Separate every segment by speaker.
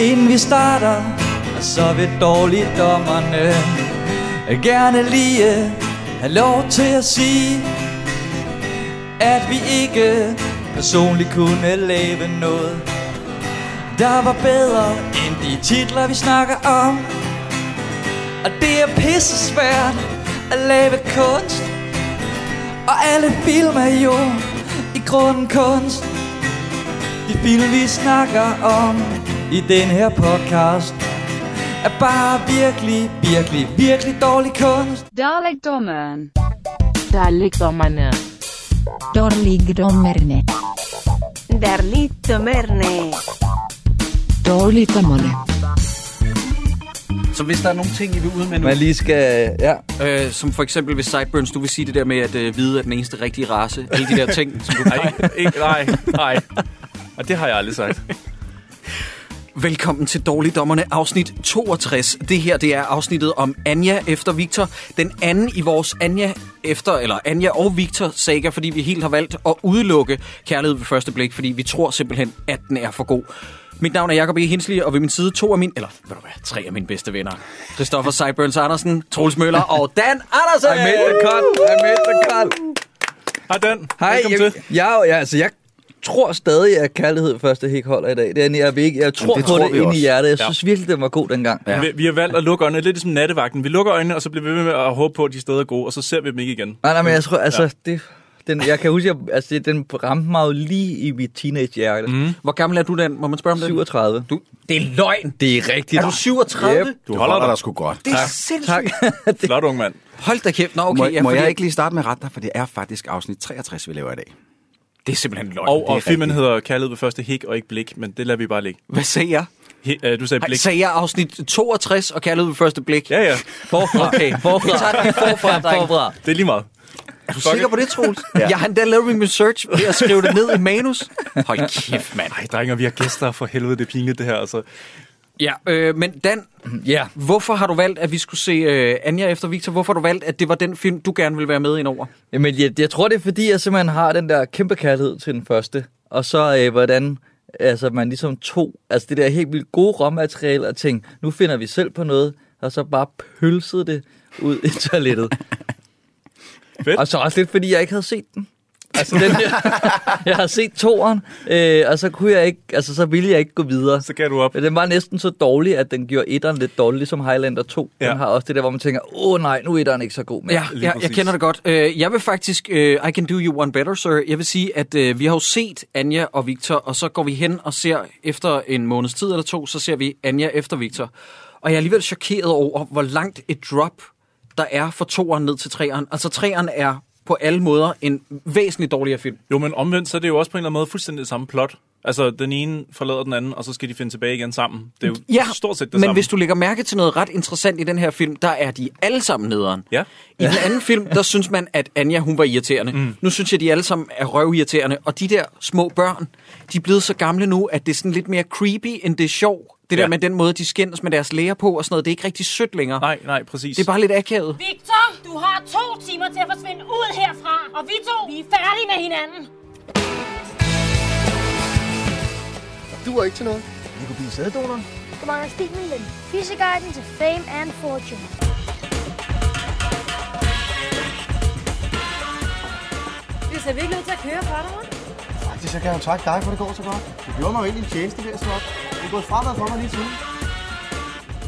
Speaker 1: Inden vi starter, så vil dårligdommerne gerne lige have lov til at sige, at vi ikke personligt kunne lave noget, der var bedre end de titler, vi snakker om. Og det er pisse svært at lave kunst, og alle film er jo i grunden kunst. De film, vi snakker om i den her podcast, er bare virkelig, virkelig, virkelig dårlig kunst.
Speaker 2: Dårligdommeren.
Speaker 3: Der ligger dommerne.
Speaker 4: Dårligdommerne.
Speaker 5: Darlito Merne.
Speaker 3: Dårligdommerne.
Speaker 6: Så hvis der er nogle ting, I vil ud med nu,
Speaker 7: Man lige skal... Ja.
Speaker 6: øh, som for eksempel hvis Sideburns, du vil sige det der med at øh, vide, at den eneste rigtige race, alle de der ting, som du
Speaker 8: Nej, ikke, nej, nej. Og det har jeg aldrig sagt.
Speaker 6: Velkommen til Dårligdommerne, afsnit 62. Det her, det er afsnittet om Anja efter Victor. Den anden i vores Anja efter, eller Anja og Victor saga, fordi vi helt har valgt at udelukke Kærlighed ved første blik, fordi vi tror simpelthen, at den er for god. Mit navn er Jakob E. Hinsley, og ved min side to af mine, eller ved du hvad, tre af mine bedste venner. Christoffer Seiburns Andersen, Troels Møller og Dan Andersen!
Speaker 7: I made the cut. I made the cut.
Speaker 8: Hej Dan,
Speaker 7: Hej,
Speaker 8: velkommen
Speaker 7: jeg,
Speaker 8: til.
Speaker 7: jeg, jeg, altså, jeg tror stadig, at kærlighed første hik holder i dag. Det er, jeg, vil ikke, jeg tror
Speaker 9: det
Speaker 7: på
Speaker 9: tror
Speaker 7: det
Speaker 9: vi
Speaker 7: inde
Speaker 9: også.
Speaker 7: i hjertet. Jeg
Speaker 8: Ja.
Speaker 7: synes virkelig, den var god dengang.
Speaker 8: Ja.
Speaker 7: Ja.
Speaker 8: Vi, vi har valgt at lukke øjnene, lidt ligesom nattevagten. Vi lukker øjnene, og så bliver vi ved med at håbe på, at de steder er gode, og så ser vi dem ikke igen.
Speaker 7: Nej, nej, men jeg tror, altså, ja. det, den, jeg kan huske, at altså, det- den ramte mig jo lige i mit teenagehjerte. Mm.
Speaker 6: Hvor gammel er du, Dan? Må man spørge om det?
Speaker 7: 37.
Speaker 6: Du, det er løgn!
Speaker 7: Det er rigtigt.
Speaker 6: Er du 37?
Speaker 7: Yep.
Speaker 8: Du
Speaker 9: Du
Speaker 8: holder
Speaker 9: holder
Speaker 8: dig.
Speaker 9: dig sgu godt.
Speaker 6: Det er sindssygt.
Speaker 7: Tak.
Speaker 8: Flot, ung mand.
Speaker 6: Hold da kæft. Nå, okay.
Speaker 9: må, ja, må
Speaker 6: fordi-
Speaker 9: jeg ikke lige starte med at rette dig, for det er faktisk afsnit 63, vi laver i dag.
Speaker 6: Det er simpelthen løgn.
Speaker 8: Og, og
Speaker 9: rigtigt.
Speaker 8: filmen hedder Kærlighed ved første hik og ikke blik, men det lader vi bare ligge.
Speaker 6: Hvad sagde jeg?
Speaker 8: He, øh, du sagde
Speaker 6: Hej,
Speaker 8: blik.
Speaker 6: sagde jeg afsnit 62 og kærlighed ved første blik?
Speaker 8: Ja, ja.
Speaker 6: Forfra. Okay. Forfra. Tak, forfra, dreng.
Speaker 7: Forfra.
Speaker 8: Det er lige meget.
Speaker 6: Er du sikker på det, Troels? ja. Jeg har endda lavet min research ved at skrive det ned i manus. Hold kæft, mand.
Speaker 8: Ej, drenger, vi har gæster. For helvede, det er pinligt, det her. Altså.
Speaker 6: Ja, øh, men Dan,
Speaker 7: Ja.
Speaker 6: hvorfor har du valgt, at vi skulle se øh, Anja efter Victor? Hvorfor har du valgt, at det var den film, du gerne ville være med ind over?
Speaker 7: Jamen, jeg, jeg tror, det er fordi, jeg simpelthen har den der kæmpe kærlighed til den første. Og så øh, hvordan altså, man ligesom tog altså, det der helt vildt gode råmateriale og tænkte, nu finder vi selv på noget, og så bare pølsede det ud i toilettet.
Speaker 8: Fedt.
Speaker 7: Og så også lidt, fordi jeg ikke havde set den. Altså, den jeg har set toeren, øh, og så kunne jeg ikke, altså, så ville jeg ikke gå videre.
Speaker 8: Så gav du op.
Speaker 7: Men Den var næsten så dårlig, at den gjorde etteren lidt dårlig, ligesom Highlander 2. Ja.
Speaker 8: Ja.
Speaker 7: Den har også det der, hvor man tænker, åh nej, nu er etteren ikke så god. Men
Speaker 6: Ja, jeg,
Speaker 8: lige
Speaker 6: jeg
Speaker 8: præcis.
Speaker 6: kender det godt. Øh, Jeg vil faktisk, øh, I can do you one better, sir. Jeg vil sige, at øh, vi har jo set Anja og Victor, og så går vi hen og ser efter en måneds tid eller to, så ser vi Anja efter Victor. Og jeg er alligevel chokeret over, hvor langt et drop der er fra toeren ned til treeren. Altså treeren er på alle måder en væsentligt dårligere film.
Speaker 8: Jo, men omvendt, så er det jo også på en eller anden måde fuldstændig det samme plot. Altså, den ene forlader den anden, og så skal de finde tilbage igen sammen. Det er jo
Speaker 6: Ja,
Speaker 8: stort set det
Speaker 6: men
Speaker 8: samme.
Speaker 6: hvis du lægger mærke til noget ret interessant i den her film, der er de alle sammen nederen.
Speaker 8: Ja.
Speaker 6: I den anden film, der synes man, at Anja, hun var irriterende. Mm. Nu synes jeg, de alle sammen er røvirriterende. Og de der små børn, de er blevet så gamle nu, at det er sådan lidt mere creepy, end det er sjov. Det der
Speaker 8: Ja.
Speaker 6: med den måde, de skændes med deres læger på og sådan noget, det er ikke rigtig sødt længere.
Speaker 8: Nej, nej, præcis.
Speaker 6: Det er bare lidt akavet.
Speaker 10: Victor, du har to timer til at forsvinde ud herfra, og vi to, vi er færdige med hinanden.
Speaker 5: Du mangler stilen, den fiskeguiden til fame and fortune.
Speaker 10: Det ser virkelig ud til at køre for dig, hva'?
Speaker 9: Faktisk, så kan jeg jo trække dig, for det går så godt. Du gjorde mig jo egentlig en tjeneste ved at slå op. Det er gået fremad for mig lige siden.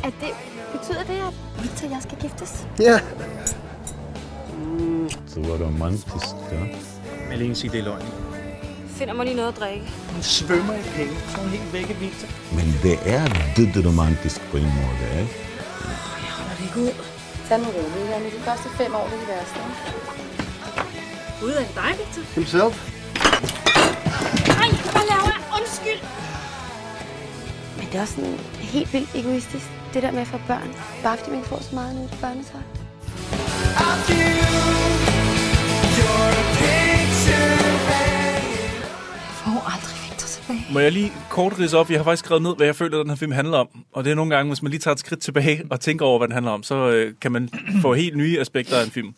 Speaker 5: At det betyder det, at Victor og jeg skal giftes?
Speaker 10: Finder mig lige noget at drikke.
Speaker 11: Men det er dødt romantisk på en måde, ikke?
Speaker 4: Tag nu roligt, Janne. De første fem år, det er det værste.
Speaker 10: Ud af dig, Victor? Himself. Nej, hvad laver jeg? Undskyld.
Speaker 5: Men det er også sådan helt vildt egoistisk, det der med at få børn. Bare fordi man ikke får så meget nu til børnetøj.
Speaker 4: Får aldrig Victor tilbage.
Speaker 8: Må jeg lige kort ridse op? Jeg har faktisk skrevet ned, hvad jeg føler, den her film handler om. Og det er nogle gange, hvis man lige tager et skridt tilbage og tænker over, hvad den handler om, så øh, kan man få helt nye aspekter af en film.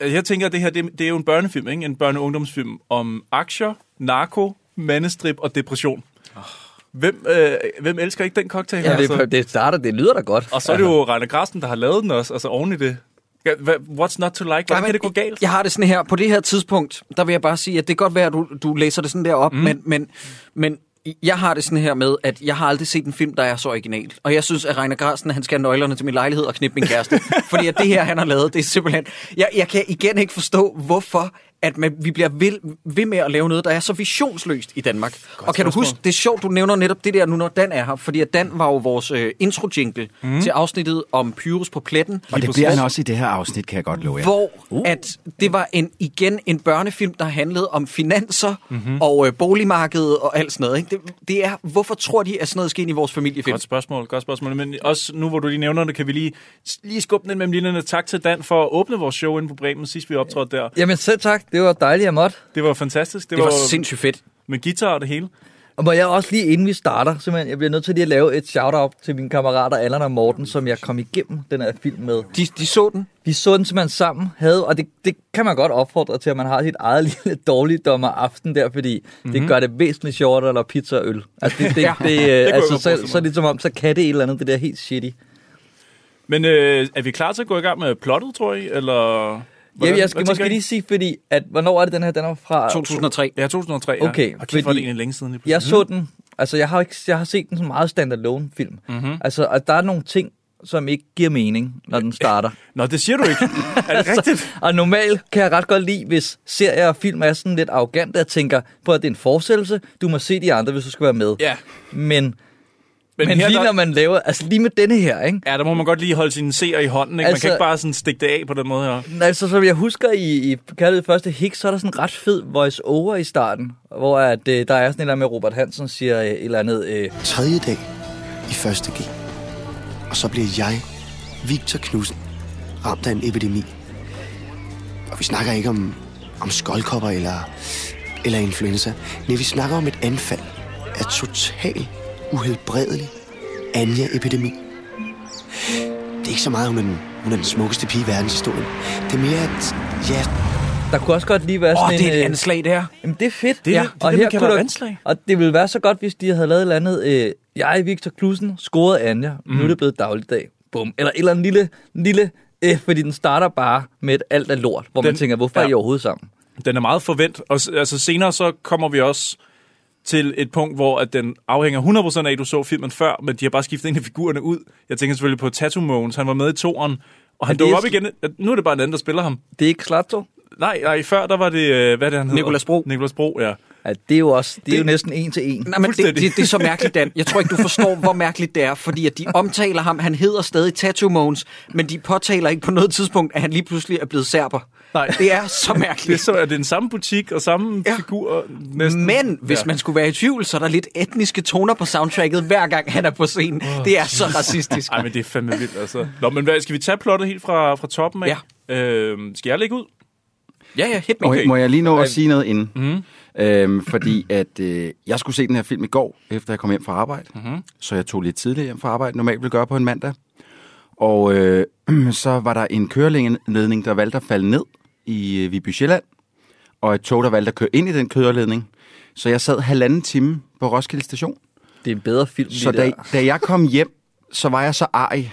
Speaker 8: Øh, Jeg tænker, at det her det, det er jo en børnefilm, ikke? en børne- og ungdomsfilm om aktier, narko, mandestrip og depression. Hvem, øh, hvem elsker ikke den cocktail?
Speaker 7: Ah. Ja, det, det starter, det lyder da godt.
Speaker 8: Og så er det jo Rainer Grasten, der har lavet den også, altså oven i det. Ja, hva- What's not to like? Hvordan kan det gå galt?
Speaker 6: Jeg har det sådan her, på det her tidspunkt, der vil jeg bare sige, at det kan godt være, at du, du læser det sådan der op, mm. men, men, men jeg har det sådan her med, at jeg har aldrig set en film, der er så original. Og jeg synes, at Rainer Grasten, han skal have nøglerne til min lejlighed og knippe min kæreste. fordi at det her, han har lavet, det er simpelthen... Jeg, jeg kan igen ikke forstå, hvorfor at man, vi bliver ved, ved med at lave noget, der er så visionsløst i Danmark. Godt og kan du huske, det er sjovt, du nævner netop det der nu, når Dan er her, fordi at Dan var jo vores øh, intro-jingle mm. til afsnittet om Pyrus på pletten.
Speaker 12: Og det bliver han også i det her afsnit, kan jeg godt love jer.
Speaker 6: Hvor uh. at det var en igen en børnefilm, der handlede om finanser mm-hmm. og øh, boligmarkedet og alt sådan noget. Ikke? Det, det er, hvorfor tror de, at sådan noget sker ind i vores familiefilm?
Speaker 8: Godt spørgsmål, godt spørgsmål. Men også nu, hvor du lige nævner det, kan vi lige, lige skubbe den mellem linjerne. Tak til Dan for at åbne vores show inde på Bremen, sidst vi optrådte der.
Speaker 7: Jamen selv tak, det var dejligt at måtte.
Speaker 8: Det var fantastisk. Det,
Speaker 6: Det var
Speaker 8: var
Speaker 6: sindssygt fedt.
Speaker 8: med guitar og det hele.
Speaker 7: Og må jeg også lige, inden vi starter, simpelthen, jeg bliver nødt til lige at lave et shout-out til mine kammerater Allan og Morten, som jeg kom igennem den her film med.
Speaker 6: De, de så den.
Speaker 7: Vi så den simpelthen sammen, havde, og det, det kan man godt opfordre til, at man har sit eget lille dårligdommer aften der, fordi mm-hmm.
Speaker 8: Mhm.
Speaker 7: det gør det væsentligt sjovere, eller pizza og øl. Altså, det, det, det, det,
Speaker 8: jeg
Speaker 7: det altså,
Speaker 8: godt
Speaker 7: så,
Speaker 8: forestille
Speaker 7: så er
Speaker 8: mig.
Speaker 7: det som om, så kan det et eller andet, det der helt shitty.
Speaker 8: Men øh, er vi klar til at gå i gang med plottet, tror I? Eller...
Speaker 7: Ja,
Speaker 8: hvordan-
Speaker 7: jeg skal
Speaker 8: hvad
Speaker 7: måske
Speaker 8: tænker I?
Speaker 7: lige sige, fordi, at, hvornår er det, den her den er fra?
Speaker 6: 2003.
Speaker 8: Ja, 2003.
Speaker 7: Okay,
Speaker 8: ja. Og kæft, hvor er det
Speaker 7: fordi-
Speaker 8: egentlig længe siden. lige
Speaker 7: Jeg
Speaker 8: pludselig.
Speaker 7: så den, altså jeg har, ikke, jeg har set den som meget standalone film. Mm-hmm. Altså, at der er nogle ting, som ikke giver mening, når den starter.
Speaker 8: Nå, det siger du ikke. er det rigtigt?
Speaker 7: Og normalt kan jeg ret godt lide, hvis serier og film er sådan lidt arrogante og tænker på, at det er en fortsættelse. Du må se de andre, hvis du skal være med.
Speaker 8: Ja.
Speaker 7: Men, men, men
Speaker 8: her,
Speaker 7: lige
Speaker 8: der-
Speaker 7: når man laver, altså lige med denne her, ikke?
Speaker 8: Ja, der må man godt lige holde sine seer i hånden. Ikke? Man
Speaker 7: Altså-
Speaker 8: kan ikke bare sådan stikke det af på den måde her.
Speaker 7: Altså, som jeg husker i, i kaldet første hik, så er der sådan en ret fed voice-over i starten, hvor at, øh, der er sådan et eller andet med Robert Hansen, siger øh, et eller andet, øh,
Speaker 12: Tredje dag i første G. Og så bliver jeg, Victor Knudsen, ramt af en epidemi. Og vi snakker ikke om, om skoldkopper eller, eller influenza. Nej, vi snakker om et anfald af total uhelbredelig Anja-epidemi. Det er ikke så meget, hun er den, hun er den smukkeste pige i verdenshistorien. Det er mere, at ja,
Speaker 7: der kunne også godt lige være sådan
Speaker 6: Åh, det er et
Speaker 7: en... øh,
Speaker 6: anslag, det her.
Speaker 7: Jamen, det er fedt.
Speaker 8: Det er det- det er det, man kalder
Speaker 7: kunne
Speaker 8: et
Speaker 7: der-
Speaker 8: anslag.
Speaker 7: Og det ville være så godt, hvis de havde lavet et eller andet. Øh, jeg, Victor Knudsen, scorede Anja. Mm. Nu er det blevet dagligdag. Bum. Eller et eller andet lille, lille øh, fordi den starter bare med et alt er lort, hvor den, man
Speaker 8: Den-
Speaker 7: tænker, hvorfor ja. er
Speaker 8: ja.
Speaker 7: I overhovedet sammen?
Speaker 8: Den er meget forvent. Og s- altså, senere så kommer vi også til et punkt, hvor at den afhænger 100% af, at du så filmen før, men de har bare skiftet en af figurerne ud. Jeg tænker selvfølgelig på Tattoo Mogens. Han var med i toeren, og han
Speaker 7: det
Speaker 8: dukker
Speaker 7: er
Speaker 8: op igen. Nu er det bare en anden, der spiller ham.
Speaker 7: Det er ikke Slato.
Speaker 8: Nej, nej, før der var det, øh, hvad er det han hedder?
Speaker 6: Nicolas Bro.
Speaker 8: Nicolas Bro, ja.
Speaker 7: Ja, det er jo også, det er jo næsten en til en.
Speaker 6: Nej, men det, det,
Speaker 8: Fuldstændig.
Speaker 6: det, er så mærkeligt, Dan. Jeg tror ikke, du forstår, hvor mærkeligt det er, fordi at de omtaler ham. Han hedder stadig Tattoo Mogens, men de påtaler ikke på noget tidspunkt, at han lige pludselig er blevet serber.
Speaker 8: Nej.
Speaker 6: Det er så
Speaker 8: Det er,
Speaker 6: mærkeligt.
Speaker 8: så, er det den samme butik og samme
Speaker 6: Ja.
Speaker 8: ja. figur? øh, Næsten.
Speaker 6: Men hvis man skulle være i tvivl, så er der lidt etniske toner på soundtracket, hver gang han er på scenen. Oh, det er så racistisk.
Speaker 8: Ej, men det er fandme vildt, altså. Nå, men hvad, skal vi tage plottet helt fra, fra toppen af? Ja. Øhm, skal jeg lægge ud?
Speaker 6: Ja, ja, hit me.
Speaker 12: Okay.
Speaker 8: Okay.
Speaker 12: Må jeg lige nå at sige noget inden? Mm-hmm. Øhm, fordi at øh, jeg skulle se den her film i går, efter jeg kom hjem fra arbejde. Mm-hmm. Så jeg tog lidt tidligere hjem fra arbejde, normalt ville gøre på en mandag. Og øh, så var der en køreledning, der valgte at falde ned i øh, Viby Sjælland. Og et tog, der valgte at køre ind i den køreledning. Så jeg sad halvanden time på Roskilde station.
Speaker 7: Det er en bedre film,
Speaker 12: Så
Speaker 7: lige der.
Speaker 12: da, da jeg kom hjem, så var jeg så arg,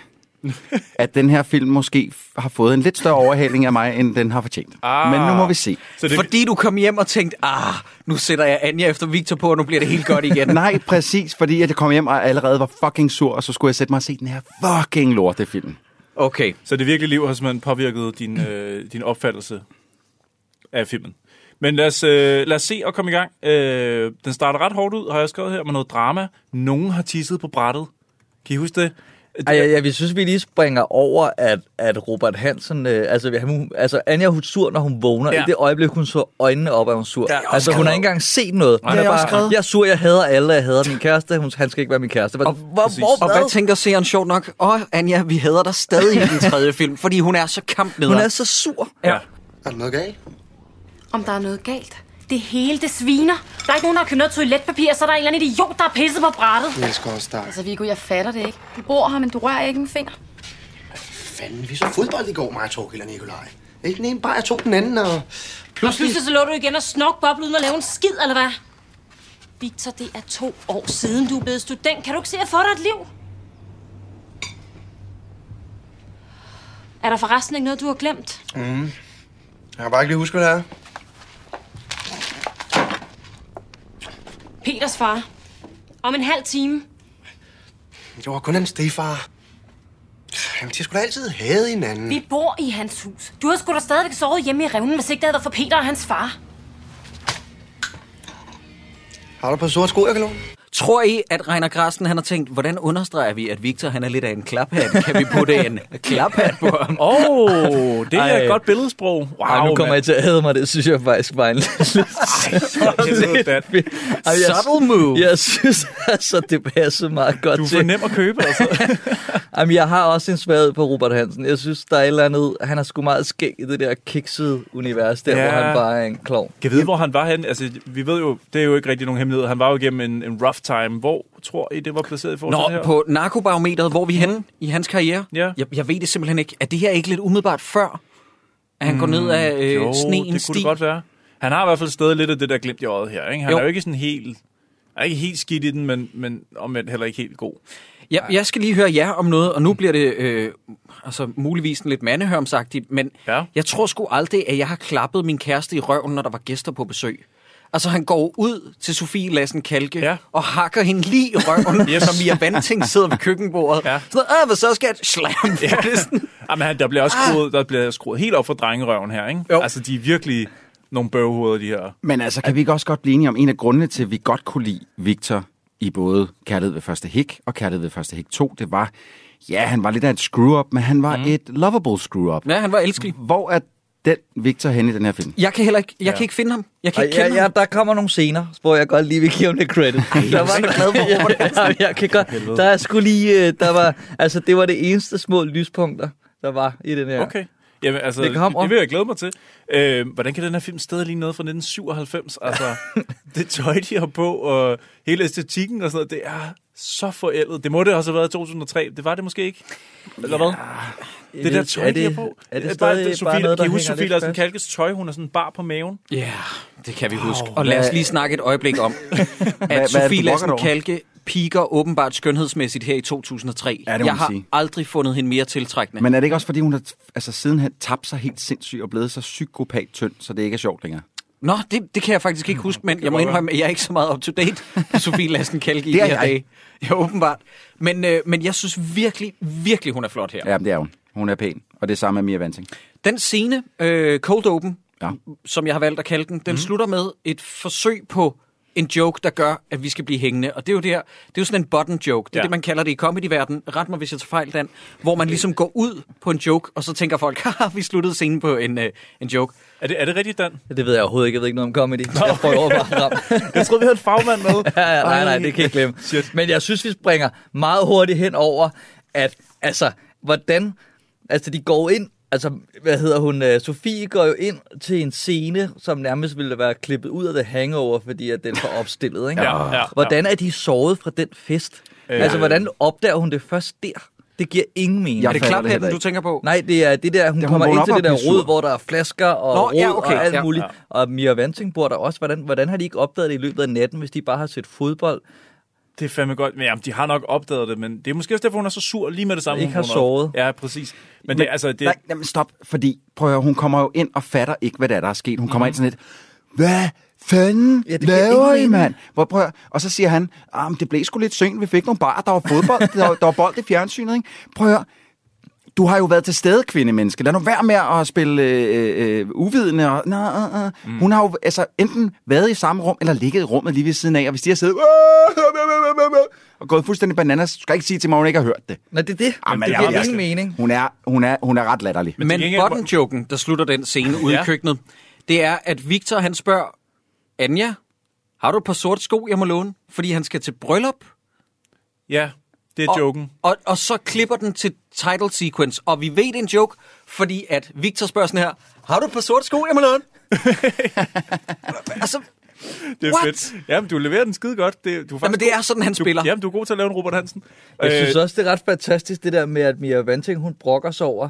Speaker 12: at den her film måske f- har fået en lidt større overhaling af mig, end den har fortjent. Ah. Men nu må vi se.
Speaker 8: Så det,
Speaker 6: Fordi du kom hjem og tænkte, ah, nu sætter jeg Anja efter Victor på, og nu bliver det helt godt igen.
Speaker 12: Nej, præcis, fordi at jeg kom hjem og allerede var fucking sur, og så skulle jeg sætte mig og se den her fucking lortefilm.
Speaker 6: Okay.
Speaker 8: så det virkelige liv har simpelthen påvirket din, øh, din opfattelse af filmen. Men lad os, øh, lad os se og komme i gang. Øh, den starter ret hårdt ud, har jeg skrevet her, med noget drama. Nogen har tisset på brættet. Kan I huske det?
Speaker 7: Ej, ja, ja, vi synes, vi lige springer over, at, at Robert Hansen... Øh, altså, han, hun- altså, Anja, hun er sur, når hun vågner. Ja.
Speaker 8: Ja.
Speaker 7: I det øjeblik, hun så øjnene op, er hun sur.
Speaker 8: Ja,
Speaker 7: Ja,
Speaker 8: jeg har
Speaker 7: altså, hun
Speaker 8: skrevet.
Speaker 7: har ikke engang set noget. Hun er
Speaker 8: jeg har også
Speaker 7: bare,
Speaker 8: skrevet.
Speaker 7: jeg er sur, jeg hader alle, jeg hader min kæreste. Hun, han skal ikke være min kæreste. Hvor, og, hvor, hvor,
Speaker 6: Og hvad tænker seeren sjovt nok? Åh, oh, Anja, vi hader dig stadig i den tredje film, fordi hun er så kampnederen.
Speaker 7: hun er så sur.
Speaker 8: Ja.
Speaker 13: Er der noget galt?
Speaker 10: Om der er noget galt?
Speaker 14: Det hele, det sviner. Der er ikke nogen, der har købt noget toiletpapir, og så er der en eller anden idiot, der har pisset på brættet.
Speaker 12: Jeg elsker også dig.
Speaker 10: Altså, Viggo, jeg fatter det ikke. Du bor her, men du rører ikke en finger.
Speaker 12: Fanden, vi så fodbold i går, mig og Torgild og Nikolaj. Ikke den ene bare, jeg tog den anden, og
Speaker 14: Og pludselig så lå du igen og snok uden at lave en skid, eller hvad?
Speaker 10: Victor, det er to år siden, du er blevet student. Kan du ikke se at få dig et liv? Er der forresten ikke noget, du har glemt?
Speaker 9: Mm. Jeg kan bare ikke lige huske, hvad det er.
Speaker 10: Peters far. Om en halv time.
Speaker 9: Det var kun hans stefar. Jamen, de skulle da altid have hinanden.
Speaker 10: Vi bor i hans hus. Du har sgu da stadigvæk sovet hjemme i revnen, hvis ikke det havde været for Peter og hans far.
Speaker 9: Har du på sort sko, jeg kan låne?
Speaker 6: Tror I, at Reiner Grassen han har tænkt, hvordan understreger vi, at Victor han er lidt af en klaphat? Kan vi putte en klaphat på ham?
Speaker 8: Åh, oh, det er et godt billedsprog. Wow,
Speaker 7: Ej, nu kommer
Speaker 8: mand.
Speaker 7: jeg til at æde mig, det synes jeg faktisk var en
Speaker 8: Little dat.
Speaker 6: Subtle move.
Speaker 7: Jeg synes altså, det passer meget godt
Speaker 8: Du er
Speaker 7: til.
Speaker 8: for nem at købe, altså.
Speaker 7: Jamen, jeg har også en svaghed på Robert Hansen. Jeg synes, der er et eller andet... Han har sgu meget skæg i det der kiksede univers, der
Speaker 8: Ja.
Speaker 7: ja. hvor han bare er en klovn.
Speaker 8: Kan vide, hvor han var henne? Altså, vi ved jo, det er jo ikke rigtig nogen hemmelighed. Han var jo igennem en, en rough time. Hvor tror I, det var placeret i forhold til det
Speaker 6: Nå,
Speaker 8: her?
Speaker 6: på narkobarometeret, hvor er vi henne i hans karriere?
Speaker 8: Ja.
Speaker 6: Jeg, jeg ved det simpelthen ikke. Er det her ikke lidt umiddelbart før, at han mm, går ned af øh,
Speaker 8: jo,
Speaker 6: sneen
Speaker 8: det kunne det
Speaker 6: sti?
Speaker 8: godt være. Han har i hvert fald stadig lidt af det der glimt i øjet her. Ikke? Han
Speaker 6: Jo.
Speaker 8: jo. er jo ikke sådan helt... Er ikke helt skidt i den, men, men omvendt heller ikke helt god.
Speaker 6: Ja, jeg skal lige høre jer om noget, og nu bliver det øh, altså, muligvis en lidt mandehørmsagtigt, men ja. jeg tror sgu aldrig, at jeg har klappet min kæreste i røven, når der var gæster på besøg. Altså, han går ud til Sofie Lassen Kalke ja. og hakker hende lige i røven, yes.
Speaker 8: Yes.
Speaker 6: som vi er vandting sidder ved køkkenbordet. Ja. Så, øh, hvad så, skat? Slam! Ja.
Speaker 8: Jamen, Ah, han- der bliver også skruet, der bliver skruet helt op for drengerøven her, ikke? Jo. Altså, de er virkelig nogle bøvhoveder, de her.
Speaker 12: Men altså, kan vi ikke også godt blive enige om, en af grundene til, at vi godt kunne lide Victor i både Kærlighed ved første hik og Kærlighed ved første hik 2, det var, ja, han var lidt af et screw-up, men han var mm. et lovable screw-up.
Speaker 6: Ja, han var elskelig.
Speaker 12: Hvor er den Victor henne i den her film?
Speaker 6: Jeg kan heller ikke, jeg
Speaker 12: Ja.
Speaker 6: ja. kan ikke finde ham. Jeg kan
Speaker 7: Ej,
Speaker 6: ikke kende
Speaker 7: ja, ja,
Speaker 6: ham.
Speaker 7: der kommer nogle scener, hvor jeg godt lige vil give ham lidt credit. der var
Speaker 6: jeg er så glad for Robert Hansen.
Speaker 7: ja, jeg kan godt, der er sgu lige, øh, der var, altså det var det eneste små lyspunkter, der var i den her.
Speaker 8: Okay. Jamen, altså,
Speaker 7: Det
Speaker 8: det,
Speaker 7: kommer.
Speaker 8: det vil jeg glæde mig til. Øh, hvordan kan den her film stadig ligne noget fra 1997? Altså, det tøj, de har på, og hele æstetikken og sådan noget, det er så forældet. Det må det også have været i 2003. Det var det måske ikke? Eller hvad?
Speaker 7: Jeg
Speaker 8: Det der
Speaker 7: ved-
Speaker 8: tøj,
Speaker 7: er
Speaker 8: de har
Speaker 7: det-
Speaker 8: på.
Speaker 7: er det
Speaker 8: Øh,
Speaker 7: stadig
Speaker 8: Sofie,
Speaker 7: bare noget, der
Speaker 8: kan I huske
Speaker 7: hænger
Speaker 8: Sofie
Speaker 7: lidt
Speaker 8: Larsen
Speaker 7: fast?
Speaker 8: Kalkes tøj? Hun er sådan bar på maven.
Speaker 6: Ja, yeah, det kan vi huske.
Speaker 8: Wow.
Speaker 6: Og lad os
Speaker 8: Hvad-
Speaker 6: lige snakke et øjeblik om,
Speaker 8: hvad er
Speaker 6: at
Speaker 8: det, du
Speaker 6: Sofie
Speaker 8: brokker dig
Speaker 6: Lassen
Speaker 8: over?
Speaker 6: Kalke piker åbenbart skønhedsmæssigt her i 2003.
Speaker 12: Ja, det må
Speaker 6: jeg
Speaker 12: man
Speaker 6: har
Speaker 12: sige.
Speaker 6: aldrig fundet hende mere tiltrækkende.
Speaker 12: Men er det ikke også, fordi hun har altså, siden han tabt sig helt sindssygt og blevet så psykopat tynd, så det ikke er sjovt længere?
Speaker 6: Nå, det, det kan jeg faktisk ikke huske, men jeg må
Speaker 12: godt
Speaker 6: indrømme, at jeg er ikke så meget up-to-date på Sofie Lassen Kalke
Speaker 12: Det
Speaker 6: i de
Speaker 12: er
Speaker 6: her
Speaker 12: jeg.
Speaker 6: dage. Ja, åbenbart. Men, øh, men jeg synes virkelig, virkelig, hun er flot her.
Speaker 12: Ja, men det er hun. Hun er pæn, og det er samme med Mia Vansing.
Speaker 6: Den scene, øh, Cold Open,
Speaker 12: ja.
Speaker 6: som jeg har valgt at kalde den, den mm. slutter med et forsøg på en joke, der gør, at vi skal blive hængende. Og det er jo, der, det er jo sådan en button joke. Det er ja.
Speaker 8: Ja.
Speaker 6: det, man kalder det i comedyverden. Ret mig, hvis jeg tager fejl, Dan. Hvor man ligesom går ud på en joke, og så tænker folk, haha, vi sluttede scenen på en, øh, en joke.
Speaker 8: Er det, er det rigtigt, Dan?
Speaker 7: Det ved jeg overhovedet ikke. Jeg ved ikke noget om comedy. Jeg prøver bare frem.
Speaker 8: Jeg troede, vi havde en fagmand med.
Speaker 7: ja, ja, nej, nej, det kan jeg ikke glemme. Men jeg synes, vi springer meget hurtigt hen over, at altså, hvordan... Altså, de går ind... Altså, hvad hedder hun? øh, Sofie går jo ind til en scene, som nærmest ville være klippet ud af The Hangover, fordi at den var opstillet, ikke?
Speaker 8: Ja, ja, ja.
Speaker 7: Hvordan er de såret fra den fest?
Speaker 6: Øh.
Speaker 7: Altså, hvordan opdager hun det først der? Det giver ingen mening.
Speaker 6: Jeg Er det fatter det klaphatten, heller ikke. du tænker på?
Speaker 7: Nej, det er det der, hun
Speaker 6: Da hun
Speaker 7: kommer
Speaker 6: vågner
Speaker 7: ind
Speaker 6: op
Speaker 7: til
Speaker 6: og
Speaker 7: det der
Speaker 6: bliver
Speaker 7: rod,
Speaker 6: sur.
Speaker 7: hvor der er flasker og
Speaker 6: Nå,
Speaker 7: rod
Speaker 6: ja, okay,
Speaker 7: og alt
Speaker 6: ja,
Speaker 7: muligt.
Speaker 6: ja.
Speaker 7: Og Mia Vanting bor der også. Hvordan, hvordan har de ikke opdaget det i løbet af natten, hvis de bare har set fodbold?
Speaker 8: Det er fandme godt. Men jamen, de har nok opdaget det, men det er måske også derfor, hun er så sur lige med det samme.
Speaker 7: Ikke
Speaker 8: hun
Speaker 7: har
Speaker 8: vågner op.
Speaker 7: sovet.
Speaker 8: Ja, præcis. Men, men det, er altså, det,
Speaker 12: Nej, jamen stop, fordi prøv at høre, hun kommer jo ind og fatter ikke, hvad der er, der er sket. Hun kommer mm. ind sådan lidt, hvad fanden ja,
Speaker 7: det giver
Speaker 12: laver
Speaker 7: ingen
Speaker 12: I,
Speaker 7: mening.
Speaker 12: mand? Hvor, prøv at, høre, og så siger han, ah, men det blev sgu lidt sent, vi fik nogle bajer, der var fodbold, der, var- der var bold i fjernsynet. Ikke? Prøv at høre, du har jo været til stede, kvindemenneske. Lad nu være med at spille øh, øh, uvidende. Og, nå, øh, øh. Mm. Hun har jo altså, enten været i samme rum, eller ligget i rummet lige ved siden af, og hvis de har siddet "Åh, og gået fuldstændig bananas, så skal jeg ikke sige til mig, at hun ikke har hørt det.
Speaker 7: Nej, det er det.
Speaker 12: Jamen,
Speaker 7: det
Speaker 12: jeg-
Speaker 7: giver
Speaker 12: jeg-
Speaker 7: ingen mening.
Speaker 12: Hun er, hun er, hun er ret latterlig.
Speaker 6: Men, men button-joken, der slutter den scene ude i
Speaker 12: Ja.
Speaker 6: køkkenet, det er, at Victor han spørger, Anja, har du et par sorte sko, jeg må låne? Fordi han skal til bryllup.
Speaker 8: ja, det er
Speaker 6: og,
Speaker 8: joken.
Speaker 6: Og, og så klipper den til title sequence, og vi ved, det er en joke, fordi at Victor spørger sådan her, har du et par sorte sko, jeg må låne? altså,
Speaker 8: Det er
Speaker 6: What?
Speaker 8: fedt. Jamen, du leverer den skide godt. Det, du er faktisk
Speaker 6: Jamen, det
Speaker 8: god.
Speaker 6: er sådan, han
Speaker 8: du,
Speaker 6: spiller.
Speaker 8: Jamen, du er god til at lave en Robert Hansen. Øh,
Speaker 7: Jeg
Speaker 6: Øh,
Speaker 7: synes også, det er ret fantastisk, det der med, at Mia Vanting, hun brokker sig over.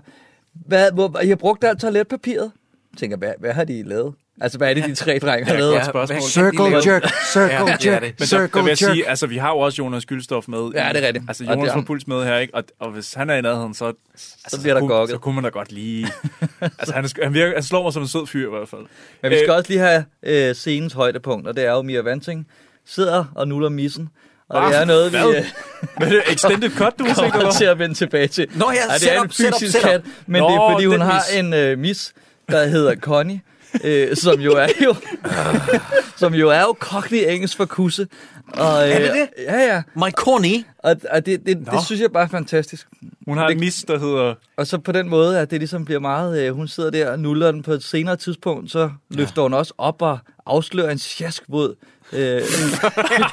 Speaker 7: Hvad, hvor, jeg brugte alt toiletpapiret. Jeg tænker, hvad, hvad har de lavet? Altså, hvad er det, de tre drenge har lavet?
Speaker 8: godt spørgsmål. Circle jerk, circle
Speaker 7: Ja, det er det.
Speaker 8: jerk, Men der, der vil jeg sige, altså, vi har jo også Jonas Gyldstof med.
Speaker 7: Ja,
Speaker 8: i-
Speaker 7: det er rigtigt.
Speaker 8: Altså,
Speaker 7: Og det
Speaker 8: Jonas
Speaker 7: er
Speaker 8: får
Speaker 7: ham.
Speaker 8: puls med her, ikke? Og, og hvis han er i nærheden, så, altså, så
Speaker 7: bliver der
Speaker 8: kunne,
Speaker 7: gokket.
Speaker 8: Så kunne man da godt lige... altså, han, er sk- han, virker, han slår mig som en sød fyr i hvert fald.
Speaker 7: Men vi skal også lige have øh, scenens højdepunkt, og det er jo Mia Vanting sidder og nuller missen. Og det
Speaker 8: Hva?
Speaker 7: er noget, vi... øh,
Speaker 8: Hvad? Men det er extended cut, du har set, eller
Speaker 7: kommer
Speaker 8: hvad?
Speaker 7: til at vende tilbage til.
Speaker 6: Nå ja,
Speaker 7: Ej, det er
Speaker 6: setup,
Speaker 7: en
Speaker 6: setup,
Speaker 7: fysisk
Speaker 6: setup.
Speaker 7: kat, men
Speaker 6: Nå,
Speaker 7: det er, fordi hun
Speaker 6: den
Speaker 7: har
Speaker 6: mis.
Speaker 7: en øh, mis, der hedder Connie. Øh, som jo er jo som jo er jo cockney engelsk for kusse. Og, øh,
Speaker 6: Er det det?
Speaker 7: Ja, ja.
Speaker 6: My Connie.
Speaker 7: Og, og det, det,
Speaker 6: Nå.
Speaker 7: det, synes jeg bare er fantastisk.
Speaker 8: Hun har
Speaker 7: det,
Speaker 8: en mis, der hedder...
Speaker 7: og så på den måde, at det ligesom bliver meget... Øh, hun sidder der og nuller den på et senere tidspunkt, så løfter hun også op og afslører en sjaskvåd. Øh, det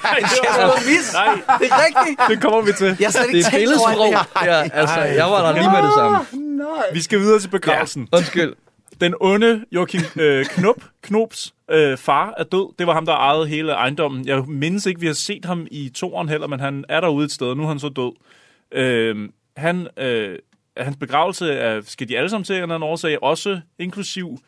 Speaker 8: mis! Nej,
Speaker 6: det er rigtigt.
Speaker 8: Det kommer vi til.
Speaker 6: Jeg har slet ikke
Speaker 7: er
Speaker 6: tænkt over
Speaker 7: billedsprog.
Speaker 6: det her.
Speaker 7: Ja, altså,
Speaker 8: Ej.
Speaker 7: jeg var der lige med det samme.
Speaker 8: Vi skal videre til begravelsen.
Speaker 7: Ja. Undskyld.
Speaker 8: Den onde Joachim øh, Knop, Knops øh, far er død. Det var ham, der ejede hele ejendommen. Jeg mindes ikke, vi har set ham i toren heller, men han er derude et sted, og nu er han så død. Øh, han, øh, hans begravelse er, skal de alle sammen til af en eller anden årsag, også inklusiv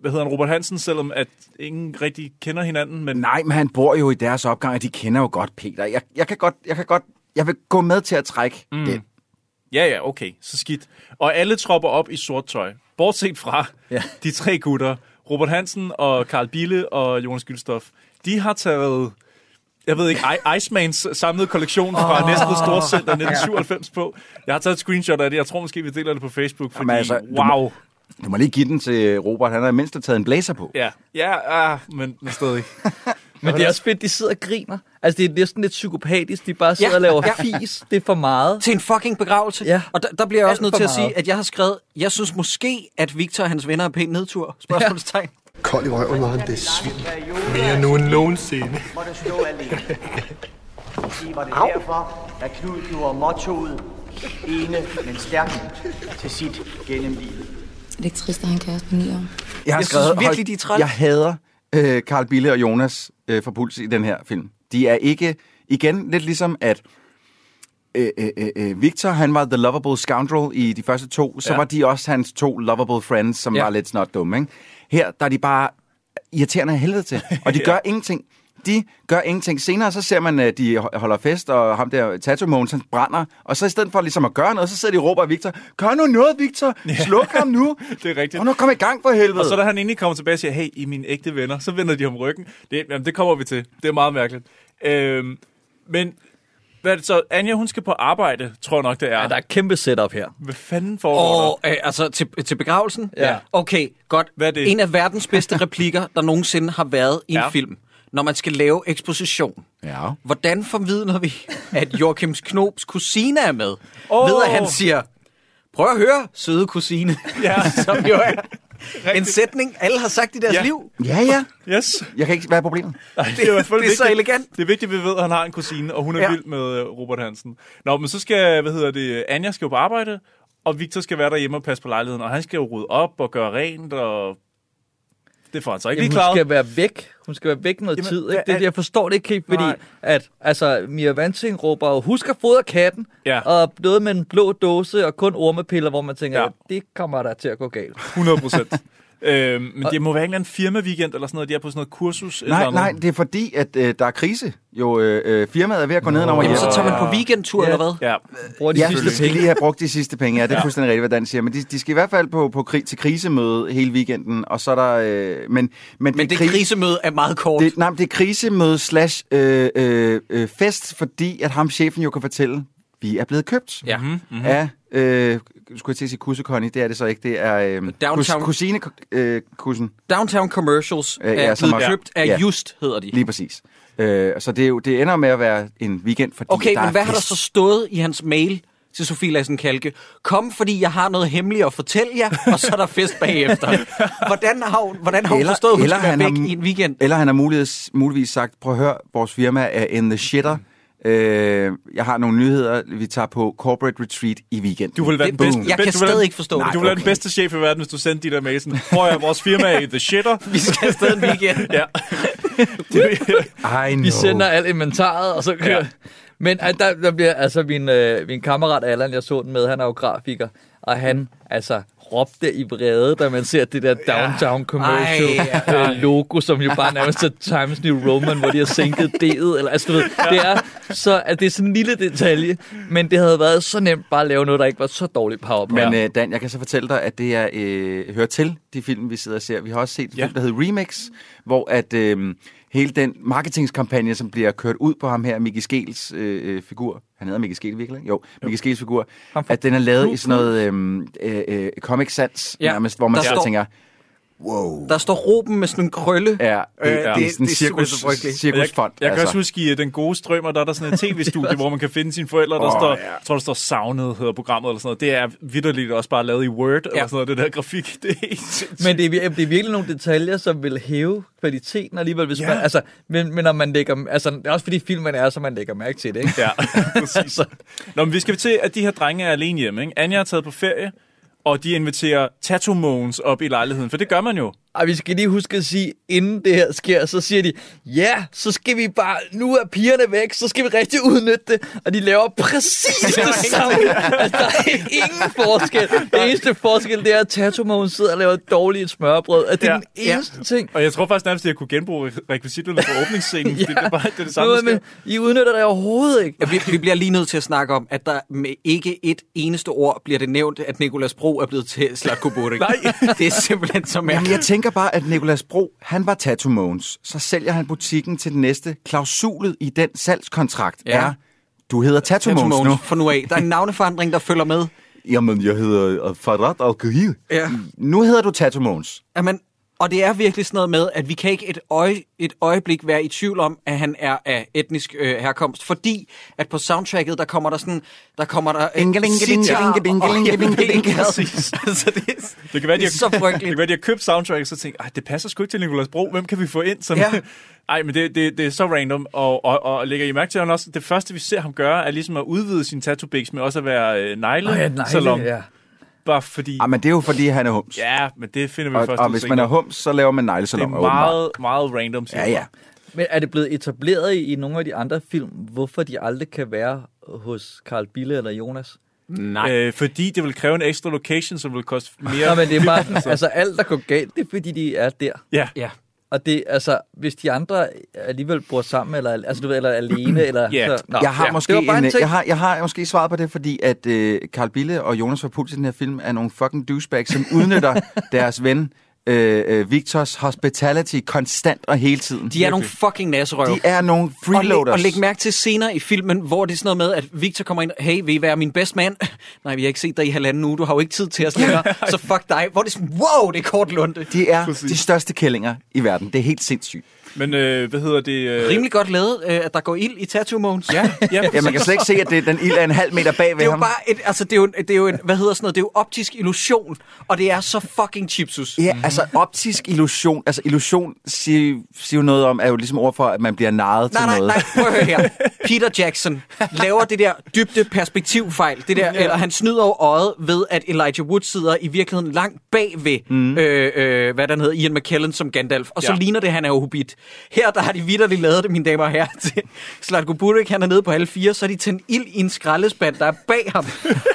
Speaker 8: hvad hedder han, Robert Hansen, selvom at ingen rigtig kender hinanden. Men
Speaker 12: Nej, men han bor jo i deres opgang, og de kender jo godt Peter. Jeg, jeg kan godt, jeg kan godt, jeg vil gå med til at trække mm. den.
Speaker 8: Ja, ja, okay. Så skidt. Og alle tropper op i sort tøj. Bortset fra ja. de tre gutter, Robert Hansen og Karl Bille og Jonas Gylstof. De har taget, jeg ved ikke, I- Icemans samlede kollektion fra oh. Næstved Storcenter 1997 på. Jeg har taget et screenshot af det. Jeg tror måske, vi deler det på Facebook, fordi
Speaker 12: Jamen, altså,
Speaker 8: altså,
Speaker 12: du må-
Speaker 8: wow.
Speaker 12: Du må lige give den til Robert, han har i det mindste taget en blazer på.
Speaker 8: Ja, ja ah, men, men stadig.
Speaker 7: Men det er også fedt, de sidder og griner. Altså, det er næsten lidt psykopatisk. De bare sidder ja, og laver ja. fis. Det er for meget.
Speaker 6: Til en fucking begravelse.
Speaker 7: Ja.
Speaker 6: Og der, der bliver jeg også
Speaker 7: Alt
Speaker 6: nødt
Speaker 7: for
Speaker 6: til at
Speaker 7: meget.
Speaker 6: sige, at jeg har skrevet, jeg synes måske, at Victor og hans venner er pænt nedtur. Spørgsmålstegn.
Speaker 15: Kold i røven var han, det svin. Mere nu end nogensinde.
Speaker 16: må du stå alene. Måske var det derfor, at Knud gjorde mottoet ene, men stærk til sit gennem livet.
Speaker 17: Er det ikke trist, at han kan også på ni år?
Speaker 12: Jeg, har
Speaker 17: Jeg synes virkelig,
Speaker 12: hold-
Speaker 17: de er træls.
Speaker 12: Jeg hader øh, Carl Bille og Jonas øh, fra Puls i den her film. De er ikke, igen, lidt ligesom at øh, øh, øh, øh, Victor, han var the lovable scoundrel i de første to, så
Speaker 6: Ja.
Speaker 12: ja. var de også hans to lovable friends, som
Speaker 6: Ja.
Speaker 12: ja. var lidt snart dumme. Ikke? Her, der er de bare irriterende af helvede til, og de gør ingenting. De gør ingenting. Senere så ser man, at de ho- holder fest, og ham der Tattoo Mogens, han brænder. Og så i stedet for ligesom at gøre noget, så sidder de og råber af Victor, gør nu noget, Victor! Sluk ham nu!
Speaker 8: Det er rigtigt.
Speaker 12: Og nu kom i gang for helvede!
Speaker 8: Og så da han endelig kommer tilbage og siger, hey, I er mine ægte venner, så vender de om ryggen. Det, jamen, det kommer vi til. Det er meget mærkeligt. Øhm, men hvad er det så? Anja, hun skal på arbejde, tror jeg nok, det er. Ja, der
Speaker 7: er kæmpe setup her.
Speaker 8: Hvad fanden foregår
Speaker 6: Og øh, altså til, til begravelsen?
Speaker 8: Ja.
Speaker 6: Okay, godt. Hvad
Speaker 8: er det?
Speaker 6: En af verdens bedste replikker, der nogensinde har været i en
Speaker 8: Ja.
Speaker 6: ja. film, når man skal lave eksposition.
Speaker 12: Ja.
Speaker 6: Hvordan forvidner vi, at Joachims Knobs kusine er med?
Speaker 8: Åh.
Speaker 6: Oh. Ved at han siger, prøv at høre, søde kusine.
Speaker 8: Ja.
Speaker 6: Som jo er en sætning, alle har sagt i deres
Speaker 8: Ja.
Speaker 6: liv.
Speaker 12: Ja, ja.
Speaker 8: der? Yes.
Speaker 12: Jeg kan ikke... Hvad er problemet?
Speaker 8: Det, det, er, i hvert fald
Speaker 6: det er så
Speaker 8: vigtigt.
Speaker 6: elegant.
Speaker 8: Det er vigtigt, at vi ved, at han har en kusine, og hun er ja.
Speaker 6: Ja.
Speaker 8: vild med øh, Robert Hansen. Nå, men så skal, hvad hedder det, Anja skal jo på arbejde, og Victor skal være derhjemme og passe på lejligheden, og han skal jo rydde op og gøre rent, og det får han så ikke
Speaker 7: Jamen,
Speaker 8: lige
Speaker 7: hun
Speaker 8: klaret.
Speaker 7: skal være væk. Hun skal være væk noget
Speaker 8: Jamen,
Speaker 7: Jamen, tid.
Speaker 8: hvad
Speaker 7: Ikke? Det,
Speaker 8: er-
Speaker 7: er det, jeg forstår det ikke helt, fordi
Speaker 8: Nej.
Speaker 7: at, altså, Mia Vanting råber jo, husk at fodre katten,
Speaker 8: Ja.
Speaker 7: og noget med en blå dåse, og kun ormepiller, hvor man tænker,
Speaker 8: Ja.
Speaker 7: ja. det kommer der til at gå galt.
Speaker 8: 100 procent. øhm, men det må være en eller anden firma-weekend eller sådan noget. De er på sådan noget kursus.
Speaker 12: Nej,
Speaker 8: eller
Speaker 12: nej, det er fordi, at øh, der er krise. Jo, øh, øh, firmaet er ved at gå nedenover.
Speaker 6: Jamen, så tager man på
Speaker 12: Ja.
Speaker 6: weekendtur, ja. eller hvad?
Speaker 8: Ja.
Speaker 7: Bruger de
Speaker 12: ja,
Speaker 7: sidste
Speaker 12: de skal
Speaker 7: penge.
Speaker 12: lige have brugt de sidste penge. Ja, det er
Speaker 6: Ja.
Speaker 12: fuldstændig rigtigt, hvad Dan siger. Men de, de skal i hvert fald på, på krig, til krisemøde hele weekenden, og så er der... Øh, men, men,
Speaker 6: Men det
Speaker 12: kri-
Speaker 6: krisemøde er meget kort.
Speaker 12: Det, nej, men det er krisemøde slash øh, øh, øh, fest, fordi at ham chefen jo kan fortælle, vi er blevet købt
Speaker 6: Ja. Mm-hmm.
Speaker 12: mm-hmm. af, øh, skulle jeg til at sige kussekonni, det er det så ikke, det er øh,
Speaker 6: Downtown-
Speaker 12: kus, kusine, øh, kussen.
Speaker 6: Downtown Commercials
Speaker 12: Øh,
Speaker 6: øh,
Speaker 12: ja,
Speaker 6: er
Speaker 12: som
Speaker 6: blevet
Speaker 12: også-
Speaker 6: købt af
Speaker 12: ja.
Speaker 6: Just, hedder de.
Speaker 12: Lige præcis. Øh, så det, er jo, det ender med at være en weekend, fordi
Speaker 6: Okay,
Speaker 12: der
Speaker 6: men
Speaker 12: er
Speaker 6: hvad har der
Speaker 12: fest.
Speaker 6: så stået i hans mail til Sofie Lassen Kalke? Kom, fordi jeg har noget hemmeligt at fortælle jer, og så er der fest bagefter. Hvordan har hun, hvordan har hun eller, forstået, at hun eller skal være væk i en weekend?
Speaker 12: Eller han har muligvis, muligvis sagt, prøv at høre, vores firma er in the shitter. Øh, jeg har nogle nyheder, vi tager på corporate retreat i weekenden.
Speaker 8: Du vil være den bedste.
Speaker 12: Boom.
Speaker 6: Jeg kan
Speaker 8: du vil være
Speaker 6: stadig
Speaker 8: den-
Speaker 6: ikke forstå
Speaker 8: Du
Speaker 6: det.
Speaker 8: vil være den bedste chef i verden, hvis du sendte de der mailsen. Prøv at vores firma er i The Shitter.
Speaker 6: Vi skal afsted en weekend.
Speaker 8: ja.
Speaker 12: I know.
Speaker 7: Vi sender alt inventaret, og så kører... Ja. Men at der, der bliver, altså min, øh, min kammerat Allan, jeg så den med, han er jo grafiker, og han, altså råbte i vrede, da man ser det der downtown commercial
Speaker 6: Ej,
Speaker 7: øh, logo, som jo bare nærmest er Times New Roman, hvor de har sænket D'et. Eller, altså, du ved, det er, så, at det er sådan en lille detalje, men det havde været så nemt bare at lave noget, der ikke var så dårligt powerpoint.
Speaker 12: Men øh, Dan, jeg kan så fortælle dig, at det er, øh, hører til de film, vi sidder og ser. Vi har også set en ja. film, der hedder Remix, hvor at, øh, hele den marketingskampagne, som bliver kørt ud på ham her, Mickey Skels øh, øh, figur, han hedder Mickey Skel virkelig, ikke? Jo, Mickey Skels figur, at den er lavet i sådan noget øh, øh, øh, Comic Sans
Speaker 6: Ja.
Speaker 12: ja. nærmest, hvor man
Speaker 6: Der
Speaker 12: sidder
Speaker 6: står-
Speaker 12: og tænker, wow.
Speaker 6: Der står Ruben med sådan en krølle.
Speaker 12: Ja,
Speaker 6: Øh,
Speaker 12: det, det, det er sådan en cirkus, cirkusfond. altså.
Speaker 8: Jeg, jeg
Speaker 6: altså.
Speaker 8: kan også huske, i øh, den gode strømmer, der er der sådan et tv-studie, hvor man kan finde sine forældre, der
Speaker 12: Åh,
Speaker 8: oh, står,
Speaker 12: ja.
Speaker 8: ja. tror, der står savnet, hedder programmet eller sådan noget. Det er vidderligt også bare lavet i Word, ja. eller sådan noget, det der grafik. Det er helt
Speaker 7: Men det er, vir- det er virkelig nogle detaljer, som vil hæve kvaliteten alligevel. Hvis yeah. man, altså, men, men når man lægger, altså, det er også fordi filmen er, så man lægger mærke til det. Ikke?
Speaker 8: Ja, præcis.
Speaker 7: Altså,
Speaker 8: Nå, men vi skal til, at de her drenge er alene hjemme. Ikke? Anja er taget på ferie, og de inviterer Tattoo Mogens op i lejligheden, for det gør man jo.
Speaker 7: Og vi skal lige huske at sige, inden det her sker, så siger de, ja, så skal vi bare, nu er pigerne væk, så skal vi rigtig udnytte det. Og de laver præcis det samme. Altså, der er ingen forskel. Det eneste forskel, det er, at Tatomogen sidder og laver dårlige smørbrød. Og det er ja. den eneste ting.
Speaker 8: Og jeg tror faktisk nærmest, at jeg kunne genbruge rekvisitterne fra åbningsscenen, ja. fordi det er bare det, er det samme, der
Speaker 7: Noget med,
Speaker 8: sker.
Speaker 7: I udnytter det overhovedet ikke.
Speaker 6: Ja, vi, vi bliver lige nødt til at snakke om, at der med ikke et eneste ord bliver det nævnt, at Nikolas Bro er blevet til Slatko Burik. Nej. Det er simpelthen så
Speaker 12: Jamen, jeg
Speaker 6: mærkeligt.
Speaker 12: tænker bare, at Nikolas Bro, han var Tattoo Mogens. Så sælger han butikken til den næste. Klausulet i den salgskontrakt
Speaker 6: Ja.
Speaker 12: ja. er, du hedder Tattoo
Speaker 6: Tattoo
Speaker 12: Mogens nu.
Speaker 6: Mogens fra nu af. Der er en navneforandring, der følger med.
Speaker 12: Jamen, jeg hedder Farad al
Speaker 6: Ja.
Speaker 12: Nu hedder du Tattoo Mogens.
Speaker 6: Jamen, og det er virkelig sådan noget med, at vi kan ikke et, øje, et øjeblik være i tvivl om, at han er af etnisk øh, herkomst, fordi at på soundtracket, der kommer der sådan, der kommer der... Øh, sitar, og jeg ved ikke hvad. altså, det, er,
Speaker 8: det kan være, de
Speaker 6: det er så
Speaker 8: har,
Speaker 6: frygteligt.
Speaker 8: det kan være, de har købt soundtrack, og så tænkt, "Ej, det passer sgu ikke til Nicolas Bro, hvem kan vi få ind? Som,
Speaker 6: Ja.
Speaker 8: ja. Ej, men det, det, det, er så random, og, og, og lægger I mærke til, at han også, det første, vi ser ham gøre, er ligesom at udvide sin tattoo bigs med også at være øh, negle,
Speaker 12: Nå ja, negle,
Speaker 8: salon.
Speaker 12: ja.
Speaker 8: Bare fordi...
Speaker 12: Ah, men det er jo, fordi han er hums.
Speaker 8: Ja, men det finder vi
Speaker 12: Og,
Speaker 8: først
Speaker 12: og
Speaker 8: ud
Speaker 12: hvis man
Speaker 8: senere.
Speaker 12: er hums, så laver man
Speaker 8: Det er
Speaker 12: neglesalonger åbenbart.
Speaker 8: meget, meget random. siger
Speaker 12: Ja,
Speaker 8: jeg.
Speaker 12: ja.
Speaker 7: Men er det blevet etableret i, i nogle af de andre film, hvorfor de aldrig kan være hos Carl Bille eller Jonas?
Speaker 6: Nej.
Speaker 8: Øh, fordi det vil kræve en ekstra location, som vil koste mere.
Speaker 7: Nå, men det er bare, sådan, altså alt, der går galt, det er fordi, de er der.
Speaker 8: Ja.
Speaker 6: ja.
Speaker 7: Og det, altså, hvis de andre alligevel bor sammen, eller, altså, du ved, eller alene, eller...
Speaker 12: Ja.
Speaker 7: Så, nå,
Speaker 12: jeg har
Speaker 7: ja.
Speaker 12: måske
Speaker 7: Det var bare
Speaker 12: en, øh,
Speaker 7: en ting.
Speaker 12: jeg har, jeg har måske svaret på det, fordi at øh, Carl Bille og Jonas var Puls i den her film er nogle fucking douchebags, som udnytter deres ven øh, øh, Victors hospitality konstant og hele tiden.
Speaker 6: De er nogle fucking nasserøv.
Speaker 12: De er nogle
Speaker 6: Og læg,
Speaker 12: freeloaders.
Speaker 6: og læg mærke til senere i filmen, hvor det er sådan noget med, at Victor kommer ind, hey, vil I være min best man? Nej, vi har ikke set dig i halvanden uge, du har jo ikke tid til os længere, så fuck dig. Hvor er det sådan, wow, det er kort lunde.
Speaker 12: De er de største kællinger i verden. Det er helt sindssygt.
Speaker 8: Men øh, hvad hedder det? Øh...
Speaker 6: Rimelig godt lavet, øh, at der går ild i Tattoo Mogens. Ja,
Speaker 12: Ja, man kan slet ikke se, at det, den ild er en halv meter bag
Speaker 6: det er
Speaker 12: ved
Speaker 6: jo
Speaker 12: ham.
Speaker 6: bare et, altså det er jo, en- det er jo en, hvad hedder sådan noget, det er jo optisk illusion, og det er så fucking chipsus.
Speaker 12: Ja, altså optisk illusion. Altså illusion siger, siger jo noget om, er jo ligesom ord for, at man bliver narret
Speaker 6: Nej,
Speaker 12: til
Speaker 6: nej,
Speaker 12: noget.
Speaker 6: nej, prøv at høre her. Peter Jackson laver det der dybde perspektivfejl, det der, ja. eller han snyder over øjet ved, at Elijah Wood sidder i virkeligheden langt bagved, mm. øh, øh, hvad den hedder, Ian McKellen som Gandalf, og så
Speaker 18: Ja.
Speaker 6: ligner det, han er jo hobbit. Her, der har de vidderligt lavet det, mine damer og herrer, til Slatko Burek, han er nede på halv fire, så har de tændt ild i en skraldespand, der er bag ham,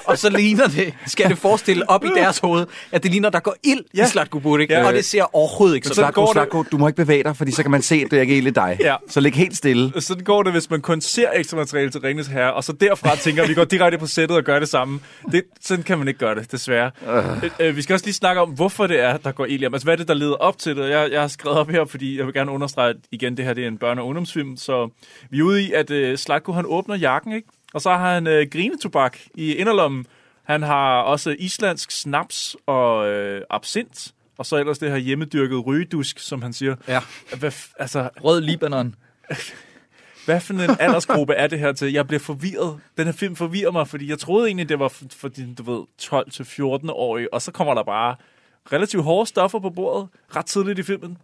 Speaker 6: og så ligner det, skal det forestille op i deres hoved, at det ligner, der går ild ja. i Slatko Burek, ja. og det ser overhovedet ikke
Speaker 12: Men
Speaker 6: sådan.
Speaker 12: Slako, Slako, du må ikke bevæge dig, fordi så kan man se, at det ikke er hele dig.
Speaker 8: Ja.
Speaker 12: Så ligg helt stille.
Speaker 8: Sådan går det, hvis man kun ser ekstra materiale til Ringens Herre, og så derfra tænker, at vi går direkte på sættet og gør det samme. Det, sådan kan man ikke gøre det, desværre. Øh. Øh, vi skal også lige snakke om, hvorfor det er, der går ild i ham. Altså, hvad er det, der leder op til det? Jeg, jeg har skrevet op her, fordi jeg vil gerne understrege at igen, det her det er en børne- og ungdomsfilm. Så vi er ude i, at øh, Slatko, han åbner jakken, ikke? Og så har han øh, grinetobak i inderlommen. Han har også islandsk snaps og øh, absint. Og så ellers det her hjemmedyrket rygedusk, som han siger.
Speaker 7: Ja.
Speaker 8: Hvad, f- altså,
Speaker 7: Rød Libanon.
Speaker 8: hvad for en aldersgruppe er det her til? Jeg bliver forvirret. Den her film forvirrer mig, fordi jeg troede egentlig, det var for, for de, du ved, 12-14-årige, og så kommer der bare relativt hårde stoffer på bordet ret tidligt i filmen.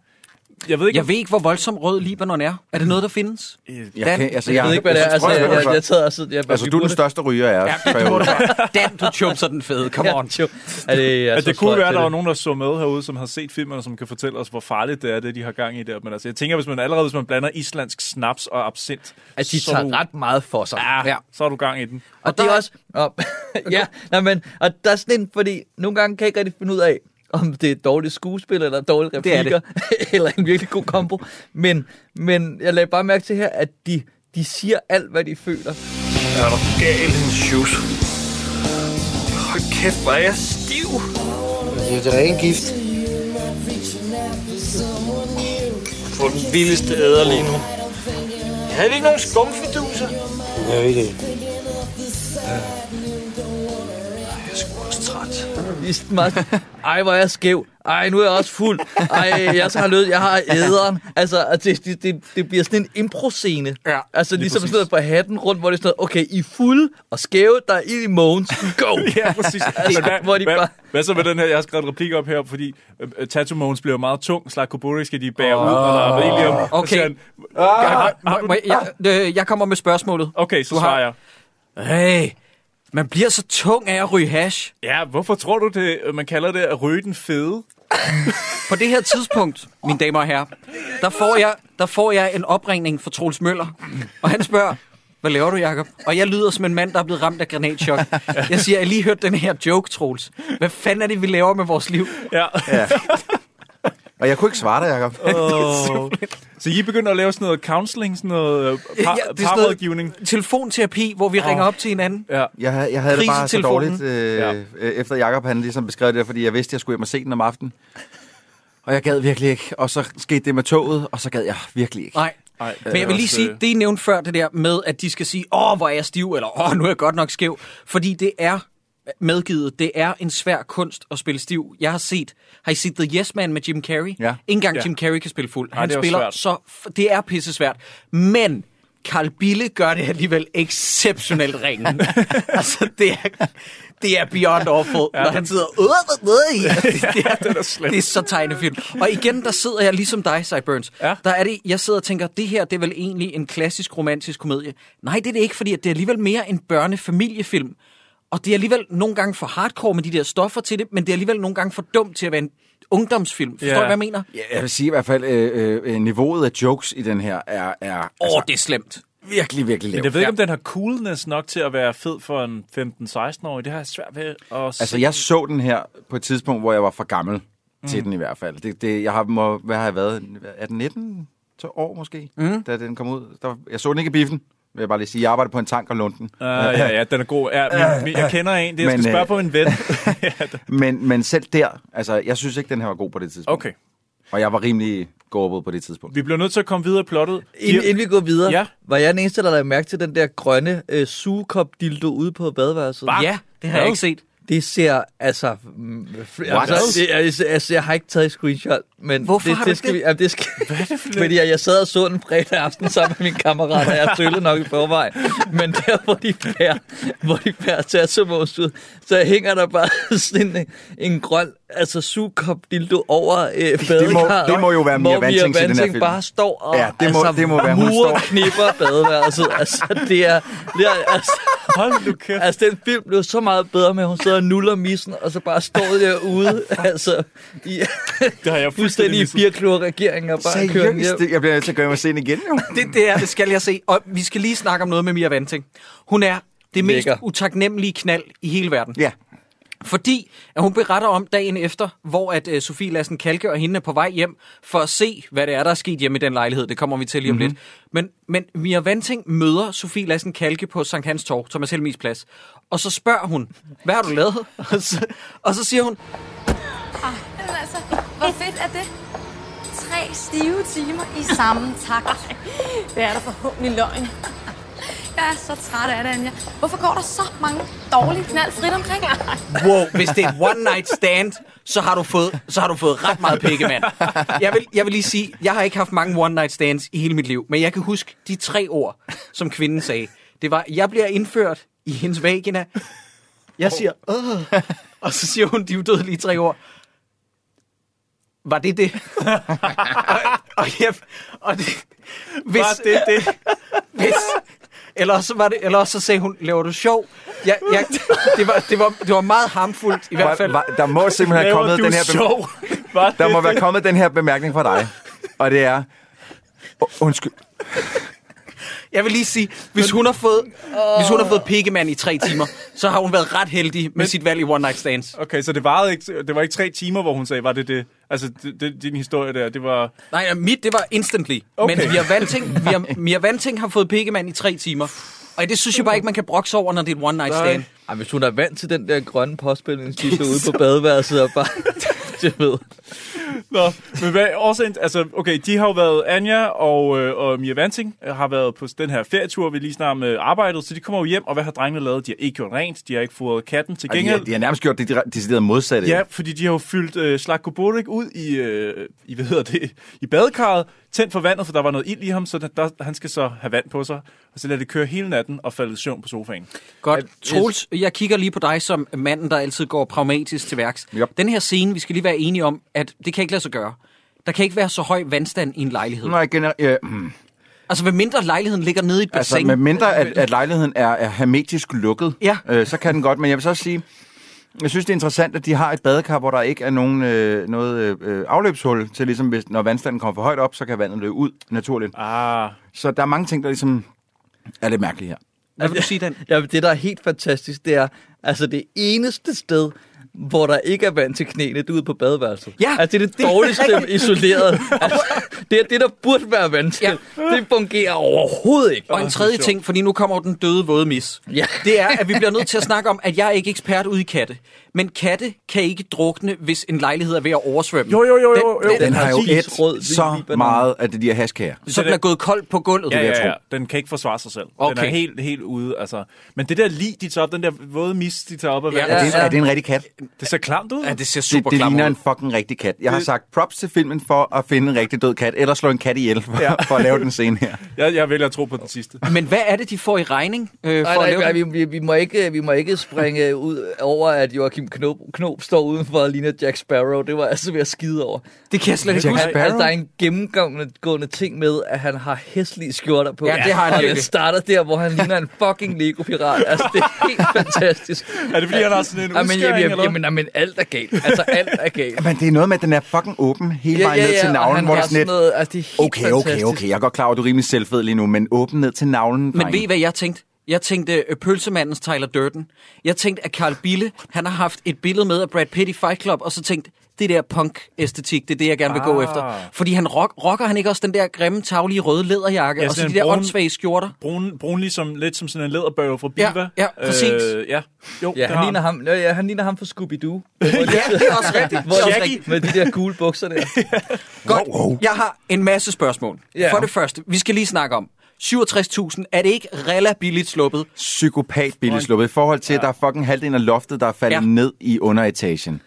Speaker 8: Jeg ved ikke,
Speaker 6: jeg ved ikke hvor voldsom rød Libanon er. Er det noget, der findes?
Speaker 12: Jeg kan- altså,
Speaker 7: jeg ved ikke, hvad det er. Altså, jeg, jeg, jeg, tager også... Jeg,
Speaker 12: Altså, du er den største ryger, jeg er.
Speaker 6: Ja, det må du være. Dan, du chumser den fede. Come on.
Speaker 7: Er Altså, det,
Speaker 8: at det kunne være, at der var nogen, der så med herude, som har set filmen, og som kan fortælle os, hvor farligt det er, det de har gang i der. Men altså, jeg tænker, hvis man allerede hvis man blander islandsk snaps og absint,
Speaker 7: At de tager ret meget for sig.
Speaker 8: Ja, så er du gang i den.
Speaker 7: Og, og det er også... Og, ja, nej, men, og der er sådan en, fordi nogle gange kan jeg ikke rigtig finde ud af, om det er dårligt skuespil, eller dårlige
Speaker 6: Det er det.
Speaker 7: replikker, eller en virkelig god kombo. Men, men jeg lagde bare mærke til her, at de, de siger alt, hvad de føler.
Speaker 15: Er du gal, en shoes? Hold kæft, hvor er jeg stiv. Det er ren gift. På den vildeste æder lige nu. Jeg havde ikke nogen skumfiduser. Jeg ved det.
Speaker 7: Jeg er sgu også træt. Meget, ej, hvor er jeg skæv. Ej, nu er jeg også fuld. Ej, jeg så har lød. Jeg har æderen. Altså, at det, det, det, det bliver sådan en impro-scene. Ja, altså,
Speaker 6: lige
Speaker 7: ligesom
Speaker 6: præcis.
Speaker 7: sådan noget på hatten rundt, hvor det er sådan noget, okay, I er fulde og skæve, der er ild i Mogens. Go!
Speaker 8: ja, præcis.
Speaker 7: Altså,
Speaker 8: Men hvad,
Speaker 7: hvor de
Speaker 8: hvad,
Speaker 7: bare...
Speaker 8: hvad så med den her? Jeg har skrevet en replik op her, fordi øh, øh, Tattoo Mogens bliver meget tung. Slag Kobori skal de bære oh. ud, og der er rigeligt om. Så
Speaker 6: Okay.
Speaker 8: siger han,
Speaker 6: Ah, må- må- jeg- øh, Jeg kommer med spørgsmålet.
Speaker 8: Okay, så svarer jeg.
Speaker 6: Hey, man bliver så tung af at ryge hash.
Speaker 8: Ja, hvorfor tror du, det, øh, man kalder det at ryge den fede?
Speaker 6: På det her tidspunkt, mine damer og herrer, der får jeg, der får jeg en opringning fra Troels Møller, og han spørger, hvad laver du, Jacob? Og jeg lyder som en mand, der er blevet ramt af granatchok. Jeg siger, jeg har lige hørt den her joke, Troels. Hvad fanden er det, vi laver med vores liv?
Speaker 8: Ja.
Speaker 12: Ja. Og jeg kunne ikke svare dig, Jacob.
Speaker 8: Oh. så I begynder at lave sådan noget counseling, sådan noget øh, par,
Speaker 6: Ja, det er sådan noget
Speaker 8: parrådgivning?
Speaker 6: Telefonterapi, hvor vi
Speaker 8: Åh.
Speaker 6: ringer op til hinanden.
Speaker 8: Ja.
Speaker 12: Jeg, jeg havde det bare så
Speaker 6: Krisetelefonen.
Speaker 12: dårligt, øh,
Speaker 6: Ja.
Speaker 12: ja. efter Jacob han ligesom beskrev det, fordi jeg vidste, at jeg skulle hjem og se den om aftenen. Og jeg gad virkelig ikke. Og så skete det med toget, og så gad jeg virkelig ikke.
Speaker 6: Nej.
Speaker 8: Nej,
Speaker 6: Men jeg vil lige
Speaker 12: øh,
Speaker 6: sige, det I nævnte før, det der med, at de skal sige, åh, hvor er jeg stiv, eller åh, nu er jeg godt nok skæv. Fordi det er medgivet, det er en svær kunst at spille stiv. Jeg har set, har I set The Yes Man med Jim Carrey?
Speaker 12: Ja.
Speaker 6: Ikke engang
Speaker 12: Ja.
Speaker 6: Jim Carrey kan spille fuld.
Speaker 12: Nej,
Speaker 6: Han
Speaker 12: det er jo
Speaker 6: spiller
Speaker 12: svært.
Speaker 6: så, f- det er pisse svært. Men Carl Bille gør det alligevel exceptionelt ringen. altså, det er, det er beyond awful, ja, når han sidder øh, øh, øh, i. Det er, det, er det er så tegnefilm. Og igen, der sidder jeg ligesom dig, Cy Burns. Ja. Der er det, jeg sidder og tænker, det her, det er vel egentlig en klassisk romantisk komedie. Nej, det er det ikke, fordi at det er alligevel mere en børnefamiliefilm. Og det er alligevel nogle gange for hardcore med de der stoffer til det, men det er alligevel nogle gange for dumt til at være en ungdomsfilm. Forstår
Speaker 12: Ja.
Speaker 6: ja. du, hvad jeg mener?
Speaker 12: Ja, jeg vil sige i hvert fald, øh, øh, niveauet af jokes i den her er, er oh,
Speaker 6: altså, det er slemt.
Speaker 12: virkelig, virkelig
Speaker 8: Men
Speaker 12: lavt.
Speaker 8: jeg ved ikke, om den har coolness nok til at være fed for en 15-16-årig. Det har jeg svært ved at se.
Speaker 12: Altså, jeg så den her på et tidspunkt, hvor jeg var for gammel mm. til den i hvert fald. Det, det, jeg har, må, hvad har jeg været? Er den 19 to år måske, mm. da den kom ud? Der, jeg så den ikke i biffen, vil jeg bare lige sige. Jeg arbejdede på en tank og lunden.
Speaker 8: Uh, ja, ja, den er god. Ja, min, min, jeg kender en, det jeg skal
Speaker 12: Men, øh,
Speaker 8: spørge på en ven.
Speaker 12: Men, men selv der, altså, jeg synes ikke, den her var god på det tidspunkt.
Speaker 8: Okay.
Speaker 12: Og jeg var rimelig gårdbud på det tidspunkt.
Speaker 8: Vi bliver nødt til at komme videre i plottet.
Speaker 7: Inden, inden vi går videre,
Speaker 8: Ja.
Speaker 7: ja. var jeg den eneste, der lagde mærke til den der grønne øh, sugekop-dildo ude på badeværelset?
Speaker 6: Hva? Ja, det har jeg
Speaker 7: Hvad?
Speaker 6: ikke set.
Speaker 7: Det ser altså... mm,
Speaker 6: What?
Speaker 7: altså, det, altså, altså, jeg har ikke taget et screenshot, men
Speaker 6: Hvorfor
Speaker 7: det,
Speaker 6: har du
Speaker 7: det, skal
Speaker 6: ikke
Speaker 7: vi... Jamen, det skal, fordi jeg, jeg sad og så den fredag aften sammen med mine kammerater, og jeg tøllede nok i forvejen. Men der, hvor de bærer, hvor de bærer tatsumås ud, så hænger der bare sådan en, en grøn altså, sugekop dildo over øh,
Speaker 12: Det må,
Speaker 7: badekarret.
Speaker 12: det må jo være Mia Vantings i den her film.
Speaker 7: bare står og
Speaker 12: Ja, det må,
Speaker 7: altså,
Speaker 12: det må være, hun
Speaker 7: murer
Speaker 12: står.
Speaker 7: knipper badeværelset. Altså, det er... Det er altså,
Speaker 8: Hold nu kæft.
Speaker 7: Altså, den film blev så meget bedre med, at hun sidder og nuller missen, og så bare står derude, altså, i,
Speaker 8: det har jeg
Speaker 7: fuldstændig i firklore regeringer, og bare kører den
Speaker 12: Seriøst,
Speaker 7: hjem.
Speaker 12: det- jeg bliver nødt til at gøre mig sen igen, jo.
Speaker 6: det, det er, det skal jeg se. Og vi skal lige snakke om noget med Mia Vanting. Hun er det mest
Speaker 7: Lækker.
Speaker 6: utaknemmelige knald i hele verden.
Speaker 12: Ja.
Speaker 6: Fordi at hun beretter om dagen efter, hvor at øh, Sofie Lassen Kalke og hende er på vej hjem for at se, hvad det er, der er sket hjemme i den lejlighed. Det kommer vi til lige om mm-hmm. lidt. Men, men Mia Vanting møder Sofie Lassen Kalke på Sankt Hans Torv, Thomas Helmis Plads. Og så spørger hun, hvad har du lavet? og, så, og så siger hun,
Speaker 18: Jamen altså, hvor fedt er det? Tre stive timer i samme takt. Det er der forhåbentlig løgn. Jeg er så træt af det, Anja. Hvorfor går der så mange dårlige knald frit omkring?
Speaker 6: wow, hvis det er et one night stand, så har du fået, så har du fået ret meget pikke, mand. Jeg vil, jeg vil lige sige, jeg har ikke haft mange one night stands i hele mit liv, men jeg kan huske de tre ord, som kvinden sagde. Det var, jeg bliver indført i hendes vagina. Jeg siger, Åh. og så siger hun de udødelige tre ord. var det det? og, og, jeg, og det, hvis,
Speaker 8: Var det det?
Speaker 6: hvis, eller også, var det, eller også så sagde hun, laver du sjov? Jeg, jeg, det, var, det, var, det var meget harmfuldt i
Speaker 19: Var-
Speaker 6: hvert fald.
Speaker 19: var- der må simpelthen have
Speaker 6: Laver
Speaker 19: kommet
Speaker 6: du
Speaker 19: den her bem-
Speaker 6: sjov? Var
Speaker 19: Der
Speaker 6: det
Speaker 19: må
Speaker 6: det?
Speaker 19: være kommet den her bemærkning fra dig. Og det er... U- Undskyld.
Speaker 6: Jeg vil lige sige, hvis hun har fået, hvis hun har fået pikkemand i tre timer, så har hun været ret heldig med sit valg i One Night Stands.
Speaker 8: Okay, så det, varede ikke, det var ikke tre timer, hvor hun sagde, var det det? Altså, det, det, din historie der, det var...
Speaker 6: Nej, ja, mit, det var instantly. Okay. Men
Speaker 8: Okay.
Speaker 6: Mia Vanting, Mia, Mia Vanting har fået pikkemand i tre timer. Og det synes jeg bare ikke, man kan brokse over, når det er et one night stand.
Speaker 7: Ej, hvis hun er vant til den der grønne påspilningskiste ude på badeværelset og bare... jeg ved.
Speaker 8: Nå, men hvad, årsagen, altså, okay, de har jo været, Anja og, øh, og Mia Vanting øh, har været på den her ferietur, vi lige snart øh, arbejdet, så de kommer jo hjem, og hvad har drengene lavet? De har ikke gjort rent, de har ikke fået katten til
Speaker 12: Og de, har,
Speaker 8: gengæld.
Speaker 12: de har nærmest gjort det dire- decideret modsatte.
Speaker 8: Ja, fordi de har jo fyldt øh, Slatko Boric ud i, øh, i, hvad hedder det, i badekarret, tændt for vandet, for der var noget ild i ham, så der, der, han skal så have vand på sig, og så lader det køre hele natten og falde i søvn på sofaen.
Speaker 6: Godt. Troels, jeg kigger lige på dig som manden, der altid går pragmatisk til værks. Yep. Den her scene, vi skal lige være enige om, at det kan ikke lade sig gøre. Der kan ikke være så høj vandstand i en lejlighed.
Speaker 12: Nej, gener- ja, mm.
Speaker 6: Altså, hvad mindre lejligheden ligger nede i et
Speaker 12: Altså,
Speaker 6: bassin.
Speaker 12: med mindre at, at lejligheden er, er hermetisk lukket,
Speaker 6: ja.
Speaker 12: øh, så kan den godt. Men jeg vil så også sige, jeg synes, det er interessant, at de har et badekar, hvor der ikke er nogen, øh, noget øh, afløbshul til, ligesom hvis, når vandstanden kommer for højt op, så kan vandet løbe ud naturligt.
Speaker 8: Ah.
Speaker 12: Så der er mange ting, der ligesom er lidt mærkelige her.
Speaker 6: Hvad vil du sige, den?
Speaker 7: Jamen, det, der er helt fantastisk, det er altså det eneste sted, hvor der ikke er vand til knæene, det er ude på badeværelset.
Speaker 6: Ja,
Speaker 7: altså, det er det
Speaker 6: det er
Speaker 7: dårligste
Speaker 6: rigtigt.
Speaker 7: isoleret. Altså, det er det, der burde være vand til. Ja. Det fungerer overhovedet ikke.
Speaker 6: Og en tredje ting, fordi nu kommer jo den døde våde mis.
Speaker 7: Ja.
Speaker 6: Det er, at vi bliver nødt til at snakke om, at jeg er ikke ekspert ude i katte. Men katte kan ikke drukne, hvis en lejlighed er ved at oversvømme.
Speaker 8: Jo, jo, jo, jo, jo.
Speaker 12: Den har jo et så
Speaker 6: Libanon.
Speaker 12: meget af det, de her haskager.
Speaker 6: Så den er gået koldt på gulvet,
Speaker 8: Ja,
Speaker 6: vil jeg
Speaker 8: ja,
Speaker 6: tro.
Speaker 8: ja. Den kan ikke forsvare sig selv. Den
Speaker 6: Okay.
Speaker 8: er helt, helt ude. Altså. Men det der lig, de tager op, den der våde mis, de tager op af
Speaker 12: Ja,
Speaker 8: vandet.
Speaker 12: er, det, er det en rigtig kat?
Speaker 8: Det ser klamt ud. Ja, det
Speaker 6: ser
Speaker 12: det, det ligner en fucking rigtig kat. Jeg har
Speaker 8: Det-
Speaker 12: sagt props til filmen for at finde en rigtig død kat, eller slå en kat ihjel for, ja. for at lave den scene her.
Speaker 8: Jeg, jeg vælger at tro på den sidste.
Speaker 6: Men hvad er det, de får i regning øh, for
Speaker 7: Nej,
Speaker 6: at
Speaker 7: nej,
Speaker 6: lave
Speaker 7: nej,
Speaker 6: den?
Speaker 7: vi, vi, vi, må ikke, vi må ikke springe øh, ud over, at Joachim Knop, Knop står udenfor og ligner Jack Sparrow. Det var jeg altså ved at skide over.
Speaker 6: Det kan jeg slet ikke
Speaker 7: Jack
Speaker 6: huske.
Speaker 7: Sparrow? Altså, der er en gennemgående gående ting med, at han har hæslige skjorter på.
Speaker 6: Ja, det har han
Speaker 7: Og det
Speaker 6: virkelig.
Speaker 7: starter der, hvor han ligner en fucking Lego-pirat. Altså, det er helt fantastisk.
Speaker 8: Er det, fordi han har sådan en
Speaker 7: jamen,
Speaker 8: udskæring,
Speaker 7: jamen,
Speaker 8: eller hvad?
Speaker 7: jamen, jamen, jamen, alt er galt. Altså, alt er galt.
Speaker 12: Men det er noget med, at den er fucking åben hele vejen ned til
Speaker 7: og
Speaker 12: navlen,
Speaker 7: han
Speaker 12: hvor det
Speaker 7: har
Speaker 12: er sådan lidt...
Speaker 7: noget, altså, det er helt
Speaker 12: Okay, okay,
Speaker 7: fantastisk.
Speaker 12: okay. Jeg er godt klar over, at du er rimelig selvfed lige nu, men åben ned til navlen,
Speaker 6: Men
Speaker 12: drenge.
Speaker 6: ved I, hvad jeg tænkte? Jeg tænkte øh, pølsemandens Tyler Durden. Jeg tænkte, at Carl Bille, han har haft et billede med af Brad Pitt i Fight Club, og så tænkte, det der punk-æstetik, det er det, jeg gerne vil ah. gå
Speaker 8: Ah.
Speaker 6: efter. Fordi han rock, rocker han ikke også den der grimme, taglige røde læderjakke,
Speaker 8: Ja,
Speaker 6: og så
Speaker 8: sådan
Speaker 6: de
Speaker 8: en
Speaker 6: der
Speaker 8: brun-
Speaker 6: åndssvage skjorter?
Speaker 8: Brun, brun ligesom, lidt som sådan en læderbørge fra
Speaker 6: Ja,
Speaker 8: Bilva.
Speaker 6: ja, præcis.
Speaker 8: Øh, ja, jo,
Speaker 7: Ja,
Speaker 8: det har
Speaker 7: han ligner ham, ja, ja, han ligner ham fra Scooby-Doo.
Speaker 6: det er også rigtigt.
Speaker 7: Hvor er det
Speaker 6: Jackie.
Speaker 7: rigtigt? Med de der gule bukser der.
Speaker 6: Godt. Jeg har en masse spørgsmål.
Speaker 7: Ja.
Speaker 6: For det første, vi skal lige snakke om. 67.000, er det ikke rella billigt sluppet?
Speaker 12: psykopat billigt sluppet i forhold til, at der er fucking halvdelen af loftet, der er faldet
Speaker 6: Ja.
Speaker 12: ja. ned i underetagen.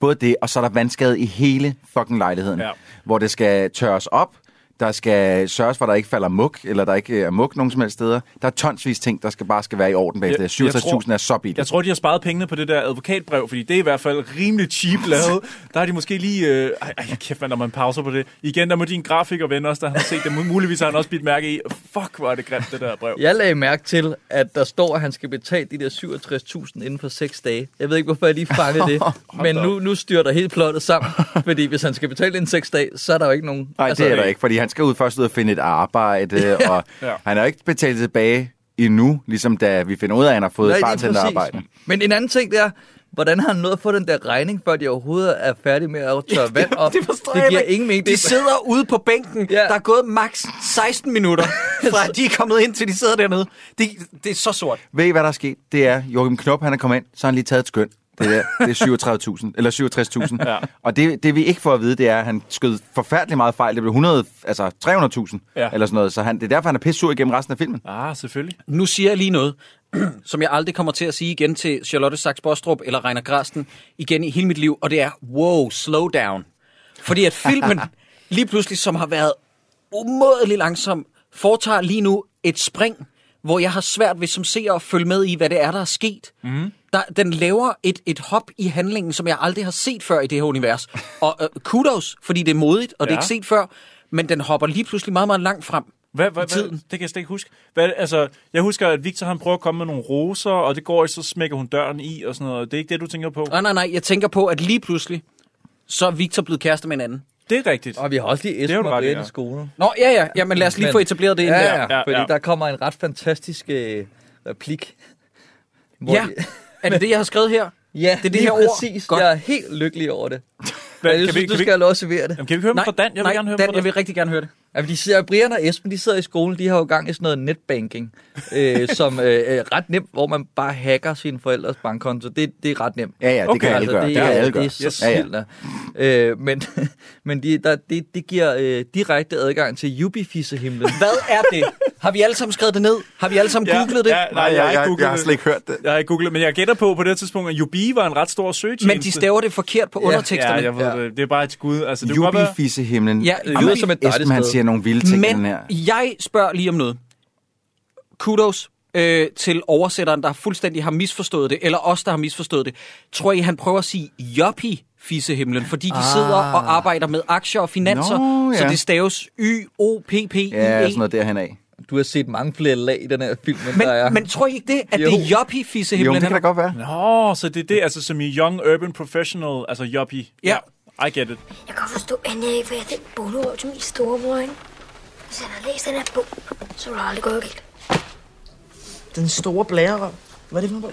Speaker 12: Både det, og så er der vandskade i hele fucking lejligheden,
Speaker 8: Ja.
Speaker 12: ja. hvor det skal tørres op, der skal sørges for, at der ikke falder mug, eller der ikke øh, er mug nogen som helst steder. Der er tonsvis ting, der skal bare skal være i orden
Speaker 8: Jeg-
Speaker 12: bagefter.
Speaker 8: jeg
Speaker 12: 67.000
Speaker 8: tror-
Speaker 12: er så billigt.
Speaker 8: Jeg tror, de har sparet pengene på det der advokatbrev, fordi det er i hvert fald rimelig cheap lavet. Der har de måske lige... Øh, ej, ej, kæft, man, når man pauser på det. Igen, der må din grafiker vende også, der har set det. Muligvis har han også bidt mærke i, fuck, hvor er det grimt, det der brev.
Speaker 7: Jeg lagde mærke til, at der står, at han skal betale de der 67.000 inden for 6 dage. Jeg ved ikke, hvorfor jeg lige fangede det, men nu, nu styrter hele plottet sammen. Fordi hvis han skal betale inden 6 dage, så er der jo ikke nogen...
Speaker 12: Nej, altså, det er der ikke, fordi han skal ud først ud og finde et arbejde, ja. og
Speaker 7: øh, Ja.
Speaker 12: ja. han har jo ikke betalt tilbage endnu, ligesom da vi finder ud af, at han har fået
Speaker 7: Nej,
Speaker 12: et
Speaker 7: lige
Speaker 12: bartenderarbejde.
Speaker 7: præcis. Men en anden ting, det er, hvordan har han nået at få den der regning, før de overhovedet er færdige med at tørre vand op?
Speaker 6: Det forstår
Speaker 7: det
Speaker 6: jeg
Speaker 7: giver
Speaker 6: ikke.
Speaker 7: ingen mening.
Speaker 6: De sidder ude på bænken. Ja. Der er gået maks 16 minutter, fra at de er kommet ind, til de sidder dernede. Det, det er så sort.
Speaker 12: Ved I, hvad der er sket? Det er, Joachim Knop, han er kommet ind, så har han lige taget et skøn. Det, der, det er 37.000, eller 67.000.
Speaker 8: Ja.
Speaker 12: Ja. Og det, det, vi ikke får at vide, det er, at han skød forfærdelig meget fejl. Det blev 100, altså 300.000,
Speaker 6: Ja.
Speaker 12: ja. eller sådan noget. Så han, det er derfor, han er pissur igennem resten af filmen.
Speaker 8: Ah, selvfølgelig.
Speaker 6: Nu siger jeg lige noget, som jeg aldrig kommer til at sige igen til Charlotte Sachs Bostrup eller Reiner Grasten igen i hele mit liv, og det er, wow, slow down. Fordi at filmen lige pludselig, som har været umådelig langsom, foretager lige nu et spring hvor jeg har svært ved som seer at følge med i, hvad det er, der er sket. Mm. Der, den laver et, et hop i handlingen, som jeg aldrig har set før i det her univers. Og øh, kudos, fordi det er modigt, og ja. det er ikke set før, men den hopper lige pludselig meget, meget langt frem.
Speaker 8: Hvad, hvad, tiden. Hvad, det kan jeg slet ikke huske. Hvad, altså, jeg husker, at Victor han prøver at komme med nogle roser, og det går ikke, så smækker hun døren i og sådan noget. Det er ikke det, du tænker på?
Speaker 6: Nej, nej, nej. Jeg tænker på, at lige pludselig, så er Victor blevet kæreste med en anden.
Speaker 8: Det er rigtigt.
Speaker 7: Og vi har også lige Esben og Brian i skolen.
Speaker 6: Nå, ja, ja. Jamen, lad os lige Men, få etableret det.
Speaker 7: Ja, ja, ja, ja, fordi ja. der kommer en ret fantastisk øh, replik.
Speaker 6: Hvor ja, de... er det det, jeg har skrevet her?
Speaker 7: Ja,
Speaker 6: det er det her
Speaker 7: præcis. Ord. Godt. Jeg er helt lykkelig over det. Hvad, Altså, jeg kan synes, vi, kan du skal vi... lov at servere det.
Speaker 8: Jamen, kan vi høre nej, dem fra Dan? Jeg vil nej, gerne høre
Speaker 6: Dan,
Speaker 8: dem
Speaker 6: jeg vil rigtig gerne høre det.
Speaker 7: Jamen, de sidder, Brian og Esben, de sidder i skolen, de har jo gang i sådan noget netbanking, øh, som øh, er ret nemt, hvor man bare hacker sine forældres bankkonto. Det, det er ret nemt. Altså,
Speaker 12: Ja, ja, det okay. kan alle gøre.
Speaker 7: Det,
Speaker 12: det,
Speaker 7: er,
Speaker 12: alle gøre.
Speaker 7: det er så yes. Smidt, øh, men men de, der, det, det giver øh, direkte adgang til Jubifissehimlen.
Speaker 6: Hvad er det? Har vi alle sammen skrevet det ned? Har vi alle sammen
Speaker 8: ja,
Speaker 6: googlet det?
Speaker 8: Ja, nej, jeg,
Speaker 12: jeg, jeg,
Speaker 8: jeg,
Speaker 12: jeg har slet ikke hørt det.
Speaker 8: Jeg har ikke googlet, men jeg gætter på på det tidspunkt, at Jubi var en ret stor søgetjeneste.
Speaker 6: Men de staver det forkert på ja, underteksterne.
Speaker 8: Ja, jeg ved, ja. det. det er bare et skud. Altså, det
Speaker 12: Jubifissehimlen.
Speaker 6: Ja,
Speaker 12: det lyder som et dejligt Esben, han siger nogle vilde ting.
Speaker 6: Men her. jeg spørger lige om noget. Kudos øh, til oversætteren, der fuldstændig har misforstået det, eller os, der har misforstået det. Tror I, han prøver at sige joppie fissehimlen, fordi de ah. sidder og arbejder med aktier og finanser, Nå, ja. så det staves Y-O-P-P-I-E.
Speaker 12: Ja, sådan noget derhen af.
Speaker 7: Du har set mange flere lag i den her film, end
Speaker 6: men,
Speaker 7: der er.
Speaker 6: Men tror I ikke det, at jo. det er joppie fissehimlen?
Speaker 12: Jo, det kan da godt være.
Speaker 8: Nå, så det er det, altså som i Young Urban Professional, altså joppie.
Speaker 6: Ja.
Speaker 8: I get it.
Speaker 20: Jeg kan forstå endelig ikke, hvad jeg den bolorøv til min storebror ind. Hvis han har læst den her bog, så vil det aldrig gået galt.
Speaker 21: Den store blærerøv. Hvad er det for en bog?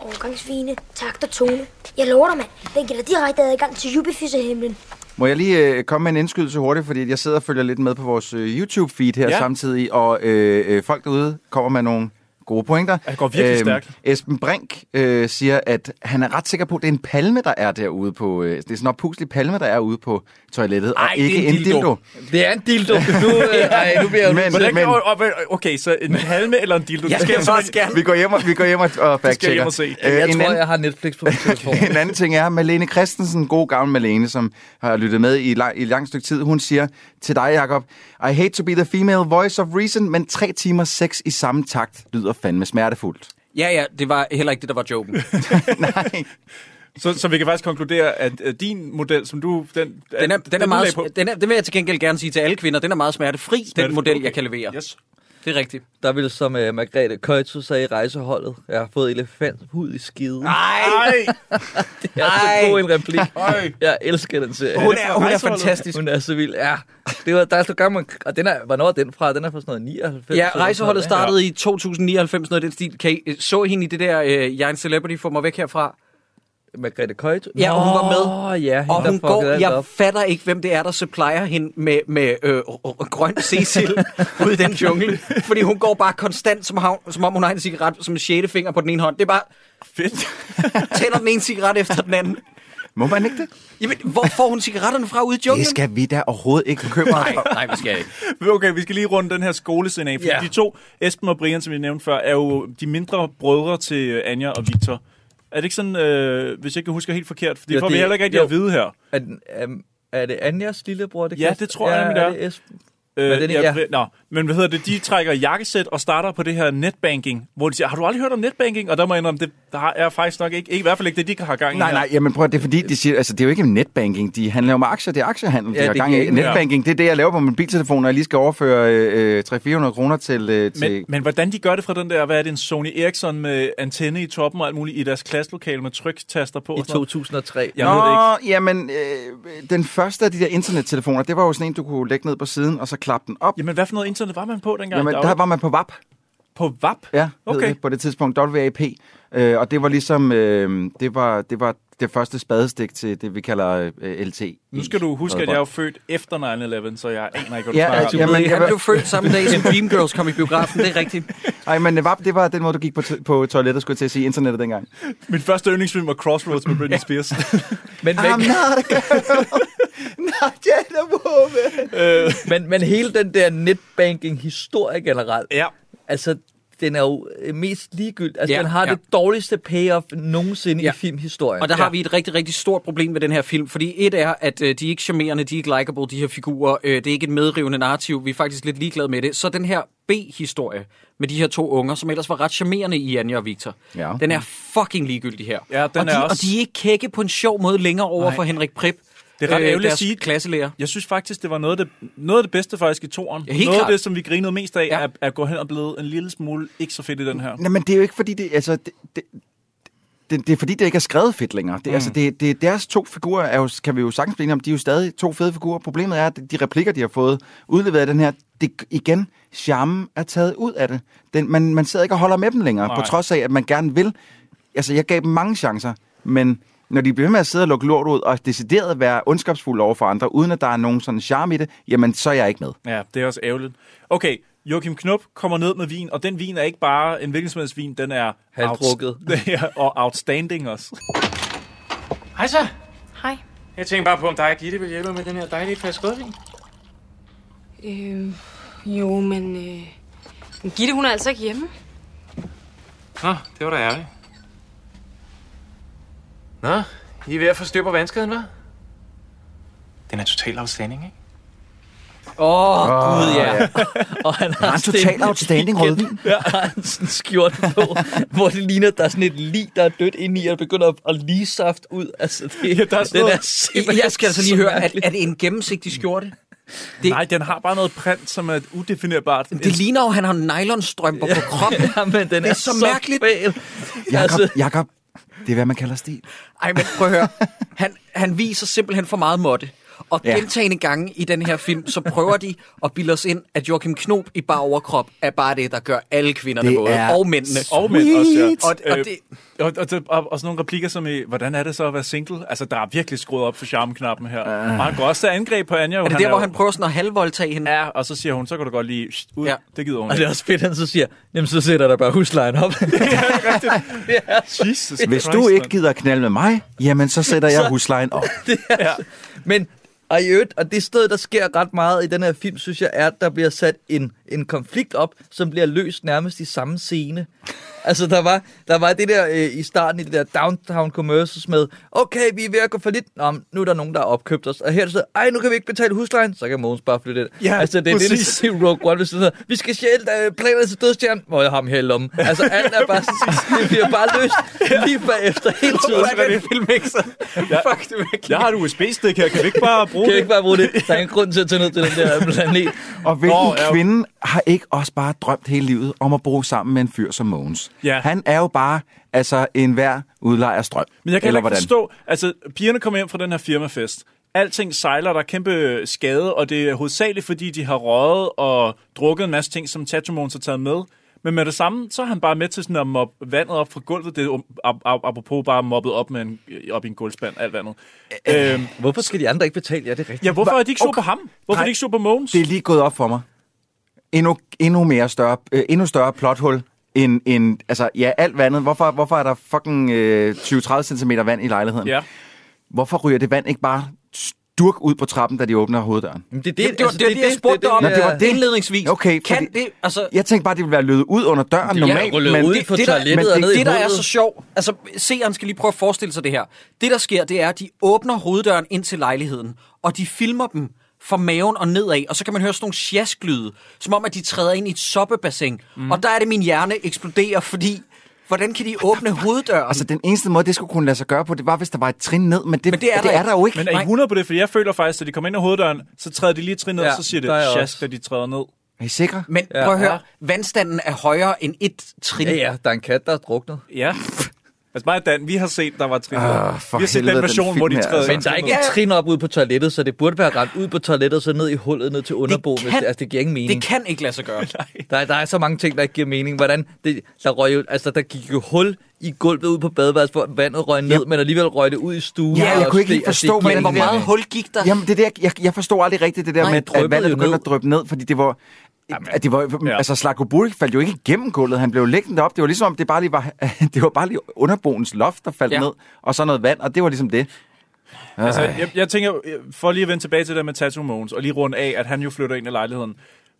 Speaker 20: Overgangsvine, takt og tone. Jeg lover dig, mand. Den giver dig direkte adgang til jubefyssehimlen.
Speaker 12: Må jeg lige øh, komme med en indskydelse hurtigt, fordi jeg sidder og følger lidt med på vores øh, YouTube-feed her ja. samtidig, og øh, øh, folk derude kommer med nogle gode pointer.
Speaker 8: Han går virkelig øhm, stærkt.
Speaker 12: Esben Brink øh, siger, at han er ret sikker på, at det er en palme, der er derude på... Øh, det er sådan en opuslig palme, der er ude på toilettet,
Speaker 6: ej,
Speaker 12: og ikke en dildo. en dildo.
Speaker 6: Det er en dildo. Nu, øh, ej, nu bliver jeg
Speaker 8: men, men, men, Okay, så en palme eller en dildo?
Speaker 6: Jeg skal bare skal.
Speaker 12: Vi går hjem og, vi går hjem og, og
Speaker 8: fact skal hjem og se.
Speaker 7: Øh, jeg tror, anden, jeg har Netflix på min telefon.
Speaker 12: en anden ting er, Malene Christensen, god gammel Malene, som har lyttet med i, lang, i langt stykke tid, hun siger til dig, Jacob, I hate to be the female voice of reason, men tre timer sex i samme takt lyder lyder fandme smertefuldt.
Speaker 6: Ja, ja, det var heller ikke det, der var joken.
Speaker 12: Nej.
Speaker 8: Så, så vi kan faktisk konkludere, at, at din model, som du... Den,
Speaker 6: den, er, den, den, er meget, på. den er, det vil jeg til gengæld gerne sige til alle kvinder, den er meget smertefri, smertefri den model, okay. jeg kan levere.
Speaker 8: Yes.
Speaker 6: Det er rigtigt.
Speaker 7: Der ville, som uh, Margrethe Køjtu sagde i rejseholdet, jeg har fået elefanthud i skiden.
Speaker 6: Nej!
Speaker 7: det er Ej! så god en replik.
Speaker 8: Ej!
Speaker 7: Jeg elsker den serie.
Speaker 6: Hun er, hun er fantastisk.
Speaker 7: Hun er så vild. Ja, det var, der er så gammel, og den er, hvornår er den fra? Den er fra sådan noget 99?
Speaker 6: Ja, rejseholdet startede ja. i 2099, noget af den stil. Kan I, så hende i det der, øh, jeg er en celebrity, få mig væk herfra?
Speaker 7: Margrethe Køjt.
Speaker 6: Ja, og hun var med.
Speaker 7: Ja, hende,
Speaker 6: og hun går, jeg op. fatter ikke, hvem det er, der supplier hende med, med øh, grøn cecil ud i den jungle. Fordi hun går bare konstant, som, havn, som om hun har en cigaret som en sjette finger på den ene hånd. Det er bare...
Speaker 8: Fedt.
Speaker 6: tænder den ene cigaret efter den anden.
Speaker 12: Må man ikke det?
Speaker 6: Jamen, hvor får hun cigaretterne fra ude i junglen?
Speaker 12: Det skal vi da overhovedet ikke bekymre
Speaker 6: Nej, nej, vi skal ikke.
Speaker 8: Okay, vi skal lige runde den her skolescene af, fordi yeah. de to, Esben og Brian, som vi nævnte før, er jo de mindre brødre til Anja og Victor. Er det ikke sådan, øh, hvis jeg ikke husker helt forkert? Fordi ja, det får vi heller ikke rigtig jo. at vide her.
Speaker 7: Er, um, er det Anjas lillebror? Det
Speaker 8: ja, kan, det tror jeg nemlig,
Speaker 7: det er. Er det Esben?
Speaker 8: Øh, men, ja, ja. Nå, men hvad hedder det? De trækker jakkesæt og starter på det her netbanking, hvor de siger, har du aldrig hørt om netbanking? Og der må jeg indrømme, det har jeg faktisk nok ikke, ikke, i hvert fald ikke det, de har gang i
Speaker 12: Nej,
Speaker 8: her.
Speaker 12: nej, jamen prøv, det er fordi, de siger, altså det er jo ikke netbanking, de handler jo med aktier, det er aktiehandel, ja, de har gang i. Netbanking, det er det, jeg laver på min mobiltelefon, når jeg lige skal overføre øh, 300-400 kroner til, øh, til...
Speaker 8: Men, men hvordan de gør det fra den der, hvad er det, en Sony Ericsson med antenne i toppen og alt muligt i deres klasselokale med tryktaster på?
Speaker 7: I 2003.
Speaker 8: Jeg Nå, ved det
Speaker 12: ikke. jamen, øh, den første af de der internettelefoner, det var jo sådan en, du kunne lægge ned på siden, og så klappe den op.
Speaker 8: Jamen, hvad for noget internet var man på dengang?
Speaker 12: Jamen, der, der var man på VAP.
Speaker 8: På VAP?
Speaker 12: Ja, okay. det, på det tidspunkt WAP. Øh, og det var ligesom, øh, det, var, det var det første spadestik til det, vi kalder øh, LT.
Speaker 8: Nu skal du huske, at jeg er født efter 9-11, så jeg aner ikke, hvad du
Speaker 6: ja,
Speaker 8: snakker
Speaker 6: om. Ja, men, jeg blev født samme dag, som Dreamgirls kom i biografen, det er rigtigt.
Speaker 12: Nej, men VAP, det var den måde, du gik på, på toilettet, skulle jeg til at sige, internettet dengang.
Speaker 8: Min første yndlingsfilm var Crossroads med Britney Spears.
Speaker 12: men væk. I'm not a girl. Not yet a woman.
Speaker 7: Øh, men, men hele den der netbanking-historie generelt,
Speaker 8: ja.
Speaker 7: altså den er jo øh, mest ligegyldig. Altså,
Speaker 6: Ja,
Speaker 7: ja, den har
Speaker 6: ja.
Speaker 7: ja. det dårligste payoff nogensinde ja. i filmhistorien.
Speaker 6: Og der ja. har vi et rigtig, rigtig stort problem ved den her film, fordi et er, at øh, de er ikke charmerende, de er ikke likable, de her figurer. Øh, det er ikke et medrivende narrativ, vi er faktisk lidt ligeglade med det. Så den her B-historie med de her to unger, som ellers var ret charmerende i Anja og Victor,
Speaker 12: Ja.
Speaker 6: den er fucking ligegyldig her.
Speaker 8: Ja, den
Speaker 6: og, de,
Speaker 8: er også-
Speaker 6: og de er ikke kække på en sjov måde længere over
Speaker 8: Nej.
Speaker 6: for Henrik Prip. øh,
Speaker 8: Det er ret ærgerligt at
Speaker 6: deres
Speaker 8: sige.
Speaker 6: Klasselærer.
Speaker 8: Jeg synes faktisk, det var noget af det, noget af det bedste faktisk i toren.
Speaker 6: Ja, helt
Speaker 8: noget af
Speaker 6: klart.
Speaker 8: det, som vi grinede mest af, ja. er, er gå hen og blevet en lille smule ikke så fedt i den her.
Speaker 12: Nej, men det er jo ikke fordi, det, altså, det, det, det, det er fordi, det ikke er skrevet fedt længere. Det, mm.
Speaker 8: Mm.
Speaker 12: altså, det, det, deres to figurer, er jo, kan vi jo sagtens blive enige om, de er jo stadig to fede figurer. Problemet er, at de replikker, de har fået udleveret af den her, det, igen, charmen er taget ud af det. Den, man, man sidder ikke og holder med dem længere, Nej. på
Speaker 8: Nej.
Speaker 12: trods af, at man gerne vil. Altså, jeg gav dem mange chancer, men når de bliver ved med at sidde og lukke lort ud, og decideret at være ondskabsfulde over for andre, uden at der er nogen sådan charme i det, jamen, så er jeg ikke med.
Speaker 8: Ja, det er også ærgerligt. Okay, Joachim Knop kommer ned med vin, og den vin er ikke bare en hvilken som helst vin, den er...
Speaker 7: Halvdrukket.
Speaker 8: outs- Ja, og outstanding også.
Speaker 22: Hej så.
Speaker 4: Hej.
Speaker 22: Jeg tænkte bare på, om dig og Gitte ville hjælpe mig med den her dejlige flaske rødvin.
Speaker 23: Øh, jo, men... Øh, men Gitte, hun er altså ikke hjemme.
Speaker 22: Nå, det var da ærgerligt. Nå, I er ved at få styr på vandskaden, hva'? Den er totalt afstanding, ikke?
Speaker 7: Åh, oh,
Speaker 22: Åh,
Speaker 7: gud ja.
Speaker 22: ja.
Speaker 7: og
Speaker 22: Han
Speaker 7: han
Speaker 22: har
Speaker 7: har
Speaker 22: en total outstanding
Speaker 7: rødvin. Ja. har han sådan en skjorte på, hvor det ligner, at der er sådan et lig, der er dødt ind i, og begynder at, at lige saft ud. Altså, det, ja,
Speaker 8: der er sådan
Speaker 7: den
Speaker 8: noget-
Speaker 7: er simpelthen
Speaker 6: Jeg skal altså lige
Speaker 7: så
Speaker 6: høre, er,
Speaker 7: mærkelig.
Speaker 6: er det en gennemsigtig skjorte?
Speaker 8: Det... Nej, den har bare noget print, som er udefinerbart.
Speaker 6: Det ligner jo, at han har nylonstrømper på kroppen.
Speaker 7: ja, men den
Speaker 6: det er,
Speaker 7: er
Speaker 6: så
Speaker 7: så
Speaker 6: mærkeligt.
Speaker 12: Jakob,
Speaker 6: Altså-
Speaker 12: Jakob, det er, hvad man kalder stil.
Speaker 6: Ej, men prøv at høre. Han, han viser simpelthen for meget måtte. Og
Speaker 12: Ja.
Speaker 6: ja. gentagende gange i den her film, så prøver de at bilde os ind, at Joachim Knob i bare overkrop er bare det, der gør alle kvinderne
Speaker 8: Det
Speaker 6: både.
Speaker 8: er
Speaker 6: Og mændene.
Speaker 8: Og øh, mænd også, ja.
Speaker 6: Og, og det,
Speaker 8: og, og, og, og, og sådan nogle replikker som i, hvordan er det så at være single? Altså, der er virkelig skruet op for charmeknappen her. Uh. Og han går også til angreb på Anja.
Speaker 6: er det der, hvor han prøver sådan at halvvoldtage hende?
Speaker 8: Ja, og så siger hun, så kan du godt lige "Sht, ud. Ja. Det gider hun
Speaker 7: Og det er også fedt, han så siger, jamen så sætter der bare huslejen op.
Speaker 8: Jesus
Speaker 12: Hvis du ikke gider knalde med mig, jamen så sætter jeg huslejen op.
Speaker 7: det er, ja. Men og i øvrigt, og det sted, der sker ret meget i den her film, synes jeg, er, at der bliver sat en, en konflikt op, som bliver løst nærmest i samme scene. Altså, der var, der var det der øh, i starten i det der downtown commercials med, okay, vi er ved at gå for lidt, Nå, men nu er der nogen, der har opkøbt os. Og her er det så, ej, nu kan vi ikke betale huslejen, så kan Mogens bare flytte ind.
Speaker 6: Ja,
Speaker 7: altså, det er det,
Speaker 6: præcis.
Speaker 7: det, Rogue One, hvis det hedder, vi skal sjæle øh, planerne til dødstjernen, hvor jeg har ham her i lommen. Altså, alt er bare, sådan, det bliver bare løst lige bagefter hele tiden.
Speaker 8: Hvorfor er den
Speaker 6: film ikke sådan? Fuck det væk.
Speaker 8: Jeg har et USB-stik her, kan vi ikke bare bruge
Speaker 7: Kan
Speaker 8: det?
Speaker 7: jeg ikke bare bruge det? Der er ingen grund til at tage ned til den der planet.
Speaker 12: Og hvilken oh, ja. kvinde har ikke også bare drømt hele livet om at bo sammen med en fyr som Mogens?
Speaker 8: Ja.
Speaker 12: Han er jo bare altså en hver udlejers drøm.
Speaker 8: Men jeg kan
Speaker 12: Eller
Speaker 8: Eller ikke forstå, altså pigerne kommer hjem fra den her firmafest. Alting sejler, der er kæmpe øh, skade, og det er hovedsageligt, fordi de har røget og drukket en masse ting, som Tatchumons har taget med. Men med det samme, så er han bare med til sådan at mobbe vandet op fra gulvet. Det er um- ap- ap- apropos bare mobbet op, med en, op i en gulvspand, alt vandet.
Speaker 12: Øh,
Speaker 8: Øhm,
Speaker 7: hvorfor skal de andre ikke betale? Ja, det er rigtigt.
Speaker 8: Ja, hvorfor er de ikke sur på ham? Hvorfor er
Speaker 12: Nej.
Speaker 8: de ikke sur på Mogens?
Speaker 12: Det er lige gået op for mig. Endnu, endnu mere større, øh, endnu større plothul end, end, altså ja, alt vandet. Hvorfor, hvorfor er der fucking øh, 20-30 cm vand i lejligheden?
Speaker 8: Ja.
Speaker 12: Hvorfor ryger det vand ikke bare sturk ud på trappen, da de åbner hoveddøren?
Speaker 7: Det, altså, det,
Speaker 6: det, var- det, var det, jeg spurgte dig om
Speaker 12: Nå, det var det.
Speaker 6: indledningsvis.
Speaker 12: Okay,
Speaker 6: kan
Speaker 12: fordi-
Speaker 6: det, altså,
Speaker 12: Jeg tænkte bare, det ville være løbet ud under døren normalt. men
Speaker 6: det, det, der, men det, det, der er så sjovt, altså seeren skal lige prøve at forestille sig det her. Det, der sker, det er, at de åbner hoveddøren ind til lejligheden, og de filmer dem fra maven og nedad, og så kan man høre sådan nogle sjasklyde, som om, at de træder ind i et soppebassin. Mm. Og der er det, min hjerne eksploderer, fordi hvordan kan de åbne hoveddøren?
Speaker 12: Altså, den eneste måde, det skulle kunne lade sig gøre på, det var, hvis der var et trin ned, men det, men det, er, det der er der jo ikke.
Speaker 8: Men er I 100 på det? Fordi jeg føler faktisk, at de kommer ind ad hoveddøren, så træder de lige trin ned,
Speaker 6: Ja,
Speaker 8: ja, så siger det,
Speaker 6: der er jeg også.
Speaker 8: sjask, da de træder ned.
Speaker 12: Er I sikre?
Speaker 6: Men
Speaker 8: Ja.
Speaker 6: prøv at høre,
Speaker 8: Ja.
Speaker 6: vandstanden er højere end et trin.
Speaker 8: Ja, ja,
Speaker 7: der er en kat, der er druknet.
Speaker 8: Ja. Altså mig og Dan, vi har set, der var trin. ned.
Speaker 7: Ah,
Speaker 8: vi har set den version, hvor de træder
Speaker 7: Men der er ikke et trin op ud på toilettet, så det burde være rent ud på toilettet, og så ned i hullet, ned til underboen. Det,
Speaker 6: kan-
Speaker 7: det, altså, det giver ingen mening.
Speaker 6: Det kan ikke lade sig gøre.
Speaker 7: Der, er- der er så mange ting, der ikke giver mening. Hvordan det, der, røg jo, altså, der gik jo hul i gulvet ud på badeværelset, hvor vandet røg ned, men alligevel røg det ud i stuen.
Speaker 12: Ja, jeg
Speaker 7: og altså,
Speaker 12: kunne ikke
Speaker 7: steg
Speaker 12: helt
Speaker 7: og steg.
Speaker 12: forstå,
Speaker 7: Men hvor meget hul
Speaker 6: gik der?
Speaker 12: Jamen, det der, jeg, jeg forstod aldrig rigtigt det der
Speaker 7: Nej,
Speaker 12: med,
Speaker 7: det dryppede
Speaker 12: at vandet
Speaker 7: jo
Speaker 12: begyndte
Speaker 7: ned.
Speaker 12: at dryppe ned, fordi det var... At det var, ja. altså Slako Burk faldt jo ikke igennem gulvet, han blev liggende op. Det var ligesom, om det bare lige var, det var bare lige underboens loft, der faldt
Speaker 8: Ja.
Speaker 12: ja. ned, og så noget vand, og det var ligesom det.
Speaker 8: Altså,
Speaker 12: Ej.
Speaker 8: jeg, jeg tænker, øh, for lige at vende tilbage til det med Tattoo Mogens, og lige runde af, at han jo flytter ind i lejligheden.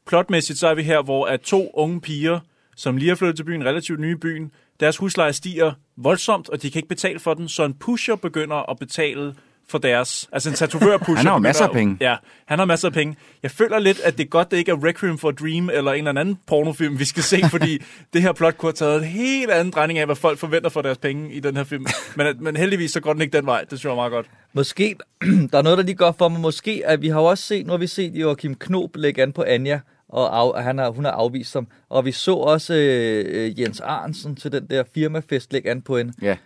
Speaker 8: Plotmæssigt, så er vi her, hvor at to unge piger som lige er flyttet til byen, relativt nye i byen. Deres husleje stiger voldsomt, og de kan ikke betale for den, så en pusher begynder at betale for deres... Altså en tatovør-pusher.
Speaker 12: Han har jo masser af
Speaker 8: begynder-
Speaker 12: penge.
Speaker 8: Ja, han har masser af penge. Jeg føler lidt, at det er godt, det ikke er Requiem for a Dream eller en eller anden pornofilm, vi skal se, fordi det her plot kunne have taget en helt anden drejning af, hvad folk forventer for deres penge i den her film. Men, men heldigvis så går den ikke den vej. Det synes jeg er meget godt.
Speaker 7: Måske, der er noget, der lige går for mig. Måske, at vi har jo også set, nu har vi set Joachim Knob lægge an på Anja, og af, og han har, hun har afvist ham. Og vi så også øh, øh, Jens Arnsen til den der firmafest lægge an på hende.
Speaker 12: Ja.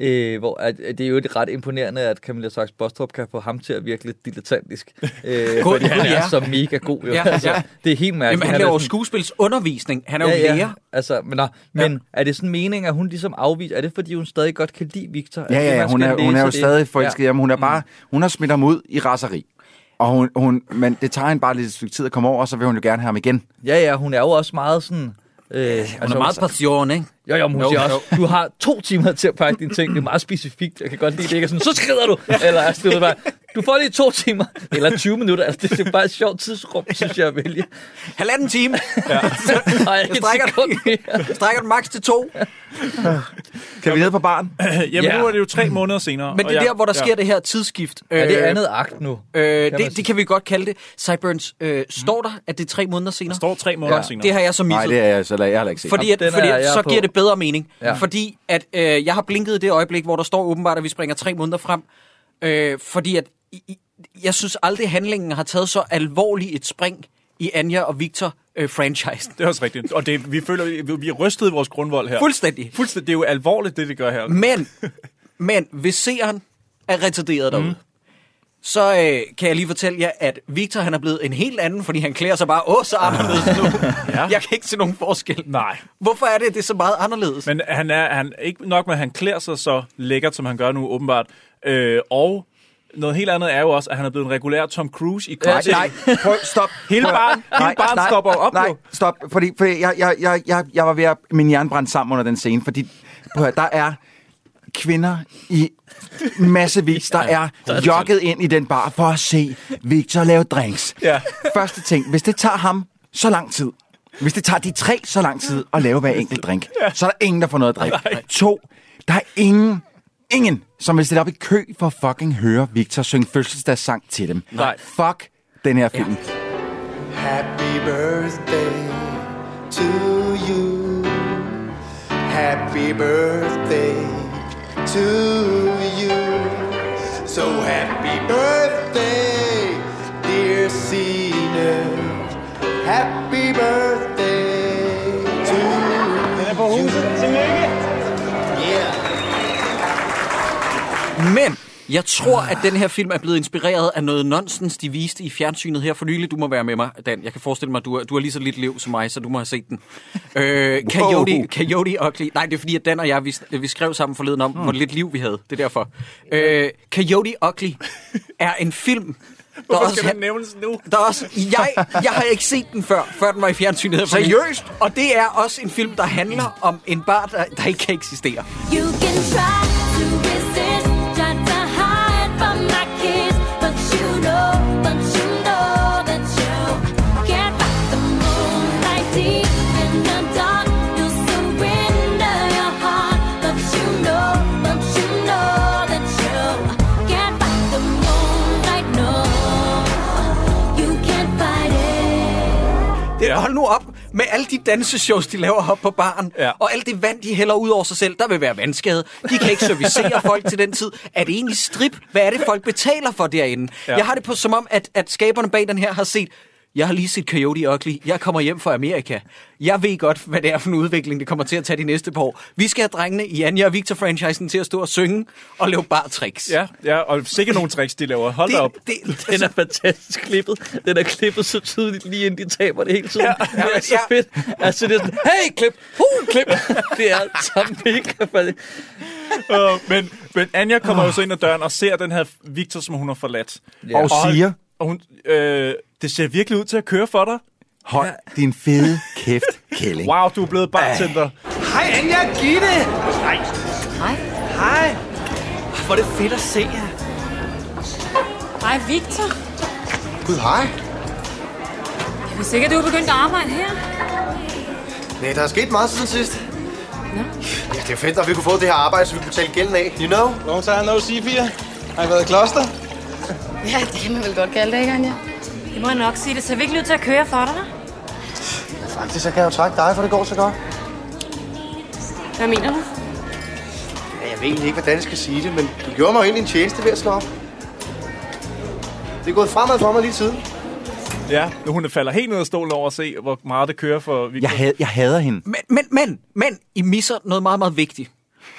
Speaker 7: Øh, hvor at, at det er jo et ret imponerende, at Camilla Sachs Bostrup kan få ham til at virke lidt dilettantisk. Øh,
Speaker 6: God,
Speaker 7: fordi
Speaker 6: ja,
Speaker 7: han
Speaker 6: ja.
Speaker 7: er så mega god. Jo. Altså,
Speaker 6: Ja, ja.
Speaker 7: Det er helt mærkeligt.
Speaker 6: Jamen, han
Speaker 7: er
Speaker 6: laver
Speaker 7: sådan-
Speaker 6: skuespilsundervisning. Han er jo lærer.
Speaker 7: Altså, men, nå, men er det sådan meningen, at hun ligesom afviser? Er det, fordi hun stadig godt kan lide Victor? Er det,
Speaker 12: Ja, ja,
Speaker 7: man
Speaker 12: hun
Speaker 7: skal
Speaker 12: er, hun er
Speaker 7: læse
Speaker 12: jo
Speaker 7: det? Mm.
Speaker 12: stadig forelsket. Ja. Jamen, hun, er bare, hun har smidt ham ud i raseri. Og hun, hun, men det tager hende bare lidt stykke tid at komme over, og så vil hun jo gerne have ham igen.
Speaker 7: Ja, ja, hun er jo også meget sådan... Øh, hun
Speaker 6: er meget passion, ikke?
Speaker 7: Jo, jo, men hun
Speaker 6: Jo,
Speaker 7: siger
Speaker 6: jo.
Speaker 7: også, du har to timer til at pakke dine ting. Det er meget specifikt. Jeg kan godt lide, at det ikke er sådan, så skrider du! Eller altså, du, ved bare, du får lige to timer, eller 20 minutter. Altså, det er bare et sjovt tidsrum, synes jeg at vælge.
Speaker 6: Halvanden time.
Speaker 7: Ja. Nej, ikke
Speaker 6: Jeg strækker
Speaker 7: den,
Speaker 6: jeg strækker den maks til to.
Speaker 12: Kan vi ned på barn?
Speaker 8: Jamen,
Speaker 6: Ja. Mm.
Speaker 8: nu er det jo tre måneder senere.
Speaker 6: Men
Speaker 8: og
Speaker 6: det er
Speaker 8: jeg-
Speaker 6: der, hvor der
Speaker 8: ja.
Speaker 6: sker det her tidsskift.
Speaker 7: Ja, det er
Speaker 6: Øh,
Speaker 7: andet akt nu.
Speaker 6: Øh,
Speaker 7: man
Speaker 6: det, det kan vi godt kalde det. Cyburns, øh, står der, at det er tre måneder senere? Der
Speaker 8: står tre
Speaker 12: måneder
Speaker 6: Godt.
Speaker 12: senere.
Speaker 6: Det har jeg så misset.
Speaker 12: Nej, det er jeg, så jeg heller ikke set.
Speaker 6: Fordi, at,
Speaker 7: Den er
Speaker 6: fordi at,
Speaker 7: jeg
Speaker 6: så
Speaker 7: på.
Speaker 6: giver det bedre mening.
Speaker 7: Ja.
Speaker 6: Ja. Fordi at øh, jeg har blinket i det øjeblik, hvor der står åbenbart, at vi springer tre måneder frem. Øh, fordi at i, i- jeg synes aldrig, handlingen har taget så alvorligt et spring i Anja og Victor øh, franchise.
Speaker 8: Det er også rigtigt. Og det, vi føler, vi, vi er rystet i vores grundvold her.
Speaker 6: Fuldstændig.
Speaker 8: Fuldstændig. Det er jo alvorligt, det det gør her.
Speaker 6: Men, men hvis seeren er retarderet derude, så øh, kan jeg lige fortælle jer, at Victor han er blevet en helt anden, fordi han klæder sig bare, åh, så anderledes nu. ja. Jeg kan ikke se nogen forskel.
Speaker 8: Nej.
Speaker 6: Hvorfor er det, at det er så meget anderledes?
Speaker 8: Men han er han, ikke nok med, at han klæder sig så lækkert, som han gør nu åbenbart. Øh, og noget helt andet er jo også, at han er blevet en regulær Tom Cruise i
Speaker 12: Nej,
Speaker 8: Cocktail.
Speaker 12: nej, prøv, stop.
Speaker 8: Hele
Speaker 12: Prøv-
Speaker 8: barn- hele
Speaker 12: nej,
Speaker 8: barn
Speaker 12: nej,
Speaker 8: stopper op
Speaker 12: Nej,
Speaker 8: nu.
Speaker 12: stop, fordi, fordi jeg, jeg, jeg, jeg, jeg var ved at... Min hjerne brændte sammen under den scene, fordi prøv, at høre, der er kvinder i massevis, der er jogget ind i den bar for at se Victor lave drinks.
Speaker 8: Ja.
Speaker 12: Første ting, hvis det tager ham så lang tid, hvis det tager de tre så lang tid at lave hver enkelt drink, så er der ingen, der får noget at drikke. To, der er ingen, ingen, som vil stille op i kø for at fucking høre Victor synge fødselsdagssang til dem.
Speaker 8: Nej.
Speaker 12: Fuck den her film.
Speaker 1: Happy birthday to you. Happy birthday to you. So happy birthday, dear Signe. Happy birthday to you. Yeah.
Speaker 6: Men jeg tror, at den her film er blevet inspireret af noget nonsens, de viste i fjernsynet her for nylig. Du må være med mig, Dan. Jeg kan forestille mig, at du, er- du har lige så lidt liv som mig, så du må have set den. Øh, Coyote, Coyote Ugly. Nej, det er fordi, at Dan og jeg, vi, vi skrev sammen forleden om,
Speaker 8: Hmm.
Speaker 6: hvor lidt liv vi havde. Det er derfor. Øh, Coyote Ugly er en film, der
Speaker 8: Hvorfor skal
Speaker 6: også,
Speaker 8: den nævnes nu?
Speaker 6: der også, jeg, jeg har ikke set den før, før den var i fjernsynet. her for nylig.
Speaker 8: Seriøst?
Speaker 6: Og det er også en film, der handler om en bar, der, der ikke kan eksistere.
Speaker 14: You can try to resist, try to hide from my kiss, but you know, but you know that you can't fight the moonlight deep in the dark. You surrender your heart, but you know, but you know that you can't fight the moonlight. No, you can't fight it.
Speaker 6: Det, ja. Hold nu op med alle de danseshows, de laver op på baren, ja. og alt det vand, de hælder ud over sig selv. Der vil være vandskade. De kan ikke servicere folk til den tid. Er det egentlig strip? Hvad er det, folk betaler for derinde?
Speaker 24: Ja.
Speaker 6: Ja. Jeg har det på som om, at, at skaberne bag den her har set, jeg har lige set Coyote Ugly. Jeg kommer hjem fra Amerika. Jeg ved godt, hvad det er for en udvikling, det kommer til at tage de næste par år. Vi skal have drengene i Anja og Victor-franchisen til at stå og synge og lave bartricks.
Speaker 8: Ja, ja, og sikkert nogle tricks, de laver. Hold da op.
Speaker 6: Det, det,
Speaker 7: Den er fantastisk klippet. Den er klippet så tydeligt, lige inden de taber det hele tiden. Ja, ja, det er så
Speaker 6: ja.
Speaker 7: fedt. Altså, det er sådan, hey, klip, hu, klip. Det er så mega fedt.
Speaker 8: Øh, men, men Anja kommer jo så ind ad døren og ser den her Victor, som hun har forladt.
Speaker 12: Ja. Og siger-
Speaker 8: Og hun, øh, det ser virkelig ud til at køre for dig.
Speaker 12: Hold din fede kæft, Kælling.
Speaker 8: Wow, du er blevet bartender.
Speaker 25: Hej Anja og Gitte! Hej.
Speaker 4: Hej.
Speaker 25: Hej. Hvor er det fedt at se jer.
Speaker 23: Hej, Victor.
Speaker 25: Gud, hej.
Speaker 23: Jeg er sikker, du er begyndt at arbejde her.
Speaker 9: Nej, der er sket meget siden sidst.
Speaker 4: Nå.
Speaker 9: Ja, det er fedt, at vi kunne få det her arbejde, så vi kunne betale gælden af. You know? Long time no see, Pia. Har I været i kloster?
Speaker 4: Ja, det kan man vel godt kalde det, ikke, Anja?
Speaker 10: Det må jeg nok sige, det ser virkelig ud til at køre for dig, hva'?
Speaker 9: Ja, faktisk, så kan jeg jo trække dig, for det går så godt.
Speaker 10: Hvad mener du?
Speaker 9: Ja, jeg ved egentlig ikke, hvordan jeg skal sige det, men du gjorde mig jo egentlig en tjeneste ved at slå op. Det er gået fremad for mig lige siden.
Speaker 8: Ja, nu hun falder helt ned af stolen over at se, hvor meget det kører for Victor.
Speaker 12: Jeg, had, jeg hader hende.
Speaker 6: Men, men, men, men, I misser noget meget, meget vigtigt.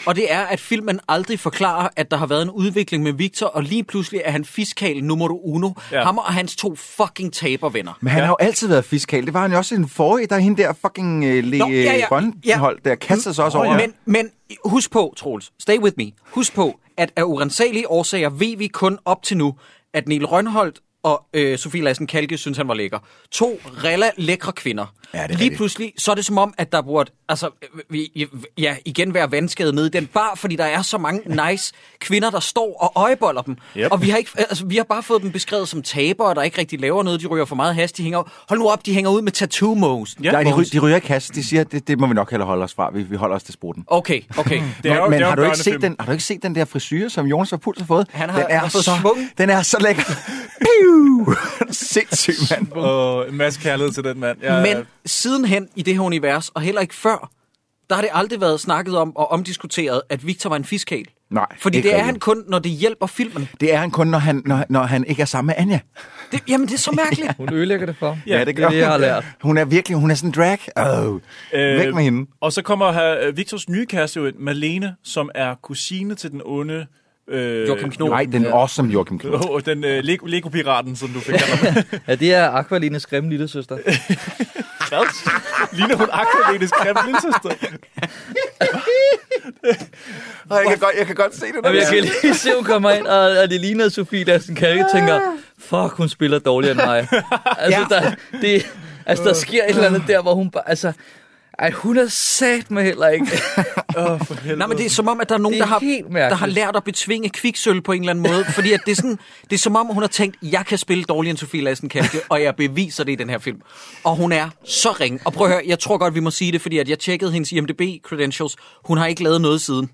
Speaker 6: Og det er, at filmen aldrig forklarer, at der har været en udvikling med Victor, og lige pludselig er han fiskal nummer uno. Ja. Ham og hans to fucking tabervenner.
Speaker 12: Men han ja. har jo altid været fiskal. Det var han jo også i den forrige, der er hende der fucking uh, Le
Speaker 6: Nå, ja, ja,
Speaker 12: Grønhold, der kaster sig også over.
Speaker 6: Men, men husk på, Troels, stay with me. Husk på, at af urensagelige årsager ved vi kun op til nu, at Niel Rønholdt og øh, Sofie Lassen Kalke synes, han var lækker. To rella lækre kvinder.
Speaker 12: Ja, det er
Speaker 6: Lige
Speaker 12: rigtigt.
Speaker 6: pludselig, så er det som om, at der burde altså, øh, vi, ja, igen være vandskade nede i den bar, fordi der er så mange nice kvinder, der står og øjeboller dem.
Speaker 8: Yep.
Speaker 6: Og vi har, ikke, altså, vi har bare fået dem beskrevet som tabere, der ikke rigtig laver noget. De ryger for meget hast, de hænger ud. Hold nu op, de hænger ud med tattoo moes.
Speaker 12: Ja, Nej, de, ry, de ryger ikke kast. De siger, at det, det må vi nok hellere holde os fra. Vi, vi holder os til sporten.
Speaker 6: Okay, okay.
Speaker 12: Det men men har, du ikke set den, har du ikke set den der frisyr, som Jonas og Puls har fået?
Speaker 6: Han har-
Speaker 12: den er
Speaker 6: har fået
Speaker 12: så,
Speaker 6: svung.
Speaker 12: Den er så lækker. Piu! Sindssyg mand.
Speaker 8: Og en masse kærlighed til den mand.
Speaker 6: Ja,
Speaker 12: Øh.
Speaker 6: Men sidenhen i det her univers, og heller ikke før, der har det aldrig været snakket om og omdiskuteret, at Victor var en fiskal.
Speaker 12: Nej,
Speaker 6: Fordi
Speaker 12: ikke
Speaker 6: det er
Speaker 12: rigtigt.
Speaker 6: han kun, når det hjælper filmen.
Speaker 12: Det er han kun, når han, når, når han ikke er sammen med Anja.
Speaker 6: Det, jamen, det er så mærkeligt.
Speaker 7: Hun ødelægger det for ham.
Speaker 12: Ja, det gør
Speaker 7: det, jeg har
Speaker 12: hun.
Speaker 7: lært.
Speaker 12: Hun er virkelig, hun er sådan en drag. Oh. Øh, Væk med hende.
Speaker 8: Og så kommer her, øh, Victors nye kæreste jo ind, Malene, som er kusine til den onde... Øh,
Speaker 12: Joachim Knop. Nej, den awesome Joachim Knop.
Speaker 8: Åh, Den øh, Lego- Lego-piraten, som du fik kaldt ham.
Speaker 7: Ja, det er Aqualines grimme lille søster.
Speaker 8: Hvad? Ligner hun akvadenes grimme lille søster?
Speaker 12: Og jeg, kan godt, jeg kan godt se det.
Speaker 7: Jamen, jeg kan lige se, hun kommer ind, og, og det ligner at Sofie Lassen Kalke tænker, fuck, hun spiller dårligere end mig. Altså, ja. der, det, altså, der sker et eller andet der, hvor hun bare, altså, ej, hun er sat med heller ikke.
Speaker 8: oh, for helvede.
Speaker 6: Nej, men det er som om, at der er nogen,
Speaker 7: Det er
Speaker 6: der har,
Speaker 7: helt mærkeligt.
Speaker 6: der har lært at betvinge kviksøl på en eller anden måde. Fordi at det, er sådan, det er som om, hun har tænkt, jeg kan spille dårligere end Sofie Lassen Kalke, og jeg beviser det i den her film. Og hun er så ring. Og prøv at høre, jeg tror godt, vi må sige det, fordi at jeg tjekkede hendes IMDb-credentials. Hun har ikke lavet noget siden.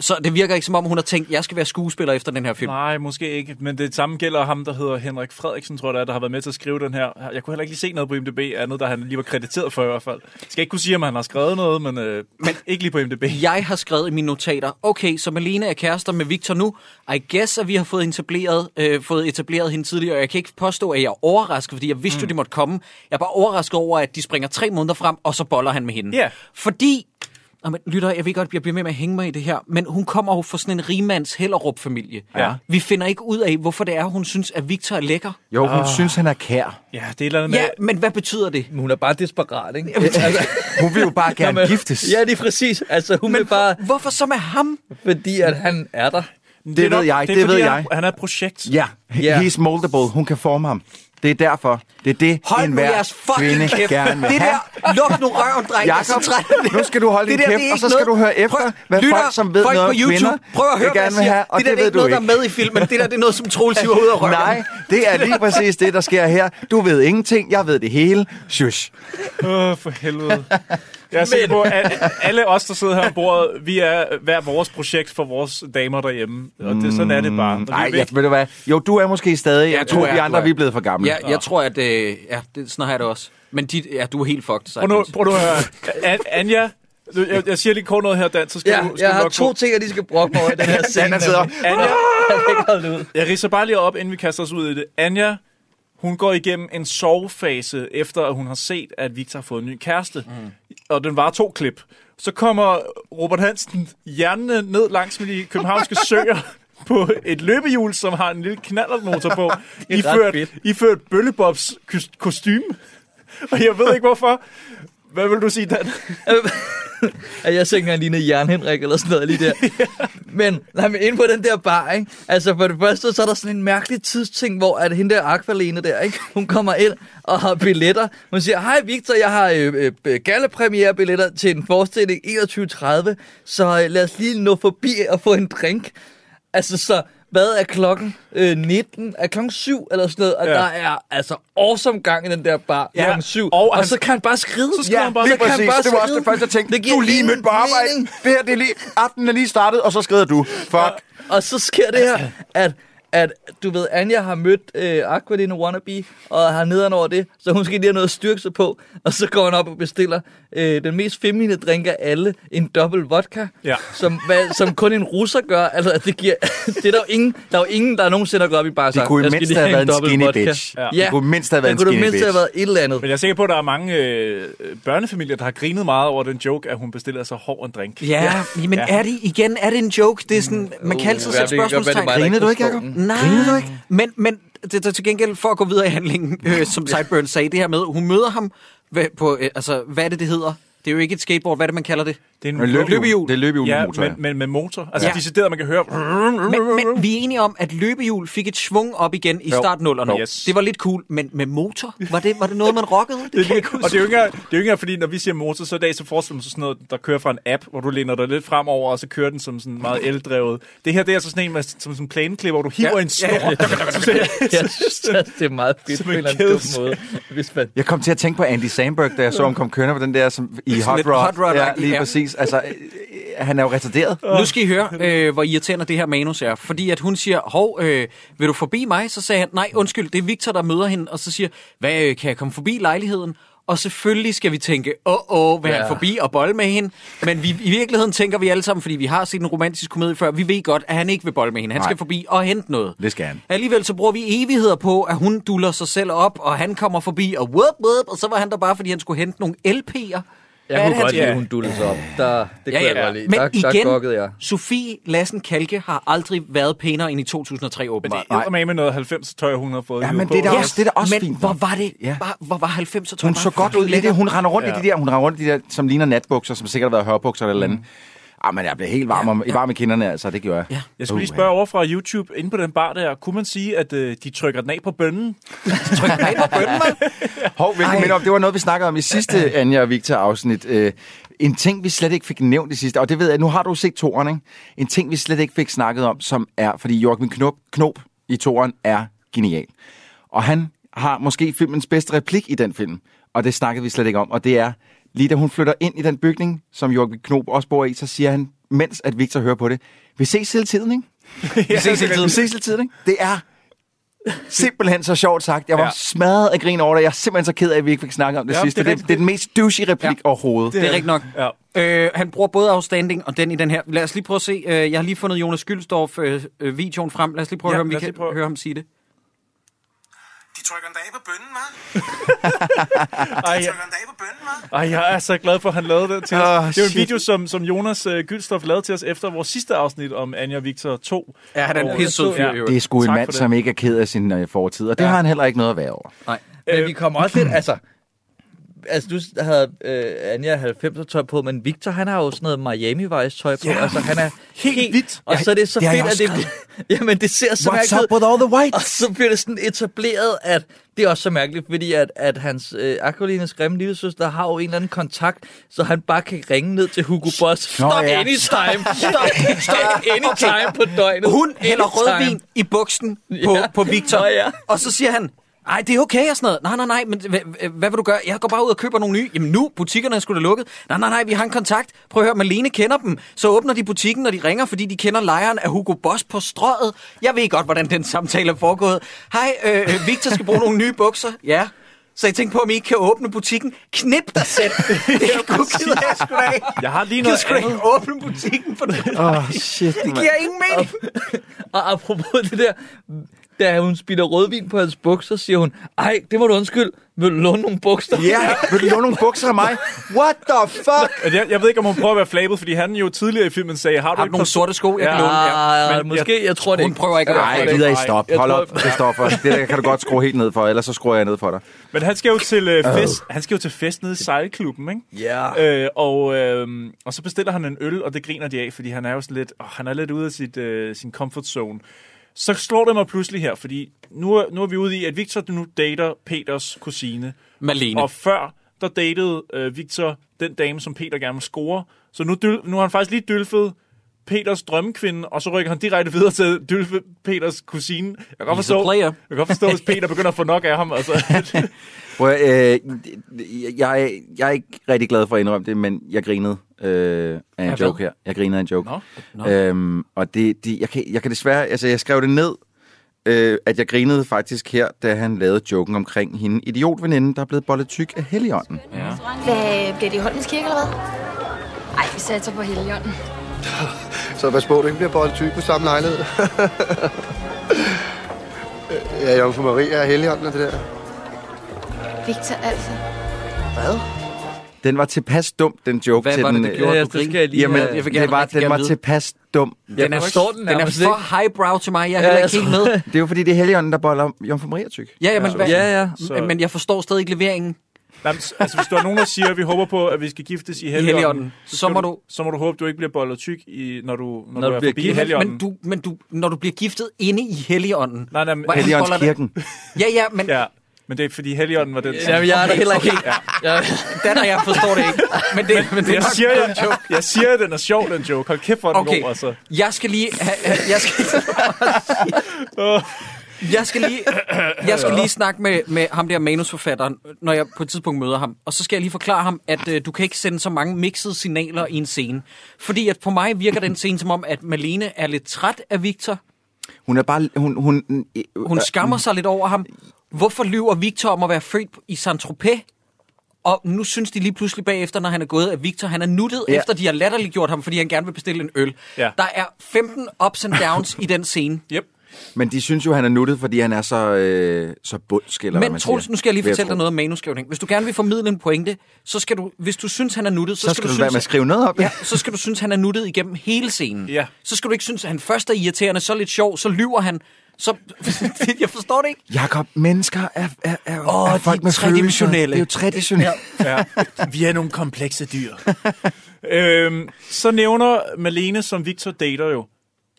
Speaker 6: Så det virker ikke som om, hun har tænkt, jeg skal være skuespiller efter den her film.
Speaker 8: Nej, måske ikke. Men det samme gælder ham, der hedder Henrik Frederiksen, tror jeg, det er, der har været med til at skrive den her. Jeg kunne heller ikke lige se noget på IMDb, andet der han lige var krediteret for i hvert fald. Jeg skal ikke kunne sige, om han har skrevet noget, men, øh, men ikke lige på IMDb.
Speaker 6: Jeg har skrevet i mine notater, okay, så Malene er kærester med Victor nu. I guess, at vi har fået etableret, øh, fået etableret hende tidligere. Jeg kan ikke påstå, at jeg er overrasket, fordi jeg vidste mm. jo, det måtte komme. Jeg er bare overrasket over, at de springer tre måneder frem, og så boller han med hende.
Speaker 8: Ja.
Speaker 6: Fordi, Nå, men lytter, jeg ved godt, at jeg bliver med med at hænge mig i det her, men hun kommer jo fra sådan en rigmands Hellerup-familie.
Speaker 8: Ja.
Speaker 6: Vi finder ikke ud af, hvorfor det er, hun synes, at Victor er lækker.
Speaker 12: Jo, hun
Speaker 6: Ah.
Speaker 12: oh. synes, han er kær.
Speaker 8: Ja, det er et eller andet
Speaker 6: Ja, men hvad betyder det?
Speaker 7: Hun er bare desperat, ikke? Altså,
Speaker 12: Hun vil jo bare gerne
Speaker 7: Nå, men-
Speaker 12: giftes.
Speaker 7: Ja, det er præcis. Altså, hun men vil bare...
Speaker 6: Hvorfor så med ham?
Speaker 7: Fordi at han er der.
Speaker 8: med...
Speaker 12: det ved jeg, det
Speaker 8: fordi,
Speaker 12: ved
Speaker 8: Han,
Speaker 12: jeg.
Speaker 8: han er et projekt.
Speaker 12: Ja, yeah. he's moldable. Hun kan forme ham. Det er derfor. Det er det,
Speaker 6: Hold nu
Speaker 12: enhver
Speaker 6: jeres fucking
Speaker 12: kvinde
Speaker 6: kæft.
Speaker 12: gerne vil
Speaker 6: Det
Speaker 12: have.
Speaker 6: der, luk nu røven, dreng.
Speaker 12: Jakob, nu skal du holde
Speaker 6: Det
Speaker 12: din
Speaker 6: der, det
Speaker 12: kæft,
Speaker 6: er
Speaker 12: og så
Speaker 6: ikke
Speaker 12: skal
Speaker 6: noget-
Speaker 12: du høre efter, hvad folk, som ved
Speaker 6: folk
Speaker 12: noget
Speaker 6: på
Speaker 12: om
Speaker 6: YouTube,
Speaker 12: kvinder,
Speaker 6: prøv at
Speaker 12: vil
Speaker 6: høre, hvad jeg
Speaker 12: gerne vil
Speaker 6: siger.
Speaker 12: have, og
Speaker 6: det, der
Speaker 12: det
Speaker 6: er
Speaker 12: ved
Speaker 6: ikke
Speaker 12: du
Speaker 6: noget, der er
Speaker 12: ikke.
Speaker 6: med i filmen. Det der det er noget, som Troels hiver ud af røven.
Speaker 12: Nej, det er lige præcis det, der sker her. Du ved ingenting, jeg ved det hele. Shush.
Speaker 8: Åh, for helvede. Jeg er sikker på, at alle os, der sidder her om bordet, vi er hver vores projekt for vores damer derhjemme. Og det, sådan er det bare. Når vi er
Speaker 12: Nej,
Speaker 8: væk-
Speaker 12: Mm, jeg, ved du hvad? Jo, du er måske stadig,
Speaker 6: Ja,
Speaker 12: jeg
Speaker 6: du
Speaker 12: tror,
Speaker 6: er,
Speaker 12: vi
Speaker 6: du
Speaker 12: andre,
Speaker 6: er.
Speaker 12: vi er blevet for gamle.
Speaker 6: Ja, jeg tror, at... Øh, ja, det, sådan har jeg det også. Men dit, ja, du er helt fucked,
Speaker 8: Prøv nu, prøv nu at høre. An- Anja, nu- jeg, jeg siger lige kort noget her, Dan, så skal
Speaker 7: Ja,
Speaker 8: du... Skal
Speaker 7: jeg
Speaker 8: du
Speaker 7: har
Speaker 8: nok
Speaker 7: to
Speaker 8: få-
Speaker 7: ting, jeg lige skal brokke mig over i den her scene.
Speaker 8: Anja sidder op. Anja,
Speaker 7: Jeg kan ikke holde det ud.
Speaker 8: jeg ridser bare lige op, inden vi kaster os ud i det. Anja, hun går igennem en sovefase, efter at hun har set, at Victor har fået en ny kæreste. Mm. Og den var to klip. Så kommer Robert Hansen hjernene ned langs med de københavnske søer på et løbehjul, som har en lille knallertmotor på,
Speaker 7: Det er ret
Speaker 8: iført,
Speaker 7: fedt.
Speaker 8: iført Bøllebobs kys- kostume. Og jeg ved ikke hvorfor. Hvad vil du sige, Dan?
Speaker 7: at jeg tænker, han ligner Jern Henrik eller sådan noget lige der. men, nej, men inde på den der bar, ikke? Altså for det første, så er der sådan en mærkelig tidsting, hvor at hende der Aqualene der, ikke? Hun kommer ind og har billetter. Hun siger, hej Victor, jeg har øh, øh, gallepremiere-billetter til en forestilling 21.30, så øh, lad os lige nå forbi og få en drink. Altså så, Hvad er klokken? Øh, 19? Er klokken 7 eller sådan noget? Og
Speaker 8: Ja.
Speaker 7: ja. der er altså awesome gang i den der bar
Speaker 8: Ja.
Speaker 7: ja. klokken 7.
Speaker 8: Og
Speaker 7: Og, og
Speaker 8: han-
Speaker 7: så kan han bare skride.
Speaker 8: Så skrider han bare.
Speaker 7: Så
Speaker 12: Lige
Speaker 7: kan han
Speaker 12: præcis.
Speaker 7: bare
Speaker 12: det var også
Speaker 7: skride.
Speaker 12: det første, jeg tænkte.
Speaker 7: Det giver
Speaker 12: Du er lige
Speaker 7: ingen
Speaker 12: mødt på arbejde.
Speaker 7: mening.
Speaker 12: Det her, det er lige... Aftenen er lige startet, og så skrider du. Fuck.
Speaker 7: Og så sker det her, at, at du ved, Anja har mødt øh, Aqualina Wannabe, og har nederen over det, så hun skal lige have noget at styrke sig på, og så går hun op og bestiller øh, den mest feminine drink af alle, en dobbelt vodka,
Speaker 8: Ja.
Speaker 7: som, hvad, som kun en russer gør. Altså, det giver, det er der, jo ingen, der er jo ingen, der nogensinde har gået op i bare
Speaker 12: Det kunne i mindst have været en skinny bitch.
Speaker 7: Ja.
Speaker 12: Det kunne i mindst have været en
Speaker 7: Det kunne i
Speaker 12: skinny
Speaker 7: mindst have
Speaker 12: bitch.
Speaker 7: været et eller andet.
Speaker 8: Men jeg er sikker på, at der er mange øh, børnefamilier, der har grinet meget over den joke, at hun bestiller så hård en drink.
Speaker 6: Ja, ja. men er det igen, er det en joke? Det er sådan, man kan altid
Speaker 8: det kan
Speaker 6: sætte
Speaker 8: godt være, det Mm. er
Speaker 6: spørgsmålstegn.
Speaker 8: mig, der Grinede ikke du ikke, forstår Jacob?
Speaker 6: Nej, du ikke? men, men det er til gengæld, for at gå videre i handlingen, øh, som Sideburn sagde, det her med, hun møder ham hvad, på, øh, altså, hvad er det, det hedder? Det er jo ikke et skateboard, hvad er det, man kalder det?
Speaker 8: Det er en
Speaker 12: Men løbehjul.
Speaker 6: løbehjul.
Speaker 12: Det er løbehjul med
Speaker 8: ja,
Speaker 12: motor,
Speaker 8: men,
Speaker 12: ja.
Speaker 8: men med motor. Altså, ja.
Speaker 6: Ja.
Speaker 8: decideret, man kan høre...
Speaker 6: Men, men vi er enige om, at løbehjul fik et svung op igen i
Speaker 8: Jo.
Speaker 6: startnullerne.
Speaker 8: Yes.
Speaker 6: Det var lidt cool, men med motor? Var det, var det noget, man rockede? Det, kan jeg ikke
Speaker 8: og
Speaker 6: huske.
Speaker 8: det er, jo ikke, engang- det er jo ikke engang, fordi når vi siger motor, så i dag så forestiller man sig sådan noget, der kører fra en app, hvor du læner dig lidt fremover, og så kører den som sådan meget eldrevet. Det her, det er så sådan en med, som, som planeklipper, hvor du hiver ja. en snor. Ja, ja.
Speaker 7: Jeg synes, at det er meget fedt
Speaker 8: Som
Speaker 7: på en
Speaker 8: en
Speaker 7: eller anden dum
Speaker 8: kædesag.
Speaker 7: måde. Hvis man
Speaker 12: Jeg kom til at tænke på Andy Samberg, da jeg så ham kom kørende på den der som, i
Speaker 6: Sådan
Speaker 12: Hot
Speaker 6: lidt
Speaker 12: Rod.
Speaker 6: Hot Rod-agtigt,
Speaker 12: ja, lige
Speaker 6: ja.
Speaker 12: præcis. Altså, øh, øh, han er jo retarderet.
Speaker 6: Nu skal I høre, øh, hvor irriterende det her manus er. Fordi at hun siger, hov, øh, vil du forbi mig? Så sagde han, nej, undskyld, det er Victor, der møder hende. Og så siger, hvad, øh, kan jeg komme forbi lejligheden? Og selvfølgelig skal vi tænke, åh, åh, vil ja. han
Speaker 7: Ja.
Speaker 6: forbi og bolle med hende? Men vi, i virkeligheden tænker vi alle sammen, fordi vi har set en romantisk komedie før, vi ved godt, at han ikke vil bolle med hende. Han
Speaker 12: Nej.
Speaker 6: skal forbi og hente noget.
Speaker 12: Det skal han.
Speaker 6: Alligevel så bruger vi evigheder på, at hun duller sig selv op, og han kommer forbi, og whoop, whoop, og så var han der bare, fordi han skulle hente nogle LP'er. Hvad
Speaker 7: Jeg
Speaker 6: er
Speaker 7: kunne
Speaker 6: det, han
Speaker 7: godt lide,
Speaker 6: siger?
Speaker 7: at hun dullede sig op. Der, det
Speaker 6: Ja,
Speaker 7: kunne
Speaker 6: ja,
Speaker 7: jeg
Speaker 6: ja.
Speaker 7: godt lide.
Speaker 6: Men
Speaker 7: der, der
Speaker 6: igen,
Speaker 7: gokkede jeg.
Speaker 6: Sofie Lassen Kalke har aldrig været pænere end i 2003, åbenbart.
Speaker 8: Det er med med noget 90 tøj, hun har fået.
Speaker 12: Ja,
Speaker 8: hivet
Speaker 12: men
Speaker 8: på.
Speaker 12: det er da også, det er da også
Speaker 6: men
Speaker 12: fint.
Speaker 6: hvor var det?
Speaker 12: Ja.
Speaker 6: Ja. Bare, hvor var 90'er tøj?
Speaker 12: Hun så godt ud i det. Hun render rundt
Speaker 8: Ja.
Speaker 12: i de der, hun render rundt i de der, som ligner natbukser, som sikkert har været hørbukser eller andet. Ah, men jeg blev helt varm, om, varm i kinderne, altså, det gjorde jeg. Ja.
Speaker 8: Jeg skulle lige spørge over fra YouTube, inde på den bar der, kunne man sige, at øh, de trykker den af på bønnen?
Speaker 12: Hov, hvilket minder om, det var noget, vi snakkede om i sidste Anja og Victor afsnit. Øh, en ting, vi slet ikke fik nævnt i sidste, og det ved jeg, nu har du set toren, ikke? En ting, vi slet ikke fik snakket om, som er, fordi Joachim Knop, Knop i toren er genial. Og han har måske filmens bedste replik i den film, og det snakkede vi slet ikke om, og det er, lige da hun flytter ind i den bygning, som Joachim Knop også bor i, så siger han, mens at Victor hører på det, vi ses hele tiden, ikke?
Speaker 8: Vi ses hele
Speaker 12: Vi ses hele tiden, ikke? Det er simpelthen så sjovt sagt. Jeg var
Speaker 8: Ja.
Speaker 12: ja. smadret af grin over det. Jeg er simpelthen så ked af, at vi ikke fik snakket om det
Speaker 8: Ja,
Speaker 12: ja, sidste.
Speaker 8: det er
Speaker 12: Det, det, det er den mest douchey replik ja. overhovedet.
Speaker 6: Det er rigtigt nok.
Speaker 8: Ja.
Speaker 6: Øh, han bruger både Outstanding og den i den her. Lad os lige prøve at se. Øh, jeg har lige fundet Jonas Gyldstorff-videoen frem. Lad os lige prøve
Speaker 8: Ja,
Speaker 6: ja, at høre, om vi
Speaker 8: lad os
Speaker 6: kan
Speaker 8: lige prøve.
Speaker 6: høre ham sige det.
Speaker 15: De trykker den af på bønnen, hva'?
Speaker 8: Ej, ja. Ej, jeg er så glad for, at han lavede den til os.
Speaker 12: Åh,
Speaker 6: Ah,
Speaker 8: det er jo en
Speaker 12: shit.
Speaker 8: video, som, som Jonas øh, Gyldstof lavede til os efter vores sidste afsnit om Anja og Victor 2.
Speaker 6: Ja, han er en
Speaker 8: Og-
Speaker 6: pissesød fyr, i øvrigt.
Speaker 12: Det er sgu en
Speaker 8: Tak for
Speaker 12: mand,
Speaker 8: det.
Speaker 12: som ikke er ked af sin øh, fortid, og det
Speaker 8: Ja.
Speaker 12: ja. har han heller ikke noget at være over.
Speaker 6: Nej.
Speaker 7: Men vi kommer også lidt, altså... Altså, du havde øh, Anja 90'er tøj på, men Victor, han har jo sådan noget Miami Vice tøj på.
Speaker 8: Ja,
Speaker 7: Ja, altså, han er
Speaker 8: helt
Speaker 7: helt,
Speaker 8: vildt.
Speaker 7: vildt. Og så er det så
Speaker 12: Det har jeg
Speaker 7: fedt, at
Speaker 12: også
Speaker 7: det... Jamen, det ser så
Speaker 12: What's
Speaker 7: mærkeligt
Speaker 12: up with all the
Speaker 7: Og
Speaker 12: whites?
Speaker 7: så bliver det sådan etableret, at det er også så mærkeligt, fordi at, at hans øh, Aqualines grimme lille søster har jo en eller anden kontakt, så han bare kan ringe ned til Hugo Boss. Stop
Speaker 12: ja.
Speaker 7: anytime! Stop, stop anytime på døgnet!
Speaker 6: Hun hælder
Speaker 7: Anytime.
Speaker 6: rødvin i buksen på,
Speaker 7: Ja.
Speaker 6: på Victor.
Speaker 7: Nå, ja.
Speaker 6: Og så siger han, nej, det er okay og sådan noget. Nej, nej, nej, men hvad, hvad vil du gøre? Jeg går bare ud og køber nogle nye. Jamen nu, butikkerne er sgu da lukket. Nej, nej, nej, vi har en kontakt. Prøv at høre, Malene kender dem. Så åbner de butikken, når de ringer, fordi de kender lejeren af Hugo Boss på strøget. Jeg ved godt, hvordan den samtale er foregået. Hej, øh, Victor skal bruge nogle nye bukser. Ja. Så jeg tænkte på, om I ikke kan åbne butikken. Knip dig selv. Det gider jeg sgu da ikke.
Speaker 8: Jeg har lige
Speaker 6: Jeg
Speaker 8: noget
Speaker 6: skal
Speaker 8: andet.
Speaker 6: ikke åbne butikken for det.
Speaker 12: Åh, oh, shit,
Speaker 6: Det giver ingen mening.
Speaker 7: Og apropos det der, da hun spiller rødvin på hans bukser, siger hun, ej, det må du undskylde, vil du låne nogle bukser?
Speaker 12: Ja, vil du låne nogle bukser af mig? What the fuck?
Speaker 8: Men Jeg, jeg ved ikke, om hun prøver at være flabet, fordi han jo tidligere i filmen sagde, har du
Speaker 6: Har du
Speaker 8: ikke
Speaker 6: nogle
Speaker 8: forstået-
Speaker 6: sorte sko, jeg kan
Speaker 8: Ja.
Speaker 6: låne?
Speaker 7: Ah,
Speaker 8: Men
Speaker 7: måske, jeg tror det
Speaker 6: Hun
Speaker 7: ikke.
Speaker 6: prøver ikke at være
Speaker 12: Nej, jeg
Speaker 6: flabet.
Speaker 12: gider ikke stop.
Speaker 7: Jeg
Speaker 12: Hold
Speaker 7: tror-
Speaker 12: op, Christoffer. Det der kan du godt skrue helt ned for, ellers så skruer jeg ned for dig.
Speaker 8: Men han skal jo til, øh,
Speaker 6: Ah.
Speaker 8: fest, han skal jo til fest nede i sejlklubben, ikke?
Speaker 7: Ja.
Speaker 8: Øh, og, øh, og så bestiller han en øl, og det griner de af, fordi han er jo sådan lidt, åh, han er lidt ude af sit, øh, sin comfort zone. Så slår det mig pludselig her, fordi nu, er- nu er vi ude i, at Victor nu dater Peters kusine.
Speaker 6: Malene.
Speaker 8: Og før, der datede øh, Victor den dame, som Peter gerne vil score. Så nu, dyl, nu har han faktisk lige dylfet Peters drømmekvinde, og så rykker han direkte videre til Dylfe Peters kusine. Jeg kan godt
Speaker 6: He's a
Speaker 8: forstå,
Speaker 6: player.
Speaker 8: jeg kan godt forstå hvis Peter begynder at få nok af ham. Altså.
Speaker 12: Prøv, at, øh, jeg, jeg er ikke rigtig glad for at indrømme det, men jeg grinede øh, af en
Speaker 19: hvad?
Speaker 12: joke her. Jeg grinede af en joke.
Speaker 19: Nå, nå.
Speaker 12: Øhm, og det, det, jeg, kan, jeg kan desværre... Altså, jeg skrev det ned, øh, at jeg grinede faktisk her, da han lavede joken omkring hende idiotveninden, der er blevet bollet tyk af Helligånden. Ja.
Speaker 4: Hvad, bliver det i Holmens Kirke, eller hvad? Ej, vi satser på Helligånden.
Speaker 2: Så pas på, du ikke bliver boldetyg på samme lejlighed. ja, Jomfru Maria er helligånden og det der.
Speaker 4: Victor, altså.
Speaker 2: Hvad?
Speaker 12: Den var tilpas dum, den joke.
Speaker 6: Hvad
Speaker 12: til
Speaker 6: var det,
Speaker 12: den,
Speaker 6: det gjorde,
Speaker 12: øh,
Speaker 6: at du grinede?
Speaker 12: Jamen,
Speaker 6: Jeg vil gerne
Speaker 12: det var,
Speaker 6: rigtig
Speaker 12: den
Speaker 6: gerne
Speaker 12: var
Speaker 6: vide.
Speaker 12: tilpas dum.
Speaker 6: Den er, for, den er for highbrow til mig. Jeg er heller ikke helt med.
Speaker 12: Det er jo fordi, det er Helligånden, der boller Jomfru Maria tyk.
Speaker 6: Ja, ja, men, hvad,
Speaker 8: Så-
Speaker 6: men jeg forstår stadig ikke leveringen.
Speaker 8: Nej, men s- altså, hvis der er nogen, der siger, at vi håber på, at vi skal giftes i Helligånden,
Speaker 6: Helligånden,
Speaker 8: skal
Speaker 6: så må du-
Speaker 8: så må du håbe, du ikke bliver bollet tyk, i, når du, når
Speaker 6: Når du
Speaker 8: du er
Speaker 6: bliver
Speaker 8: forbi
Speaker 6: gift.
Speaker 8: Helligånden.
Speaker 6: Men du, men du, når du bliver giftet inde i Helligånden.
Speaker 8: Nej, nej, men
Speaker 6: hvordan boller det- Ja, ja, men...
Speaker 8: Ja, men det er, fordi Helligånden var den...
Speaker 6: Jamen, jeg er da heller ikke helt-
Speaker 7: Ja.
Speaker 6: Den er jeg forstår det ikke. Men det, men,
Speaker 8: Men
Speaker 6: det er
Speaker 8: jeg
Speaker 6: nok-
Speaker 8: siger, jeg, jeg siger, at den er sjov, den joke. Hold kæft, hvor er den
Speaker 6: Okay.
Speaker 8: god, altså.
Speaker 6: Jeg skal lige... ha- ha- Jeg skal,
Speaker 8: altså.
Speaker 6: jeg skal lige, jeg skal lige snakke med, med ham der manusforfatteren, når jeg på et tidspunkt møder ham. Og så skal jeg lige forklare ham, at øh, du kan ikke sende så mange mixede signaler i en scene. Fordi at på mig virker den scene som om, at Malene er lidt træt af Victor.
Speaker 12: Hun er bare... Hun, hun,
Speaker 6: Hun skammer sig lidt over ham. Hvorfor lyver Victor om at være født i Saint-Tropez? Og nu synes de lige pludselig bagefter, når han er gået, at Victor han er nuttet,
Speaker 12: Ja.
Speaker 6: ja. efter de har latterliggjort ham, fordi han gerne vil bestille en øl.
Speaker 12: Ja.
Speaker 6: Ja. Der er 15 ups and downs i den scene.
Speaker 8: Yep.
Speaker 12: Men de synes jo, han er nuttet, fordi han er så, øh, så bundsk, eller hvad
Speaker 6: Men
Speaker 12: man
Speaker 6: Troels,
Speaker 12: siger.
Speaker 6: nu skal jeg lige
Speaker 12: Vil
Speaker 6: fortælle
Speaker 12: tro.
Speaker 6: dig noget om manuskrivning. Hvis du gerne vil formidle en pointe, så skal du, hvis du synes, han er nuttet, så,
Speaker 12: Så skal du lade være med at skrive noget op.
Speaker 6: Ja, så skal du synes, han er nuttet igennem hele scenen.
Speaker 8: Ja.
Speaker 6: Så skal du ikke synes, at han først er irriterende, så lidt sjov, så lyver han. Så, jeg forstår det ikke.
Speaker 12: Jakob, mennesker er, er, er,
Speaker 6: Åh,
Speaker 12: er
Speaker 6: de
Speaker 12: folk med
Speaker 6: er
Speaker 12: følelser. Det
Speaker 6: tredimensionelle.
Speaker 12: er jo tredimensionelle.
Speaker 8: Ja. Vi er nogle komplekse dyr. øhm, så nævner Malene, som Victor dater jo,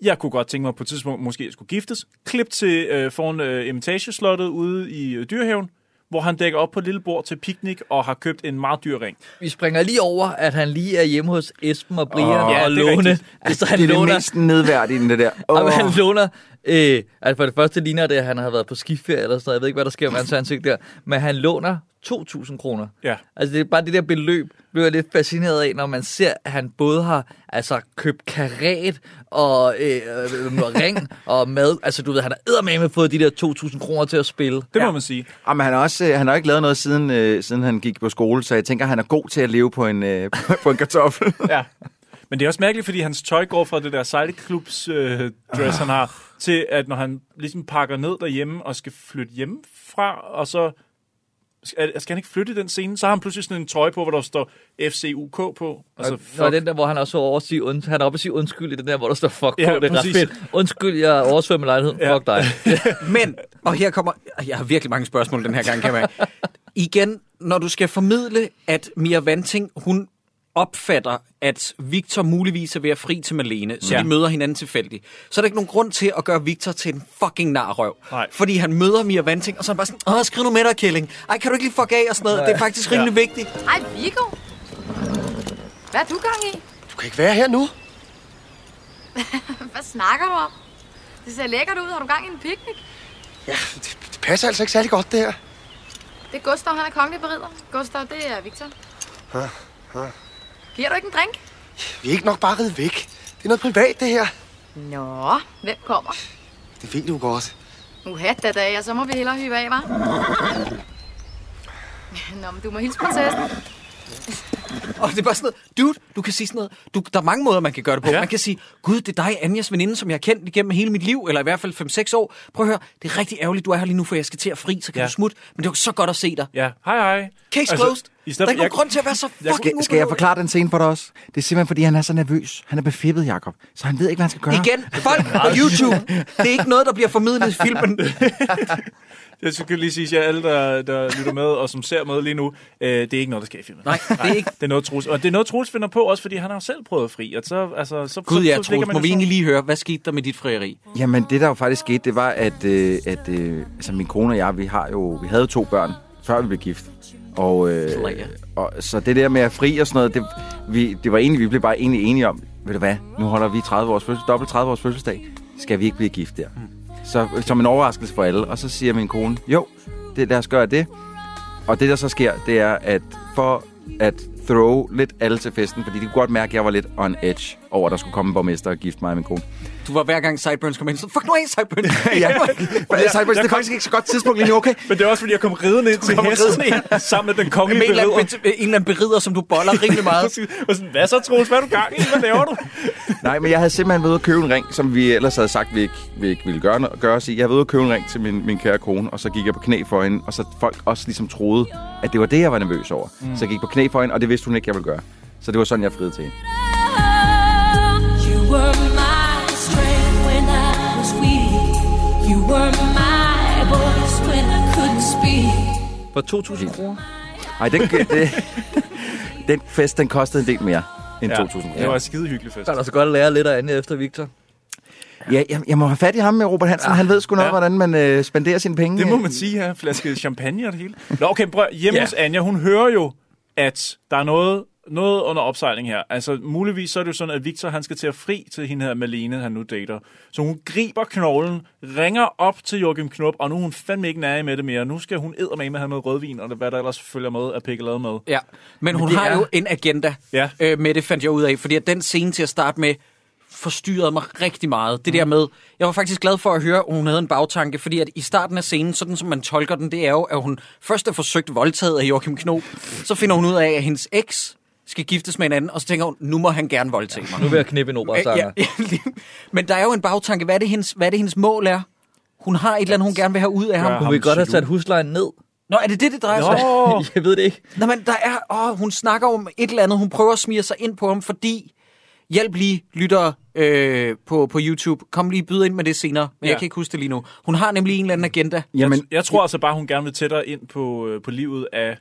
Speaker 8: jeg kunne godt tænke mig på et tidspunkt, måske jeg skulle giftes. Klip til øh, foran øh, Imitationslottet ude i øh, Dyrehaven, hvor han dækker op på et lille bord til picnic og har købt en meget dyr ring.
Speaker 7: Vi springer lige over, at han lige er hjemme hos Esben og Brian
Speaker 12: Åh,
Speaker 7: oh,
Speaker 12: ja, det er
Speaker 7: og Lone.
Speaker 12: rigtigt.
Speaker 7: Altså,
Speaker 12: Det er
Speaker 7: han
Speaker 12: det
Speaker 7: låner,
Speaker 12: mest nedværdigende, det der.
Speaker 7: Oh.
Speaker 12: Åh.
Speaker 7: Jamen, han låner... Øh, altså for det første ligner det, at han har været på skiferie eller sådan noget. Jeg ved ikke, hvad der sker med hans ansigt der. Men han låner 2.000 kroner.
Speaker 8: Ja.
Speaker 7: Altså det er bare det der beløb, blev jeg lidt fascineret af, når man ser, at han både har altså, købt karat og øh, øh, med ring og mad. Altså du ved, han har eddermame fået de der 2.000 kroner til at spille.
Speaker 8: Det må ja. man sige.
Speaker 12: Jamen, han, har også, øh, han har ikke lavet noget, siden, øh, siden han gik på skole, så jeg tænker, han er god til at leve på en, øh, på en kartoffel.
Speaker 8: Ja. Men det er også mærkeligt, fordi hans tøj går fra det der sejlklubs øh, dress, han har, til at når han ligesom pakker ned derhjemme og skal flytte hjemmefra, og så skal skal han ikke flytte i den scene, så har han pludselig sådan en trøje på, hvor der står FCUK på. Altså,
Speaker 7: Altså, og den der, hvor han også var over at sige, und, han er oppe at sige undskyld i den der, hvor der står fuck
Speaker 8: Ja,
Speaker 7: ja, på, det er ret
Speaker 8: præcis.
Speaker 7: fedt. Undskyld, jeg oversvømmer lejligheden. Ja. Fuck dig.
Speaker 6: Men, og her kommer... Jeg har virkelig mange spørgsmål den her gang, kan jeg mærke. Igen, når du skal formidle, at Mia Vanting, hun opfatter, at Victor muligvis er ved at fri til Malene, så
Speaker 8: Ja.
Speaker 6: ja. de møder hinanden tilfældigt. Så er der ikke nogen grund til at gøre Victor til en fucking narrøv.
Speaker 8: Nej.
Speaker 6: Fordi han møder Mia Vanting, og så er han bare sådan, åh, skriv nu med dig, Killing. Ej, kan du ikke lige fuck af og sådan noget?
Speaker 2: Nej.
Speaker 6: Det er faktisk rimelig
Speaker 2: Ja.
Speaker 6: ja. vigtigt.
Speaker 18: Hej, Viggo. Hvad er du gang i?
Speaker 2: Du kan ikke være her nu.
Speaker 18: Hvad snakker du om? Det ser lækkert ud. Har du gang i en picnic?
Speaker 2: Ja, det, det passer altså ikke særlig godt, det her.
Speaker 18: Det er Gustav, han er kongelig berider. Gustav, det er Victor.
Speaker 2: Ah, ah.
Speaker 18: Giver du ikke en drink?
Speaker 2: Vi er ikke nok bare reddet væk. Det er noget privat, det her.
Speaker 18: Nå, hvem kommer?
Speaker 2: Det ved du godt.
Speaker 18: Uha, da da, ja, så må vi hellere hyve af, hva'? Nå, men du må hilse prinsessen.
Speaker 6: Og det er bare sådan noget, dude, du kan sige sådan noget. Du, der er mange måder, man kan gøre det på. Ja. Man kan sige, gud, det er dig, Anjas veninde, som jeg har kendt igennem hele mit liv, eller i hvert fald 5-6 år. Prøv at høre, det er rigtig ærgerligt, du er her lige nu, for jeg skal til at fri, så kan
Speaker 8: Ja.
Speaker 6: ja. du smutte. Men det var så godt at se dig.
Speaker 8: Ja, hej hej.
Speaker 6: Case
Speaker 8: Altså,
Speaker 6: closed.
Speaker 8: i stedet
Speaker 6: der er
Speaker 8: for-
Speaker 6: ikke nogen
Speaker 8: jeg-
Speaker 6: grund til at være så
Speaker 8: jeg-
Speaker 6: fucking
Speaker 12: Skal, skal jeg forklare den scene for dig også? Det er simpelthen, fordi han er så nervøs. Han er befippet, Jakob. Så han ved ikke, hvad han skal gøre.
Speaker 6: Igen, folk på YouTube. Det er ikke noget, der bliver formidlet i filmen.
Speaker 8: Jeg skal lige sige til jer alle, der, der lytter med og som ser med lige nu, øh, det er ikke noget, der sker i filmen.
Speaker 6: Nej, det er ikke.
Speaker 8: Det er noget, Troels, og det er noget, Troels finder på, også fordi han har jo selv prøvet at fri. Og så, altså, så,
Speaker 6: Gud,
Speaker 8: så,
Speaker 6: ja,
Speaker 8: så ligger
Speaker 6: Troels,
Speaker 8: man
Speaker 6: må
Speaker 8: jo
Speaker 6: vi
Speaker 8: sådan-
Speaker 6: egentlig lige høre, hvad skete der med dit frieri?
Speaker 12: Jamen, det der jo faktisk skete, det var, at, øh, at øh, altså, min kone og jeg, vi, har jo, vi havde jo to børn, før vi blev gift. Og, øh, og så det der med at fri og sådan noget, det, vi, det var egentlig, vi blev bare egentlig enige om, ved du hvad, nu holder vi 30 års fødsel, dobbelt 30 års fødselsdag, skal vi ikke blive gift der? Så, som en overraskelse for alle. Og så siger min kone, jo, det, lad os gøre det. Og det, der så sker, det er, at for at throw lidt alle til festen, fordi de kunne godt mærke, at jeg var lidt on edge over, at der skulle komme en borgmester og gifte mig og min kone.
Speaker 6: Du var hver gang Sideburns kom ind, så fuck nu af, Sideburns.
Speaker 12: ja, men Cyburns, det er faktisk ikke så godt tidspunkt lige nu, okay?
Speaker 8: Men det er også, fordi jeg kom ridende ind til
Speaker 6: kom
Speaker 8: hesten
Speaker 6: ridende
Speaker 8: sammen med den
Speaker 6: Med en
Speaker 8: kongelige
Speaker 6: eller,
Speaker 8: berider.
Speaker 6: anden, bet- en eller anden berider, som du boller rimelig meget.
Speaker 8: Og sådan, hvad så, Troels? Hvad er du gang i? Hvad laver du?
Speaker 12: Nej, men jeg havde simpelthen været ude at købe en ring, som vi ellers havde sagt, vi ikke, vi ikke ville gøre, gøre os i. Jeg havde været ude at købe en ring til min, min kære kone, og så gik jeg på knæ for hende, og så folk også ligesom troede, at det var det, jeg var nervøs over.
Speaker 19: Mm.
Speaker 12: Mm. Så jeg gik på knæ for hende, og det vidste hun ikke, jeg ville gøre. Så det var sådan, jeg friede til hende.
Speaker 14: You were my strength when I was weak. You were my voice when I couldn't
Speaker 7: For
Speaker 14: speak.
Speaker 7: 2.000 kroner?
Speaker 12: Ej, den, det, den fest, den kostede en del mere end
Speaker 7: Ja,
Speaker 12: 2.000 kroner.
Speaker 7: det var en
Speaker 8: skide hyggelig fest.
Speaker 7: Der er da så godt at lære lidt af andet efter Victor.
Speaker 12: Ja, jeg, jeg må have fat i ham med Robert Hansen. Ja. Han ved sgu nok, ja. hvordan man øh, spenderer sine penge.
Speaker 8: Det må man sige her. Flaske champagne og det hele. Nå, okay, prøv. Hjemme hos Anja, hun hører jo, at der er noget, noget under opsejling her. Altså, muligvis så er det jo sådan, at Victor, han skal til at fri til hende her Malene, han nu dater. Så hun griber knoglen, ringer op til Joachim Knop, og nu er hun fandme ikke nær med det mere. Nu skal hun eddermame have noget rødvin, og hvad der ellers følger med af pikkelade med.
Speaker 6: Ja, men hun
Speaker 8: det
Speaker 6: har
Speaker 8: er-
Speaker 6: jo en agenda
Speaker 8: Ja.
Speaker 6: øh, med det, fandt jeg ud af. Fordi at den scene til at starte med forstyrrede mig rigtig meget. Det der med, jeg var faktisk glad for at høre, at hun havde en bagtanke, fordi at i starten af scenen, sådan som man tolker den, det er jo, at hun først er forsøgt voldtaget af Joachim Knob. Så finder hun ud af, at hendes eks skal giftes med en anden, og så tænker hun, nu må han gerne voldtage mig. Øh,
Speaker 7: Nu vil jeg knippe en operasanger.
Speaker 6: Ja, ja, lige- Men der er jo en bagtanke. Hvad er det, hendes, hvad er det, hendes mål er? Hun har et eller andet, hun gerne vil have ud af
Speaker 7: Gør
Speaker 6: ham.
Speaker 7: ham Hun vil godt have sat jaloux. huslejen ned.
Speaker 6: Nå, er det det, det drejer sig
Speaker 7: Nå.
Speaker 6: om?
Speaker 7: Jeg ved det ikke.
Speaker 6: Nå, men der er... Åh, hun snakker om et eller andet. Hun prøver at smige sig ind på ham, fordi... Hjælp lige, lyttere øh, på, på YouTube. Kom lige, byde ind med det senere. Men ja.
Speaker 8: Ja.
Speaker 6: jeg kan ikke huske det lige nu. Hun har nemlig en eller anden agenda.
Speaker 12: Jamen,
Speaker 8: Jeg tror altså bare, hun gerne vil tættere ind på, øh, på livet af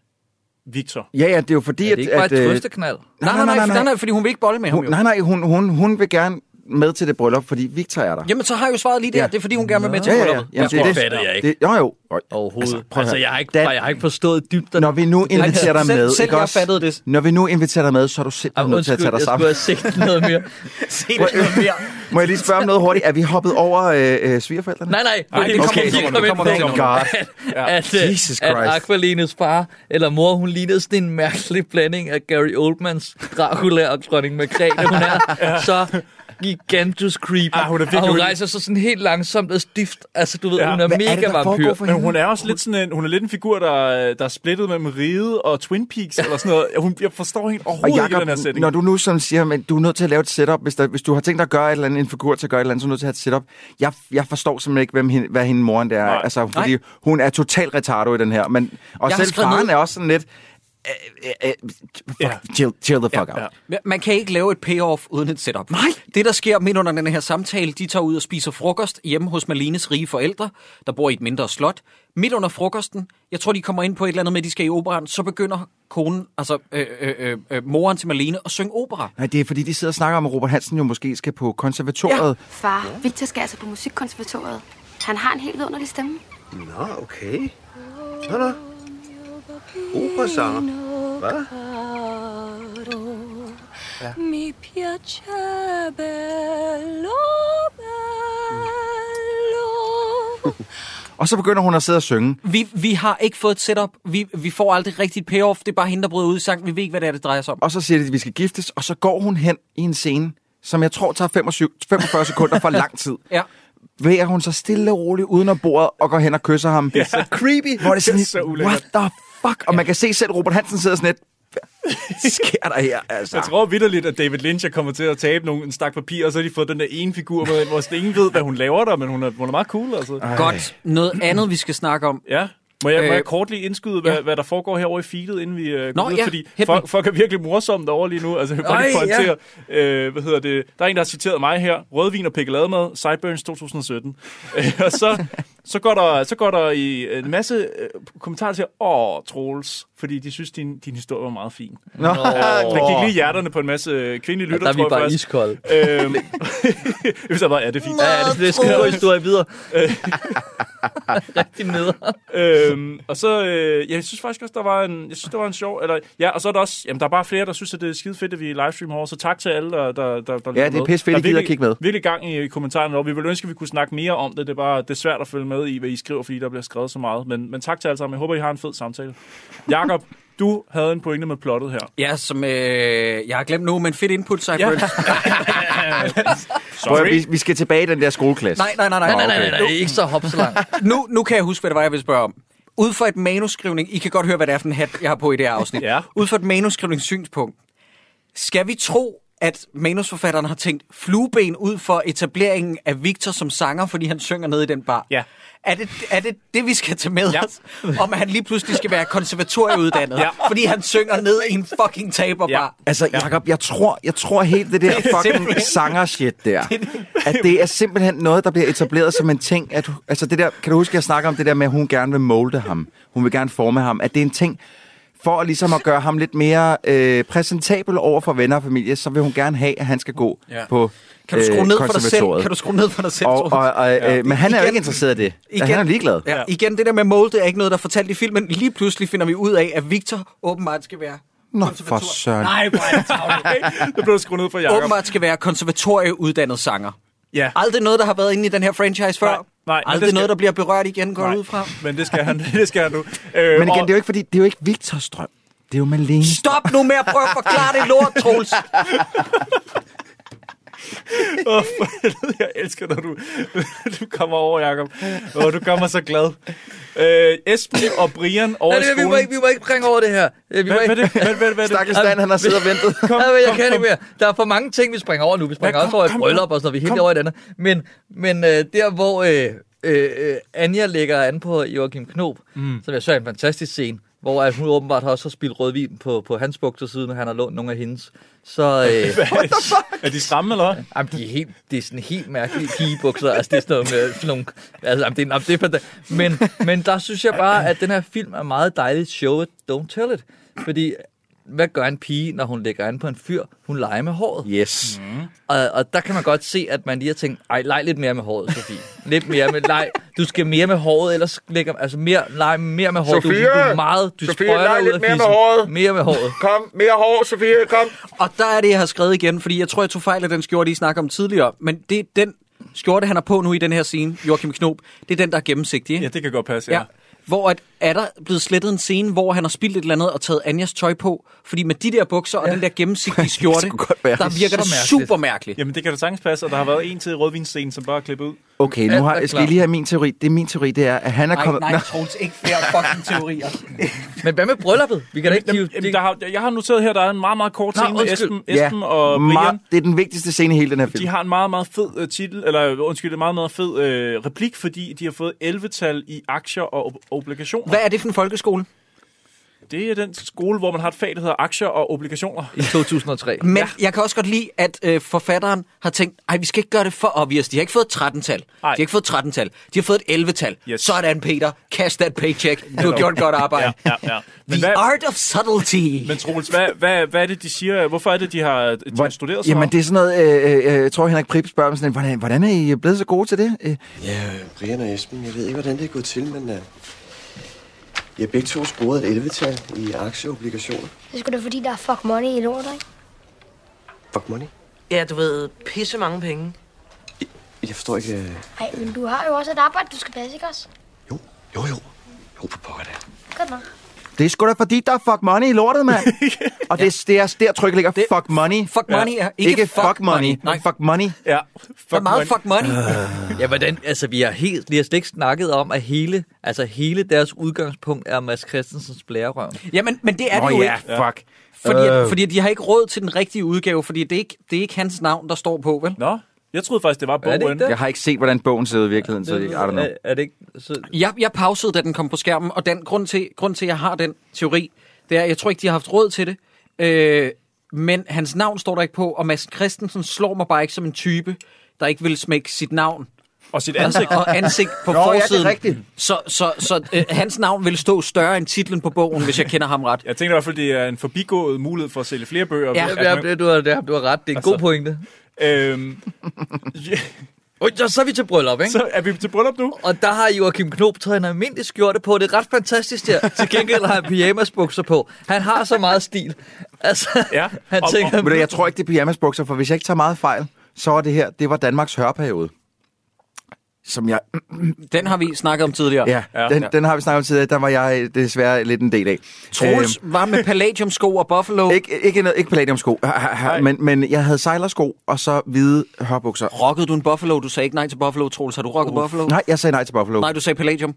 Speaker 8: Victor.
Speaker 12: Ja, ja, det er jo fordi,
Speaker 8: Er det ikke bare
Speaker 12: at...
Speaker 8: et
Speaker 12: øh,
Speaker 8: trøsteknald?
Speaker 6: Nej, nej, nej, nej, nej, nej, nej, fordi hun vil ikke bolle med ham
Speaker 12: Hun,
Speaker 6: jo.
Speaker 12: nej, nej, hun, hun, hun vil gerne med til det bryllup, fordi Victor er der.
Speaker 6: Jamen, så har jeg jo svaret lige der.
Speaker 12: Ja.
Speaker 6: Det er, fordi hun gerne vil med til
Speaker 12: ja, ja, ja.
Speaker 6: brylluppet.
Speaker 12: Jamen,
Speaker 7: tror,
Speaker 12: det,
Speaker 7: fatter jeg ikke.
Speaker 12: Det, jo, jo.
Speaker 7: Overhovedet.
Speaker 12: prøv at
Speaker 7: Altså,
Speaker 12: høre.
Speaker 7: jeg har ikke- jeg har ikke forstået dybden.
Speaker 12: Når vi nu
Speaker 7: Nej,
Speaker 12: inviterer dig
Speaker 7: selv-
Speaker 12: med,
Speaker 7: selv
Speaker 12: ikke
Speaker 7: jeg
Speaker 12: også?
Speaker 7: fattede det.
Speaker 12: Når vi nu inviterer dig med, så er du
Speaker 7: Ej,
Speaker 12: simpelthen nødt til at
Speaker 7: undskyld,
Speaker 12: tage dig
Speaker 7: jeg
Speaker 12: sammen.
Speaker 7: skulle have set noget mere.
Speaker 6: set
Speaker 12: noget mere. Må jeg lige spørge om noget hurtigt? Er vi hoppet over øh, øh, svigerforældrene?
Speaker 7: Nej, nej, nej det
Speaker 12: okay.
Speaker 7: kommer vi
Speaker 12: Thank
Speaker 7: ind på.
Speaker 12: God.
Speaker 7: At, at,
Speaker 12: Jesus
Speaker 7: Jesus at
Speaker 12: Christ.
Speaker 7: Aqualines far eller mor, hun lignede sådan en mærkelig blanding af Gary Oldmans Dracula og dronning Margrethe. Hun er så gigantus creep. Ah, hun
Speaker 8: er virkelig
Speaker 7: og hun
Speaker 8: ude.
Speaker 7: rejser sig sådan helt langsomt og stift. Altså, du ved, ja, hun er mega vampyr.
Speaker 8: Men hun er også lidt sådan en, hun er lidt en figur, der, øh, der er splittet mellem riget og Twin Peaks, eller sådan noget. Hun, jeg forstår helt
Speaker 12: Og
Speaker 8: overhovedet ikke den her
Speaker 12: Jacob,
Speaker 8: sætning.
Speaker 12: når du nu sådan siger, men du er nødt til at lave et setup, hvis, der, hvis du har tænkt dig at gøre et eller andet, en figur til at gøre et eller andet, så er du nødt til at have et setup. Jeg, jeg forstår simpelthen ikke, hvem hende, hvad hende moren der er.
Speaker 19: Nej.
Speaker 12: Altså, fordi
Speaker 19: Nej.
Speaker 12: hun er totalt retardo i den her. Men, og
Speaker 6: Jeg har
Speaker 12: selv
Speaker 6: skrevet
Speaker 12: faren
Speaker 6: ned-
Speaker 12: er også sådan lidt... øh, øh, øh, Fuck, chill, chill the fuck out.
Speaker 6: Men Man kan ikke lave et payoff uden et setup. Nej. Det, der sker midt under den her samtale, de tager ud og spiser frokost hjemme hos Malines rige forældre, der bor i et mindre slot. Midt under frokosten, jeg tror, de kommer ind på et eller andet med, at de skal i operan, så begynder konen, altså øh, øh, øh, øh, moren til Malene, at synge opera.
Speaker 12: Nej, det er fordi, de sidder og snakker om, at Robert Hansen jo måske skal på konservatoriet.
Speaker 3: Far, Victor skal altså på musikkonservatoriet. Han har en helt underlig stemme.
Speaker 5: Nå, okay. Nå, nå. Operasanger. Hvad?
Speaker 3: Ja.
Speaker 11: Mi piacerebbe
Speaker 12: Og så begynder hun at sidde og synge.
Speaker 6: Vi, vi har ikke fået et setup. Vi, vi får aldrig rigtigt et payoff. Det er bare hende, der bryder ud i sang. Vi ved ikke, hvad det er, det drejer sig om.
Speaker 12: Og så siger de, at vi skal giftes, og så går hun hen i en scene, som jeg tror tager 25, 45 sekunder for lang tid.
Speaker 6: Ja.
Speaker 12: Væger hun så stille og roligt uden om bordet og går hen og kysser ham.
Speaker 7: Det er så creepy.
Speaker 12: Hvor det er
Speaker 7: Det er
Speaker 12: sådan, lidt,
Speaker 7: så
Speaker 12: what
Speaker 7: ulækkert.
Speaker 12: the fuck? Og man kan se selv, Robert Hansen sidder sådan lidt, hvad sker der her? Altså.
Speaker 8: Jeg tror vidderligt, at David Lynch er kommet til at tabe nogle, en stak papir, og så har de fået den der ene figur med, ind, hvor sådan ingen ved, hvad hun laver der, men hun er, hun er meget cool. Altså.
Speaker 6: Ej. Godt. Noget andet, vi skal snakke om.
Speaker 8: Ja. Må jeg, øh, må
Speaker 6: Øh,
Speaker 8: jeg kort lige indskyde, hvad, ja. hvad der foregår herovre i feedet, inden vi øh, går
Speaker 6: Nå,
Speaker 8: videre?
Speaker 6: ja.
Speaker 8: Fordi
Speaker 6: Hit me.
Speaker 8: folk, folk er virkelig morsomme derovre lige nu. Altså, jeg vil bare lige
Speaker 6: Ej, ja.
Speaker 8: pointere, øh, hvad hedder det? Der er en, der har citeret mig her. Rødvin og pikkelademad, Sideburns 2017. Øh, og så, Så går der, så går der i en masse øh, kommentarer til, åh, Troels, fordi de synes, din, din historie var meget fin.
Speaker 12: Nå.
Speaker 8: Der gik lige hjerterne på en masse øh, kvindelige lytter,
Speaker 7: Ja, der er vi bare iskolde.
Speaker 8: Øhm, hvis jeg bare, ja, det er fint.
Speaker 7: Ja, det er sådan, det skal gå historie videre. Rigtig neder.
Speaker 8: øhm, og så, øh, jeg synes faktisk også, der var en, jeg synes, der var en sjov, eller, ja, og så er der også, jamen, der er bare flere, der synes, at det er skide fedt, at vi livestreamer over, så tak til alle, der, der, der, der
Speaker 12: Ja, det er pisse fedt, I gider
Speaker 8: virkelig,
Speaker 12: kigge med.
Speaker 8: Virkelig gang i, i kommentarerne, og vi ville ønske, at vi kunne snakke mere om det, det er bare, det er svært at følge med i, hvad I skriver, fordi der bliver skrevet så meget, men, men tak til alle sammen, jeg håber, I har en fed samtale. Jakob, du havde en pointe med plottet her.
Speaker 6: Ja, som øh, jeg har glemt nu, men fedt input, Cypress. Ja.
Speaker 12: Prøv, at- vi, vi skal tilbage i den der skoleklasse.
Speaker 6: Nej, nej, nej, nej,
Speaker 12: Nå,
Speaker 6: nej, nej,
Speaker 12: okay.
Speaker 6: nej, nej, ikke så hopselang. nu, nu kan jeg huske, hvad det var, jeg ville spørge om. Ud fra et manuskrivning, I kan godt høre, hvad det er for en hat, jeg har på i det her afsnit. ja. Ud fra et manuskrivningssynspunkt, skal vi tro, at manusforfatteren har tænkt flueben ud for etableringen af Victor som sanger, fordi han synger nede i den bar?
Speaker 8: Ja.
Speaker 6: Er det, er det det, vi skal tage med ja. os? Om at han lige pludselig skal være konservatorieuddannet, ja.
Speaker 12: Ja.
Speaker 6: fordi han synger ned i en fucking taberbar?
Speaker 12: Altså, Jacob, jeg tror, jeg tror helt det der
Speaker 6: Det er
Speaker 12: fucking
Speaker 6: simpelthen-
Speaker 12: sanger-shit der, at det er simpelthen noget, der bliver etableret som en ting, at, altså det der, kan du huske, jeg snakker om det der med, at hun gerne vil molde ham, hun vil gerne forme ham, at det er en ting, for ligesom at gøre ham lidt mere øh, præsentabel over for venner og familie, så vil hun gerne have, at han skal gå
Speaker 6: Ja.
Speaker 12: på
Speaker 6: Kan du skrue
Speaker 12: øh,
Speaker 6: ned for dig selv?
Speaker 12: konservatoriet.
Speaker 6: Kan du skrue ned for dig selv,
Speaker 12: Og,
Speaker 6: Troels?
Speaker 12: og, og,
Speaker 6: Ja.
Speaker 12: øh, men han er jo
Speaker 6: Igen-
Speaker 12: ikke interesseret i det. Igen, han er ligeglad.
Speaker 6: Ja. Igen, det der med mold, det er ikke noget, der er fortalt i filmen. Lige pludselig finder vi ud af, at Victor åbenbart skal være...
Speaker 12: Nå, for søren.
Speaker 6: Nej, hvor er det tavligt.
Speaker 8: Det blev skruet ned for Jacob.
Speaker 6: Åbenbart skal være konservatorieuddannet sanger.
Speaker 8: Ja.
Speaker 6: Aldrig noget, der har været inde i den her franchise før. Nej,
Speaker 8: nej, men
Speaker 6: Aldrig
Speaker 8: det skal-
Speaker 6: noget, der bliver berørt igen, går jeg ud fra.
Speaker 8: Men det skal han, det skal han nu. Øh,
Speaker 12: Men igen,
Speaker 8: og-
Speaker 12: det er jo ikke, fordi, det er jo ikke Victors drøm. Det er jo Malene.
Speaker 6: Stop nu med at prøve at forklare det lort, Troels.
Speaker 8: Åh, for helvede, jeg elsker, når du, du kommer over, Jacob. Åh, du gør mig så glad. Øh, Esben og Brian over
Speaker 7: Nej,
Speaker 8: i
Speaker 7: det, vi,
Speaker 8: skolen.
Speaker 7: må ikke, vi må ikke bringe over det her. Øh, Vi må
Speaker 8: Hvad-
Speaker 7: ikke...
Speaker 8: hvad er det- hvad- hvad- hvad er det? Stakkels Dan, han har siddet og ventet.
Speaker 7: Kom,
Speaker 8: Kom,
Speaker 7: kom, jeg
Speaker 8: kom,
Speaker 7: kan
Speaker 8: kom.
Speaker 7: ikke mere. Der er for mange ting, vi springer over nu. Vi springer
Speaker 8: Hvad?
Speaker 7: også over
Speaker 8: Kom,
Speaker 7: et
Speaker 8: kom,
Speaker 7: bryllup, og så er vi er helt over i et andet. Men, men øh, der, hvor øh, øh, øh, Anja lægger an på Joachim Knob,
Speaker 6: Mm.
Speaker 7: mm. som jeg så er en fantastisk scene, hvor at hun åbenbart har også har spildt rødvin på, på hans bukser siden, og han har lånt nogle af hendes. Så, øh,
Speaker 8: er de stramme, eller hvad?
Speaker 7: Jamen, de er, helt, det er sådan helt mærkelige pigebukser. Altså, det er sådan noget med sådan nogle... Altså, jamen, det er, jamen, det er fanta- men, men der synes jeg bare, at den her film er meget dejligt. Show it, don't tell it. Fordi, hvad gør en pige, når hun lægger an på en fyr? Hun leger med håret.
Speaker 12: Yes.
Speaker 7: Mm. Og, og der kan man godt se, at man lige har tænkt, ej, leg lidt mere med håret, Sofie. Lidt mere med leg. Du skal mere med håret, ellers lægger... Altså, mere, leg mere med håret. du,
Speaker 6: Sofie!
Speaker 7: du er meget... Du
Speaker 6: Sofie,
Speaker 7: sprøjter
Speaker 6: leg
Speaker 7: ud
Speaker 6: lidt
Speaker 7: af
Speaker 6: mere med
Speaker 7: fisen.
Speaker 6: håret.
Speaker 7: Mere med håret.
Speaker 6: Kom, mere hår, Sofie, kom. Og der er det, jeg har skrevet igen, fordi jeg tror, jeg tog fejl af den skjorte, I snakker om tidligere. Men det er den skjorte, han har på nu i den her scene, Joachim Knob, det er den, der er gennemsigtig. Ikke? Ja,
Speaker 8: det kan godt passe,
Speaker 6: ja. Hvor at, er der blevet slettet en scene, hvor han har spildt et eller andet og taget Anjas tøj på? Fordi med de der bukser og den der gennemsigtige skjorte, der virker det super mærkeligt.
Speaker 8: Jamen, det kan da sagtens passe, og der har været en til i rødvinsscenen, som bare er klippet ud.
Speaker 12: Okay, nu har, skal vi lige have min teori. Det er min teori, det er, at han er kommet... Nå.
Speaker 6: Troels, ikke flere fucking teorier.
Speaker 7: Men hvad med brylluppet? Vi kan da ikke...
Speaker 8: Jamen, jamen, der har, jeg har noteret her, der er en meget, meget kort
Speaker 7: Nå,
Speaker 8: scene med
Speaker 7: undskyld.
Speaker 8: Esben, Esben og
Speaker 12: Ma-
Speaker 8: Brian.
Speaker 12: det er den vigtigste scene i hele den her film.
Speaker 8: De har en meget, meget fed øh, titel, eller undskyld, en meget, meget fed øh, replik, fordi de har fået 11-tal i aktier og ob- obligationer.
Speaker 6: Hvad er det for en folkeskole?
Speaker 8: Det er den skole, hvor man har et fag, der hedder aktier og obligationer.
Speaker 7: I 2003.
Speaker 6: Men ja. jeg kan også godt lide, at øh, forfatteren har tænkt, ej, vi skal ikke gøre det for obvious. De har ikke fået 13-tal. De har ikke fået 13-tal. De har fået et 11-tal. Yes. Sådan, Peter. Cash that paycheck. Du har gjort godt arbejde.
Speaker 8: ja, ja, ja.
Speaker 6: The art of subtlety.
Speaker 8: Men Troels, hvad, hvad, hvad er det, de siger? Hvorfor er det, de har, de har studeret så
Speaker 12: Jamen,
Speaker 8: meget?
Speaker 12: det er sådan noget, øh, øh, øh, jeg tror, Henrik Prip spørger mig sådan, hvordan, hvordan er I blevet så gode til det? Øh,
Speaker 2: Ja, Brian og Esben, jeg ved ikke, hvordan det er gået til, men uh, jeg begge to scorede et 11-tal i aktieobligationer.
Speaker 20: Det skulle da fordi, der er fuck money i lort, ikke?
Speaker 2: Fuck money.
Speaker 16: Ja, du ved, pisse mange penge.
Speaker 2: Jeg forstår ikke... øh,
Speaker 20: Nej, men du har jo også et arbejde, du skal passe, ikke også?
Speaker 2: Jo, jo. Jo, for pokker da.
Speaker 20: Godt nok.
Speaker 12: Det er sgu da fordi, der er fuck money i lortet, mand. Og det, er- det er der trykket ligger, fuck money.
Speaker 6: Fuck money er
Speaker 7: ikke
Speaker 12: fuck,
Speaker 7: fuck
Speaker 12: money.
Speaker 7: money.
Speaker 12: Nej. Fuck money.
Speaker 8: Ja,
Speaker 7: fuck
Speaker 6: meget fuck money.
Speaker 7: ja, hvordan, altså, vi har, helt, vi har slet ikke snakket om, at hele, altså, hele deres udgangspunkt er Mads Christensens blærerøv.
Speaker 6: Ja, men, men det er
Speaker 7: Nå
Speaker 6: det jo
Speaker 7: ja,
Speaker 6: ikke.
Speaker 7: fuck.
Speaker 6: Fordi,
Speaker 7: Øh.
Speaker 6: fordi de har ikke råd til den rigtige udgave, fordi det er ikke, det er ikke hans navn, der står på, vel?
Speaker 8: Nå, jeg troede faktisk, det var
Speaker 7: det ikke bogen. det?
Speaker 12: Jeg har ikke set, hvordan bogen ser ud i virkeligheden, så I don't know.
Speaker 7: Er, er det Øh, ikke... Så,
Speaker 6: Jeg, jeg pausede, da den kom på skærmen, og den grund til, grund til, at jeg har den teori, det er, at jeg tror ikke, de har haft råd til det. Øh, men hans navn står der ikke på, og Mads Christensen slår mig bare ikke som en type, der ikke vil smække sit navn
Speaker 8: Og sit ansigt.
Speaker 6: og ansigt på
Speaker 8: Nå, ja, det er
Speaker 6: forsiden.
Speaker 8: rigtigt.
Speaker 6: Så, så, så øh, hans navn vil stå større end titlen på bogen, hvis jeg kender ham ret.
Speaker 8: Jeg tænker i hvert fald, det er en forbigået mulighed for at sælge flere bøger.
Speaker 6: Ja,
Speaker 8: at
Speaker 6: ja, det-
Speaker 7: du har, det, du har ret. Det er en god pointe.
Speaker 8: Øhm,
Speaker 7: ja. Så er vi til bryllup, ikke?
Speaker 8: Så er vi til bryllup nu.
Speaker 7: Og der har Joachim Knob taget en almindelig skjorte på. Det er ret fantastisk der. Til gengæld har han pyjamasbukser på. Han har så meget stil. Altså, ja. han
Speaker 12: Og-
Speaker 7: tænker...
Speaker 12: og- Ved du, jeg tror ikke, det er pyjamasbukser, for hvis jeg ikke tager meget fejl, så var det her, det var Danmarks hørperiode. Som jeg...
Speaker 6: Den har vi snakket om tidligere.
Speaker 12: Ja, ja. Den, den, har vi snakket om tidligere. Der var jeg øh, desværre lidt en del af.
Speaker 6: Troels var med palladiumsko og buffalo.
Speaker 12: Øhm. Ikke, ikke, noget- ikke palladiumsko, ha- ha- ha, men, men jeg havde sejlersko og så hvide hørbukser.
Speaker 6: Rockede du en buffalo? Du sagde ikke nej til buffalo, Troels. Har du rocket buffalo?
Speaker 12: Nej, jeg sagde nej til Buffalo.
Speaker 6: Nej, du sagde palladium.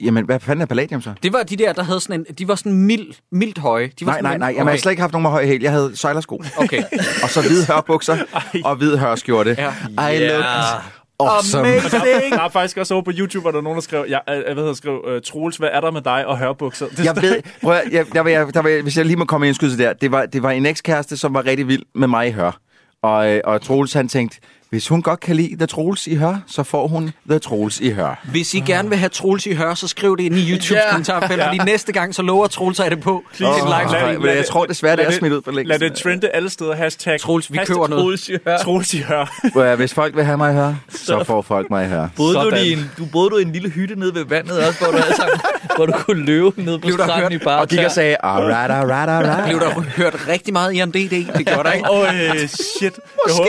Speaker 12: Jamen, hvad fanden er palladium så?
Speaker 6: Det var de der, der havde sådan en... De var sådan mild, mildt høje. De var
Speaker 12: Nej,
Speaker 6: sådan
Speaker 12: nej,
Speaker 6: en-
Speaker 12: nej. Jamen, okay. Jeg har slet ikke haft nogen med høj hæl. Jeg havde sejlersko.
Speaker 6: Okay.
Speaker 12: og så hvide hørbukser og hvide hørskjorte. Ja. I
Speaker 8: Ja.
Speaker 12: look awesome.
Speaker 8: Og
Speaker 7: Altså,
Speaker 8: Der, der er faktisk også over på YouTube, hvor der er nogen, der skrev, jeg, øh, hvad hedder, skrev øh, Troels, hvad er der med dig og hørbukser? Det
Speaker 12: jeg
Speaker 8: står-
Speaker 12: ved, prøv at, jeg, der var, jeg, der var, jeg- hvis jeg lige må komme i en skydelse der, det var, det var en ekskæreste, som var rigtig vild med mig i hør. Og, øh, og Troels, han tænkte, hvis hun godt kan lide The Troels i hør, så får hun The Troels i hør.
Speaker 6: Hvis I gerne vil have Troels i høre, så skriv det ind i YouTubes
Speaker 12: Ja.
Speaker 6: yeah. kommentarfelt, fordi
Speaker 12: Ja.
Speaker 6: næste gang, så lover Troels at det på.
Speaker 12: Please.
Speaker 6: Til en
Speaker 12: Åh, nej, men jeg tror desværre, det
Speaker 8: lad
Speaker 12: er smidt ud for længst.
Speaker 8: Lad det trende alle steder. Hashtag Troels,
Speaker 6: vi køber noget.
Speaker 8: Troels i hør. Troels i hør.
Speaker 12: Prøv at, hvis folk vil have mig i hør, så får folk mig i hør.
Speaker 7: Boede du, i en, du boede du i en lille hytte nede ved vandet også, hvor du, altså, hvor du kunne løbe ned på
Speaker 6: Blev der
Speaker 7: stranden i
Speaker 6: hørt-
Speaker 7: bare
Speaker 6: og gik og
Speaker 12: sagde, alright, alright, alright.
Speaker 6: Blev der hørt rigtig meget i om DD? Det gjorde der ikke.
Speaker 8: Åh, øh, shit. Jeg håber,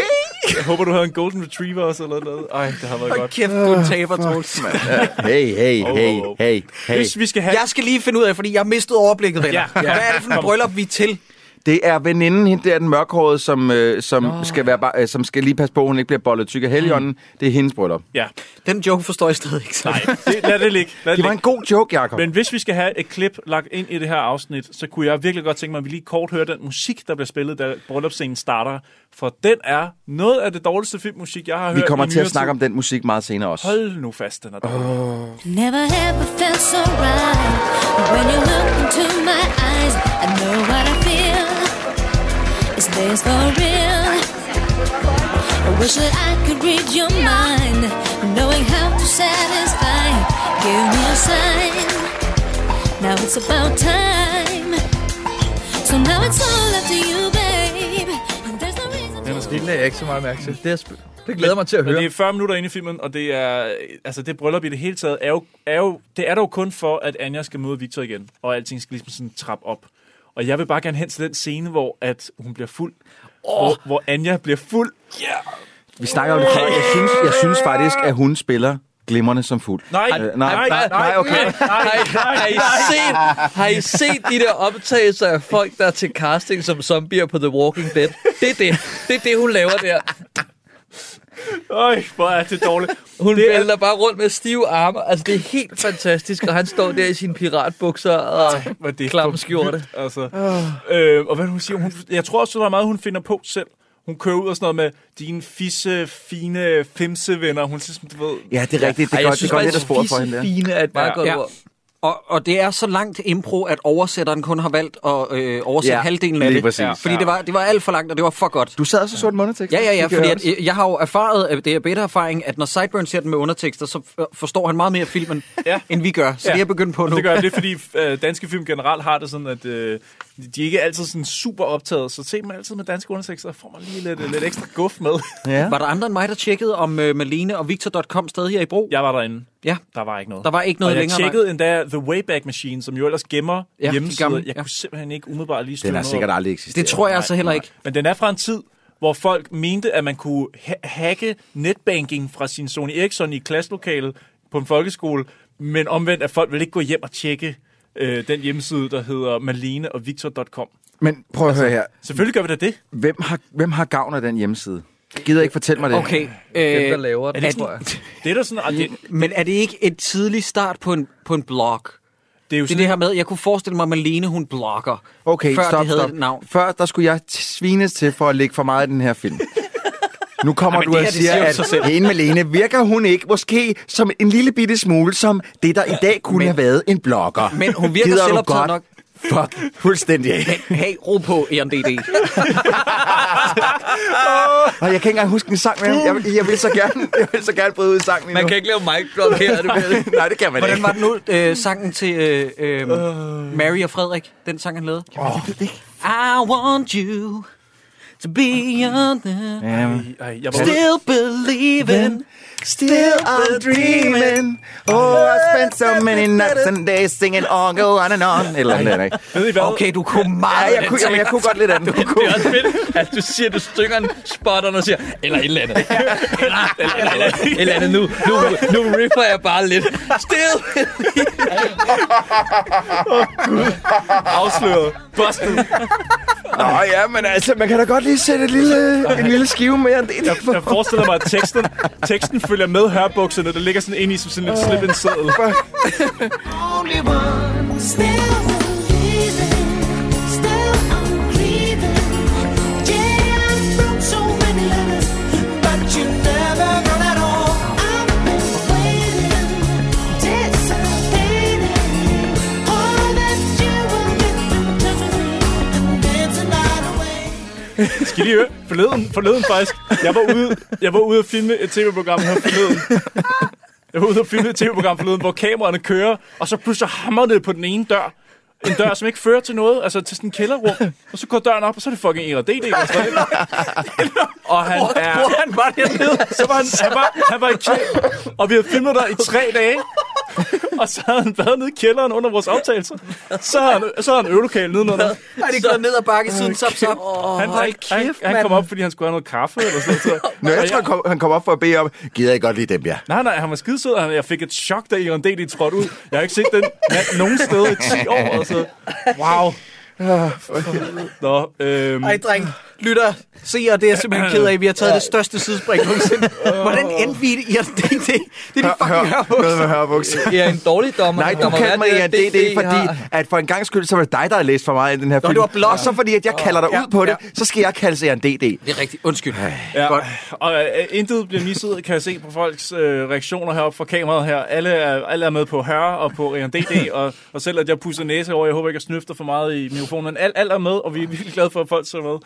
Speaker 8: jeg håber, du havde en golden retriever også, eller noget. Ej, det har været godt.
Speaker 6: Kæft, du taber, Troels.
Speaker 12: Hey, hey, hey, hey, hey.
Speaker 8: Hvis vi skal have...
Speaker 6: Jeg skal lige finde ud af, fordi jeg mistede overblikket, venner. Ja. Hvad er det for en bryllup, vi er til?
Speaker 12: Det er veninden, hende der den mørkhårede, som, øh, som, skal være, bar- øh, som skal lige passe på, at hun ikke bliver bollet tyk af helgen.
Speaker 8: Mm.
Speaker 12: Det er hendes bryllup.
Speaker 8: Ja.
Speaker 6: Den joke forstår jeg stadig ikke.
Speaker 8: Nej, det, lad det ligge. Lad
Speaker 12: Det var en god joke, Jacob.
Speaker 8: Men hvis vi skal have et klip lagt ind i det her afsnit, så kunne jeg virkelig godt tænke mig, at vi lige kort hører den musik, der bliver spillet, da bryllupsscenen starter. For den er noget af det dårligste filmmusik, jeg har
Speaker 12: Vi
Speaker 8: hørt
Speaker 12: kommer
Speaker 8: Øh, i
Speaker 12: til
Speaker 8: nyere
Speaker 12: at snakke
Speaker 8: tid.
Speaker 12: om den musik meget senere også.
Speaker 8: Hold nu fast, den er dårlig.
Speaker 12: Oh.
Speaker 17: Never ever felt so right. When you look into my eyes, I know what I feel. Is this for real? I wish that I could read your mind, knowing how to satisfy. Give me a sign. Now it's about time. So now it's all up to you, babe. And there's no reason.
Speaker 7: Det lagde jeg ikke så meget mærke til. Det, er sp- det glæder mig til at
Speaker 8: Men
Speaker 7: høre.
Speaker 8: Det er 40 minutter inde i filmen, og det er øh, altså det bryllup i det hele taget er jo, er jo det er dog kun for at Anja skal møde Victor igen, og alting skal ligesom sådan trappe op. Og jeg vil bare gerne hen til den scene, hvor at hun bliver fuld. Oh. Hvor, hvor Anja bliver fuld. Yeah.
Speaker 12: Vi snakker om det før. Jeg synes, jeg synes faktisk, at hun spiller glimrende som fuld.
Speaker 8: Nej,
Speaker 12: Øh, nej, nej, nej, okay.
Speaker 7: Har I, set, har I set de der optagelser af folk, der er til casting som zombier på The Walking Dead? Det er det, det, er det hun laver der.
Speaker 8: Øj, hvor er det dårligt.
Speaker 7: Hun det vælter bare rundt med stive arme. Altså, det er helt fantastisk, og han står der i sine piratbukser og
Speaker 8: Hvor det er
Speaker 7: klamme
Speaker 8: for
Speaker 7: skjorte.
Speaker 8: vildt, Altså. Øh, og hvad er det, hun siger, hun, jeg tror også, der er meget, hun finder på selv. Hun kører ud og sådan noget med dine fisse, fine femsevenner. Hun siger, sådan, du ved...
Speaker 12: Ja, det er rigtigt. Det er godt- det er godt lidt at spore for hende der.
Speaker 7: Fine er et meget godt ord.
Speaker 6: Og, og det er så langt impro, at oversætteren kun har valgt at øh, oversætte
Speaker 12: Ja,
Speaker 6: ja, halvdelen af
Speaker 12: lige
Speaker 6: det.
Speaker 12: præcis.
Speaker 6: Ja. Fordi det var, det var alt for langt, og det var for godt.
Speaker 12: Du sad og så sort undertekst.
Speaker 6: Ja, ja, ja, fordi at, jeg, jeg har jo erfaret, øh, det er bedre erfaring, at når Sideburn ser den med undertekster, så f- forstår han meget mere filmen, ja. end vi gør. Så ja. det er jeg begyndt på
Speaker 8: Og
Speaker 6: nu.
Speaker 8: Det gør jeg, det er, fordi øh, danske film generelt har det sådan, at øh, de ikke er altid sådan super optaget. Så se man altid med danske undertekster, får man lige lidt, øh, lidt ekstra guf med.
Speaker 6: Ja. Var der andre end mig, der tjekkede, om øh, Malene og Victor.com stadig her i brug?
Speaker 8: Jeg var derinde.
Speaker 6: Ja.
Speaker 8: Der var ikke noget.
Speaker 6: Der var ikke noget
Speaker 8: og jeg
Speaker 6: længere, nej.
Speaker 8: tjekkede endda The Wayback Machine, som jo ellers gemmer
Speaker 6: Ja, de
Speaker 8: ja, hjemmesider.
Speaker 6: gamle,
Speaker 8: Jeg
Speaker 6: ja.
Speaker 8: kunne simpelthen ikke umiddelbart lige slå
Speaker 12: Den har
Speaker 8: noget
Speaker 12: sikkert
Speaker 8: op.
Speaker 12: aldrig eksisteret.
Speaker 6: Det tror jeg altså heller ikke.
Speaker 8: Men den er fra en tid, hvor folk mente, at man kunne ha- hacke netbanking fra sin Sony Ericsson i et klasselokale på en folkeskole, men omvendt, at folk ville ikke gå hjem og tjekke øh, den hjemmeside, der hedder malene og victor.com.
Speaker 12: Men prøv at høre her.
Speaker 8: Selvfølgelig gør vi da det.
Speaker 12: Hvem har, hvem har gavn af den hjemmeside? Gider ikke fortælle mig det.
Speaker 6: Okay. øh,
Speaker 12: Hvem, der laver den,
Speaker 6: er
Speaker 12: tror jeg.
Speaker 8: Det er da sådan... Det,
Speaker 6: Men er det ikke et tidlig start på en, på en blog?
Speaker 8: Det er jo
Speaker 6: det, er det her med, jeg kunne forestille mig, at Malene, hun blogger,
Speaker 12: Okay,
Speaker 6: før
Speaker 12: stop,
Speaker 6: det havde
Speaker 12: stop.
Speaker 6: et navn.
Speaker 12: Før der skulle jeg t- svines til for at lægge for meget i den her film. Nu kommer
Speaker 6: Ej, men
Speaker 12: du
Speaker 6: det
Speaker 12: og
Speaker 6: her, det siger
Speaker 12: siger,
Speaker 6: jo
Speaker 12: at
Speaker 6: sig selv.
Speaker 12: hende Malene, virker hun ikke måske som en lille bitte smule som det, der i dag kunne men, have været en blogger?
Speaker 6: Men hun virker
Speaker 12: Gider du
Speaker 6: selvoptaget
Speaker 12: godt
Speaker 6: nok. Fuck, fuldstændig af. Hey, ro på, EMDD.
Speaker 12: Og jeg kan ikke engang huske en sang med. Jeg, vil- jeg, vil så gerne, jeg vil så gerne bryde ud i sangen lige
Speaker 7: Man
Speaker 12: nu.
Speaker 7: kan ikke lave mic drop her. Det bliver...
Speaker 12: Nej, det kan man
Speaker 6: Hvordan
Speaker 12: ikke.
Speaker 6: var den nu, øh, sangen til øh, øh, Mary og Frederik? Den sang, han lavede. Oh. I want you to be on the...
Speaker 12: Øhm.
Speaker 8: Ej, ej, jeg var
Speaker 6: Still believing,
Speaker 12: still I'm dreaming. Oh, I spent so many nights and days singing on, go on and on. Et Eller andet, ikke?
Speaker 6: Okay, du kunne meget
Speaker 12: Ja, jeg kunne, jamen, jeg kunne godt lidt af den.
Speaker 7: Det er også fedt, at du siger, du stykker en spotteren og siger, eller et eller andet. Eller, eller, eller, eller, et eller andet. Nu, nu, nu ripper jeg bare lidt. Still!
Speaker 8: afsløret. Busted.
Speaker 12: Nå ja, men altså, man kan da godt lige sætte et lille, en lille skive mere end det.
Speaker 8: Jeg, jeg forestiller mig, at teksten, teksten følger med hørbukserne, der ligger sådan ind i som sådan en slip en seddel.
Speaker 14: only one. Still believing, still I'm grieving. Yeah, I've thrown so many letters, but you never got at all. I've been waiting, disappointed. All that you were giving to me, and dancing night away.
Speaker 8: Skal I lige høre? Forleden, forleden faktisk. Jeg var ude, jeg var ude at filme et tv-program her forleden. Jeg var ude at filme et tv-program forleden, hvor kameraerne kører, og så pludselig hammer det på den ene dør. En dør, som ikke fører til noget, altså til sådan en kælderrum. Og så går døren op, og så er det fucking Inger D.D. der står inde. Og han er...
Speaker 6: Hvor han var dernede.
Speaker 8: Så var han, han, var, han var i kæld, og vi havde filmet der i tre dage. Og så havde han været nede i kælderen under vores optagelser. Så havde han, så havde han øvelokale nedenunder.
Speaker 6: Har de gået ned ad bakke siden sop sop?
Speaker 8: Han, var ikke, han, han kom op, fordi han skulle have noget kaffe eller sådan noget.
Speaker 12: Nå,
Speaker 8: Og
Speaker 12: jeg tror, han kom, han kom op for at bede om, gider I godt lide dem, ja?
Speaker 8: Nej, nej, han var skidesød, og han- jeg fik et chok, da Iron D.D. trådte ud. Jeg har ikke set den mand nogen steder i 10 år, altså. Wow.
Speaker 12: Ah,
Speaker 8: Nå, øhm,
Speaker 6: Ej, dreng, lytter, se, og det er jeg simpelthen ked af. Vi har taget det største sidespring nogensinde. Hvordan endte vi i at det? Det, det, det er de fucking
Speaker 12: Noget med
Speaker 6: hørbukser.
Speaker 12: hørbukser.
Speaker 7: Jeg er en dårlig dommer.
Speaker 12: Nej,
Speaker 7: Der
Speaker 12: du
Speaker 7: må være
Speaker 12: kaldte mig
Speaker 7: det,
Speaker 12: Ian
Speaker 7: at DD
Speaker 12: DD, fordi
Speaker 7: har-
Speaker 12: at for en gang skyld, så var det dig, der havde læst for meget i den her
Speaker 6: Nå,
Speaker 12: film.
Speaker 6: det var blot.
Speaker 12: Og så fordi, at jeg kalder dig ud på det, så skal jeg kaldes Ian DD.
Speaker 6: Det er rigtigt. Undskyld.
Speaker 8: ja. Og øh, intet bliver misset, kan jeg se på folks øh, reaktioner heroppe fra kameraet her. Alle er, alle er med på høre og på Iron D.D., og, og selv at jeg pusser næse over, jeg håber ikke, jeg snøfter for meget i mikrofonen, men alt, alt er med, og vi er virkelig glade for, at folk ser med.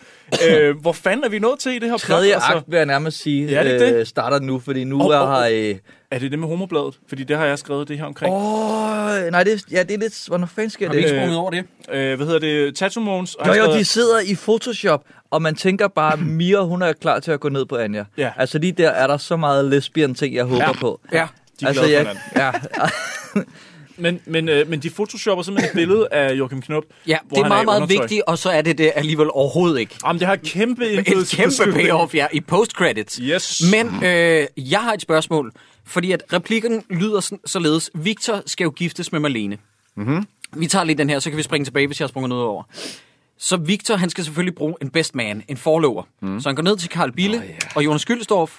Speaker 8: Øh, hvor fanden er vi nået til i det her
Speaker 7: Tredje
Speaker 8: plot, altså?
Speaker 7: akt, vil jeg nærmest sige,
Speaker 8: Ja, det er det.
Speaker 7: øh, starter nu, fordi nu
Speaker 8: Åh,
Speaker 7: oh,
Speaker 8: åh, åh.
Speaker 7: er her... Øh,
Speaker 8: Er det det med homobladet? Fordi det har jeg skrevet det her omkring.
Speaker 7: Åh, nej, det, er- ja, det er lidt... Hvornår fanden sker det?
Speaker 6: over det?
Speaker 8: Øh, hvad hedder det? Tattoo Mogens? har
Speaker 7: Jo, jo,
Speaker 8: skrevet-
Speaker 7: de sidder i Photoshop, og man tænker bare, Mia, hun er klar til at gå ned på Anja.
Speaker 8: Ja.
Speaker 7: Altså lige der er der så meget lesbian ting, jeg håber
Speaker 8: Ja.
Speaker 7: på.
Speaker 8: Ja. De er
Speaker 7: altså,
Speaker 8: glade for
Speaker 7: jeg, ja,
Speaker 8: Men, men, øh, men de photoshopper simpelthen et billede af Joachim Knop.
Speaker 6: Ja,
Speaker 8: hvor
Speaker 6: det er
Speaker 8: han i
Speaker 6: meget, meget
Speaker 8: undertøj.
Speaker 6: vigtigt, og så er det det alligevel overhovedet ikke.
Speaker 8: Jamen, det har kæmpe
Speaker 6: Et
Speaker 8: indflydelse på
Speaker 6: kæmpe
Speaker 8: slutningen.
Speaker 6: payoff, ja, i post-credits.
Speaker 8: Yes.
Speaker 6: Men øh, jeg har et spørgsmål, fordi at replikken lyder sådan, således. Victor skal jo giftes med Malene.
Speaker 8: Mm-hmm.
Speaker 12: Mhm.
Speaker 6: Vi tager lige den her, så kan vi springe tilbage, hvis jeg har sprunget noget over. Så Victor, han skal selvfølgelig bruge en best man, en forlover. Mm. Så han går ned til Karl Bille oh, yeah. og Jonas Gyldstorff.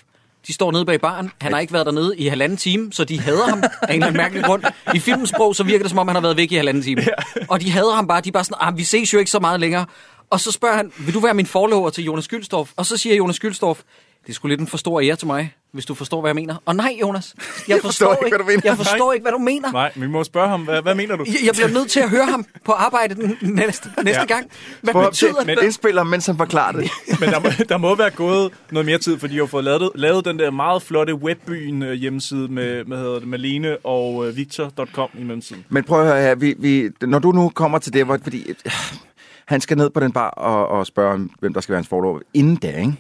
Speaker 6: De står nede bag baren. Han har ikke været dernede i halvanden time, så de hader ham af en eller anden mærkelig grund. I filmens sprog, så virker det, som om han har været væk i halvanden time. Og de hader ham bare. De er bare sådan, ah, vi ses jo ikke så meget længere. Og så spørger han, vil du være min forlover til Jonas Gyldstorff? Og så siger Jonas Gyldstorff, det skulle lidt en for stor ære til mig, hvis du forstår, hvad jeg mener. Og nej, Jonas, jeg forstår,
Speaker 12: forstår ikke,
Speaker 6: ikke,
Speaker 12: hvad du mener.
Speaker 6: jeg forstår ikke, hvad du mener.
Speaker 8: Nej, men vi må spørge ham, hvad, hvad mener du?
Speaker 6: Jeg, jeg bliver nødt til at høre ham på arbejde den næste, næste
Speaker 8: Ja.
Speaker 6: ja. gang. Hvad
Speaker 12: Prøv at
Speaker 6: betyder
Speaker 12: optage-
Speaker 6: det?
Speaker 12: Men indspiller, ham, mens han forklarer det.
Speaker 8: Men der må, der må være gået noget mere tid, fordi jeg har fået lavet, lavet den der meget flotte webbyen øh, hjemmeside med, hvad hedder det, Malene og øh, Victor.com i mellemtiden.
Speaker 12: Men prøv at høre her, vi, vi, når du nu kommer til det, hvor, fordi øh, han skal ned på den bar og, og spørge, hvem der skal være hans forlov inden da, ikke?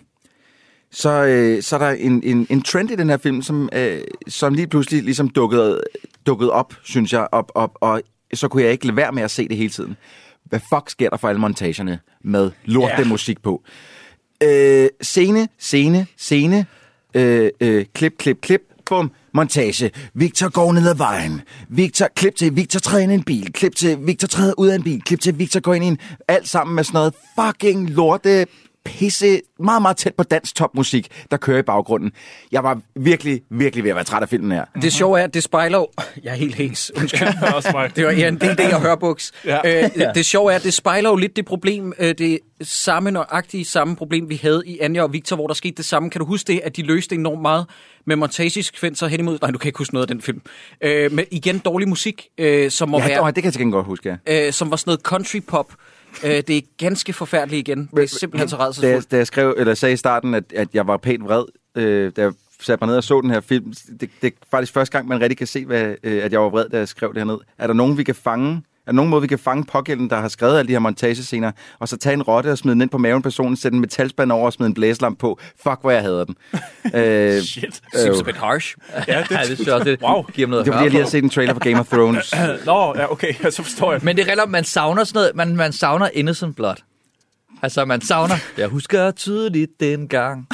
Speaker 12: Så, øh, så er der en, en, en trend i den her film, som, øh, som lige pludselig ligesom dukkede, dukkede op, synes jeg, op, op, og så kunne jeg ikke lade være med at se det hele tiden. Hvad fuck sker der for alle montagerne med lorte
Speaker 19: Ja.
Speaker 12: musik på? Øh, scene, scene, scene, øh, øh, klip, klip, klip, bum, montage. Victor går ned ad vejen. Victor, klip til, Victor træder ind i en bil. Klip til, Victor træder ud af en bil. Klip til, Victor går ind i en... Alt sammen med sådan noget fucking lorte pisse, meget, meget tæt på dansk topmusik, der kører i baggrunden. Jeg var virkelig, virkelig ved at være træt af filmen her.
Speaker 7: Mhm.
Speaker 6: Det sjove er, at det spejler jo... Jeg er helt hæs. Undskyld. det var ja, en del det, jeg hører, Buks.
Speaker 8: Ja.
Speaker 6: Øh, det sjove er, at det spejler jo lidt det problem, øh, det samme nøjagtige samme problem, vi havde i Anja og Victor, hvor der skete det samme. Kan du huske det, at de løste enormt meget med montagesekvenser hen imod... Nej, du kan ikke huske noget af den film. Øh, men igen, dårlig musik, øh, som må
Speaker 12: Ja,
Speaker 6: være...
Speaker 12: åh, det kan jeg til gengæld godt huske, ja.
Speaker 6: øh, som var sådan noget country pop. Øh, det er ganske forfærdeligt igen. Det er simpelthen så
Speaker 12: da, jeg,
Speaker 6: rædselsfuldt.
Speaker 12: da jeg skrev, eller sagde i starten, at, at jeg var pænt vred, øh, da jeg satte mig ned og så den her film, det, det er faktisk første gang, man rigtig kan se, hvad, øh, at jeg var vred, da jeg skrev det her ned. Er der nogen, vi kan fange? Er der nogen måde, vi kan fange pågælden, der har skrevet alle de her montagescener, og så tage en rotte og smide den ind på maven på personen, sætte en metalspand over og smide en blæslamp på? Fuck, hvor jeg hader den. øh,
Speaker 6: Shit. Seems a bit harsh.
Speaker 7: Ja, det, ja, det synes jeg også, det wow. giver dem noget
Speaker 12: Det var fordi, jeg lige har set
Speaker 7: en
Speaker 12: en trailer for Game of Thrones.
Speaker 8: Øh, Nå, ja, okay, ja, så forstår jeg.
Speaker 7: Men det er rigtigt, man savner sådan noget, man, man savner Innocent Blood. Altså, man savner, jeg husker tydeligt dengang,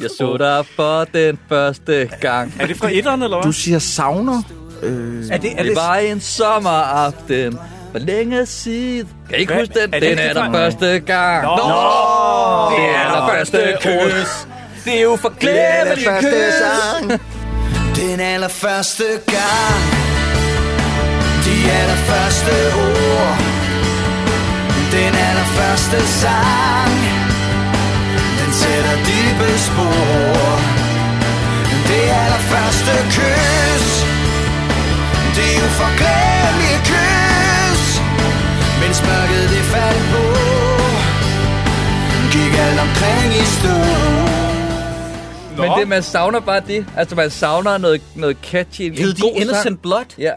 Speaker 7: jeg så dig for den første gang.
Speaker 8: Er det fra etteren, eller
Speaker 12: Du siger savner? Øh,
Speaker 7: Er det, er det, det var en sommeraften. For længe siden. Kan I ikke
Speaker 12: Hvad-
Speaker 7: huske den?
Speaker 12: er
Speaker 7: Er
Speaker 12: det
Speaker 7: den
Speaker 12: ikke
Speaker 7: er der
Speaker 12: fra-
Speaker 7: første gang.
Speaker 12: Nå!
Speaker 7: Det er der første
Speaker 8: Øh,
Speaker 7: kys. Det er jo for glædelige kys.
Speaker 1: Den allerførste gang De allerførste ord Den allerførste sang Den sætter dybe spor Det allerførste kys Det uforglemmelige kys Mens mørket det faldt på Gik alt omkring i stå
Speaker 7: Men det, man savner bare det. Altså, man savner noget, noget catchy. En
Speaker 6: Hed de
Speaker 7: god
Speaker 6: Innocent
Speaker 7: sang.
Speaker 6: Blood?
Speaker 7: Ja.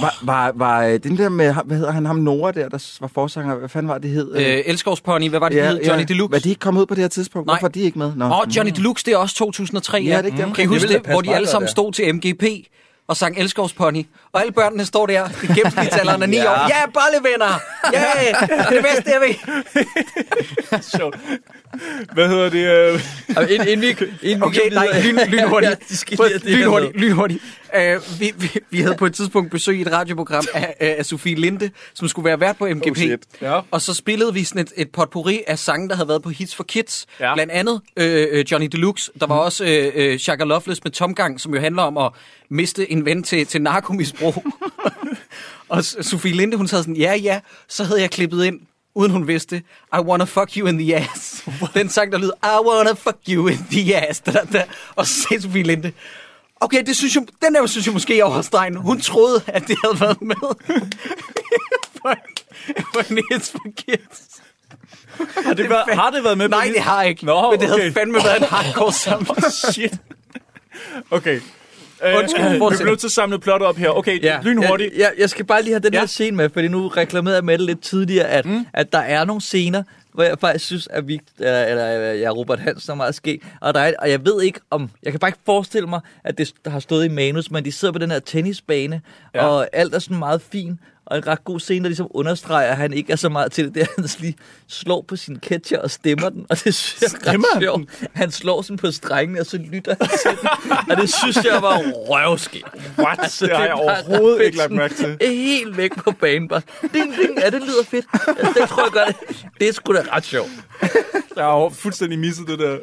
Speaker 12: Var, var, var øh, den der med, ham- hvad hedder han, ham Nora der, der var forsanger, hvad fanden var det hed?
Speaker 6: Øh, Elskovspony, hvad var det, ja, hed? Johnny Deluxe?
Speaker 12: Var de ikke kommet ud på det her tidspunkt?
Speaker 6: Nej.
Speaker 12: Hvorfor er de ikke med? Mm.
Speaker 6: Åh, oh, Johnny Deluxe, det er også 2003.
Speaker 12: Ja, det er ikke dem.
Speaker 6: Kan I
Speaker 12: Det
Speaker 6: huske
Speaker 12: ville
Speaker 6: det,
Speaker 12: da
Speaker 6: hvor
Speaker 12: passe
Speaker 6: de
Speaker 12: meget
Speaker 6: alle
Speaker 12: godt,
Speaker 6: sammen
Speaker 12: ja.
Speaker 6: stod til MGP og sang Elskovspony. Og alle børnene står der i gennemsnitsalderen af 9
Speaker 8: Ja.
Speaker 6: år. Ja, bollevenner! Ja, det er det bedste, jeg ved.
Speaker 8: Sjovt. Hvad hedder det? øh?
Speaker 7: Altså, ind, inden vi, inden
Speaker 6: Okay,
Speaker 7: vi
Speaker 6: nej, lyn, lynhurtigt.
Speaker 7: Ja, de skal
Speaker 6: Prøv,
Speaker 7: lige have det her
Speaker 6: lynhurtigt,
Speaker 7: med.
Speaker 6: lynhurtigt. Uh, vi, vi, vi havde på et tidspunkt besøg i et radioprogram af, øh, af Sofie Linde, som skulle være vært på MGP.
Speaker 8: Oh, shit. Ja.
Speaker 6: Og så spillede vi sådan et, et potpourri af sange, der havde været på Hits for Kids.
Speaker 8: Ja.
Speaker 6: Ja. Blandt andet øh, øh, Johnny Deluxe. Der var også øh, øh, Shaka Loveless med Tomgang, som jo handler om at miste en ven til, til narkomisbrug. og S- Sofie Linde, hun sad sådan, ja, ja. Så havde jeg klippet ind uden hun vidste, det, I wanna fuck you in the ass. Den sang, der lyder, I wanna fuck you in the ass. Da, da, da. Og så sagde Sofie Linde, okay, det synes jeg, den der synes jeg måske er over stregen. Hun troede, at det havde været med. for en hits for kids.
Speaker 8: Har det, været, har det været med på
Speaker 6: Nej,
Speaker 8: en-
Speaker 6: det har jeg ikke.
Speaker 8: Nå,
Speaker 6: men det havde
Speaker 8: okay.
Speaker 6: fandme været en hardcore sang.
Speaker 8: Shit. Okay. Øh,
Speaker 7: Undskyld,
Speaker 8: vi
Speaker 7: fortsæt.
Speaker 8: bliver nødt til at samle plottet op her. Okay, ja. lynhurtigt.
Speaker 7: Jeg, jeg, jeg skal bare lige have den ja. her scene med, fordi nu reklamerede Mette lidt tidligere, at, mm. at der er nogle scener, hvor jeg faktisk synes, at vi, eller, eller øh, ja, Robert Hansen er meget skæg, og, der er, og jeg ved ikke om, jeg kan bare ikke forestille mig, at det der har stået i manus, men de sidder på den her tennisbane, ja. og alt er sådan meget fint, og en ret god scene, der ligesom understreger, at han ikke er så meget til det, det er, at han lige slår på sin ketcher og stemmer den, og det synes jeg er ret sjovt. Han slår sådan på strengene, og så lytter han til den, og det synes jeg var røvskægt.
Speaker 8: What? Det har
Speaker 7: Altså, er
Speaker 8: jeg
Speaker 7: bare
Speaker 8: overhovedet
Speaker 7: ret
Speaker 8: ikke lagt
Speaker 7: fedt,
Speaker 8: mærke til.
Speaker 7: sådan Helt væk på banen bare. Ding, ding, ja, det lyder fedt. Ja, Det tror jeg godt. Det er sgu da ret sjovt.
Speaker 8: Jeg har jo fuldstændig misset det der.